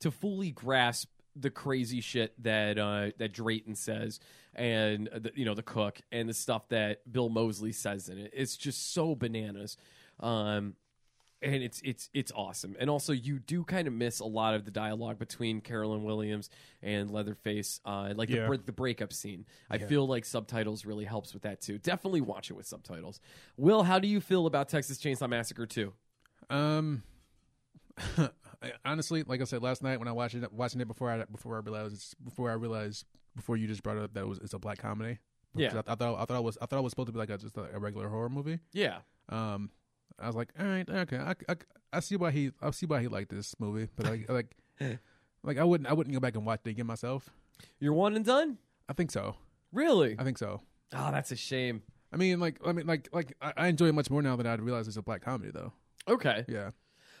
to fully grasp the crazy shit that uh, that Drayton says, and uh, the, you know the cook and the stuff that Bill Mosley says in it. It's just so bananas, um, and it's it's it's awesome. And also, you do kind of miss a lot of the dialogue between Carolyn Williams and Leatherface, uh, like the
Yeah.
break the breakup scene. I feel like subtitles really helps with that too. Definitely watch it with subtitles. Will, how do you feel about Texas Chainsaw Massacre too?
Um, I- honestly, like I said last night when I watched it, watching it before I before I realized it's- before I realized before you just brought up that it was it's a black comedy.
Yeah.
Because I, I thought I thought it was I thought it was supposed to be like a, just a, a regular horror movie.
Yeah.
Um, I was like, all right, okay, I, I, I see why he I see why he liked this movie, but like like like I wouldn't I wouldn't go back and watch it again myself.
You're one and done?
I think so.
Really?
I think so.
Oh, that's a shame.
I mean, like, I mean, like, like, I I enjoy it much more now that I realize it's a black comedy, though.
Okay.
Yeah,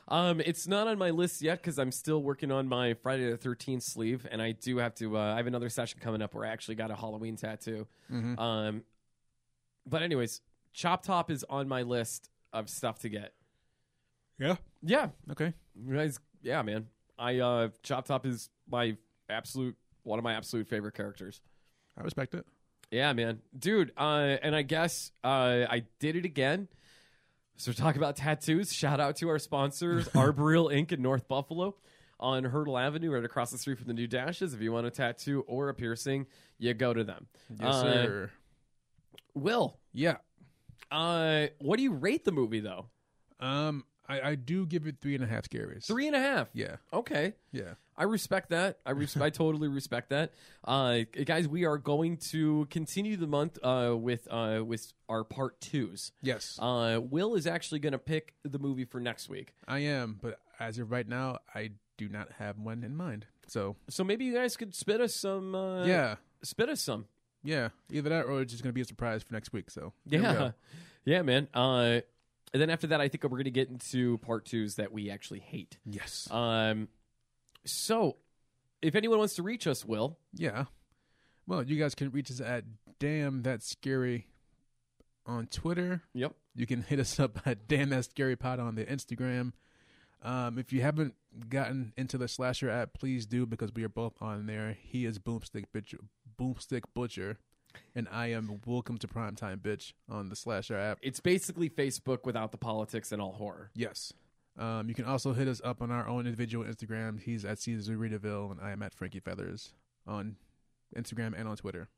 Um, it's not on my list yet because I'm still working on my Friday the 13th sleeve, and I do have to. Uh, I have another session coming up where I actually got a Halloween tattoo. Um, but anyways, Chop Top is on my list of stuff to get.
yeah,
Yeah,
okay,
you guys. Yeah, man. I uh, Chop Top is my absolute one of my absolute favorite characters.
I respect it.
Yeah, man, dude. Uh, and I guess uh, I did it again. So talk about tattoos. Shout out to our sponsors, Arboreal Ink in North Buffalo, on Hurdle Avenue, right across the street from the New Dashes. If you want a tattoo or a piercing, you go to them.
Yes,
Uh,
sir.
Will,
Yeah.
uh, what do you rate the movie though?
Um, I, I do give it three and a half scaries.
Three and a half.
Yeah,
Okay.
yeah.
I respect that. I res- I totally respect that. Uh, guys, we are going to continue the month uh, with uh, with our part twos.
Yes,
Uh, Will is actually going to pick the movie for next week.
I am. But as of right now, I do not have one in mind. So
So maybe you guys could spit us some. Uh,
yeah,
Spit us some.
yeah. Either that or it's just gonna be a surprise for next week. So there we
Yeah.
go.
Yeah, man. Uh, and then after that, I think we're going to get into part twos that we actually hate.
yes,
Um, so if anyone wants to reach us, Will,
yeah. Well, you guys can reach us at damn that's scary on Twitter.
yep.
You can hit us up at Damn That Scary Pod on the Instagram. Um, if you haven't gotten into the slasher app, please do because we are both on there. He is Boomstick Butcher, Boomstick Butcher, and I am Welcome to Primetime Bitch on the slasher app.
It's basically Facebook without the politics and all horror.
Yes. Um, you can also hit us up on our own individual Instagram. He's at Caesar Readaville, and I am at Frankie Feathers on Instagram and on Twitter.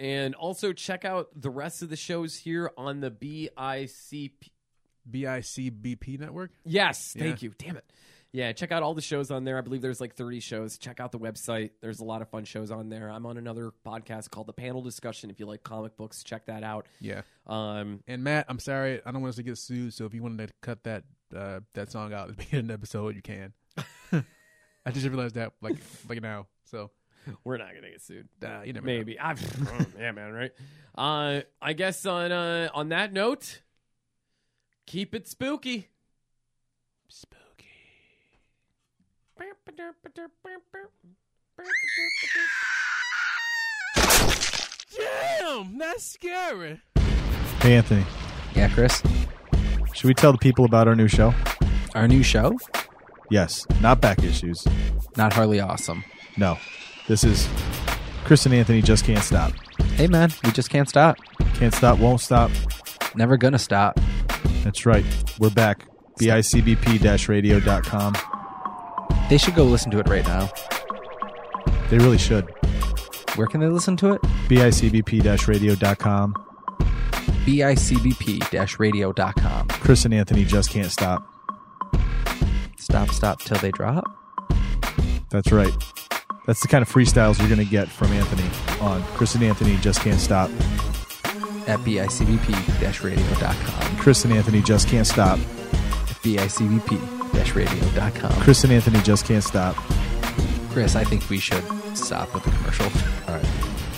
And also check out the rest of the shows here on the BICP.
BICBP Network.
Yes,
Yeah.
thank you. Damn it. Yeah, check out all the shows on there. I believe there's like 30 shows. Check out the website. There's a lot of fun shows on there. I'm on another podcast called The Panel Discussion. If you like comic books, check that out.
Yeah.
Um,
And Matt, I'm sorry, I don't want us to get sued. So if you wanted to cut that uh, that song out at the beginning of the episode, you can. I just realized that like like now. So
we're not gonna get sued.
Nah, you never know.
Maybe. I've, oh, yeah, man. Right. Uh, I guess on uh, on that note, keep it spooky.
damn, that's scary.
Hey, Anthony,
Yeah, Chris.
should we tell the people about our new show?
Our new show,
Yes, not back issues.
not hardly awesome.
No, this is Chris and Anthony just can't stop.
Hey, man, we just can't stop.
Can't stop, won't stop.
Never gonna stop.
That's right. We're back. BICBP radio.com.
They should go listen to it right now.
They really should.
Where can they listen to it?
BICBP radio.com.
bicbp radio.com.
Chris and Anthony just can't stop.
Stop, stop till they drop.
That's right. That's the kind of freestyles you're going to get from Anthony on Chris and Anthony just can't stop.
At bicbp radio.com.
Chris and Anthony just can't stop.
bicbp radio.com.
Chris and Anthony just can't stop.
Chris, I think we should stop with the commercial.
All right.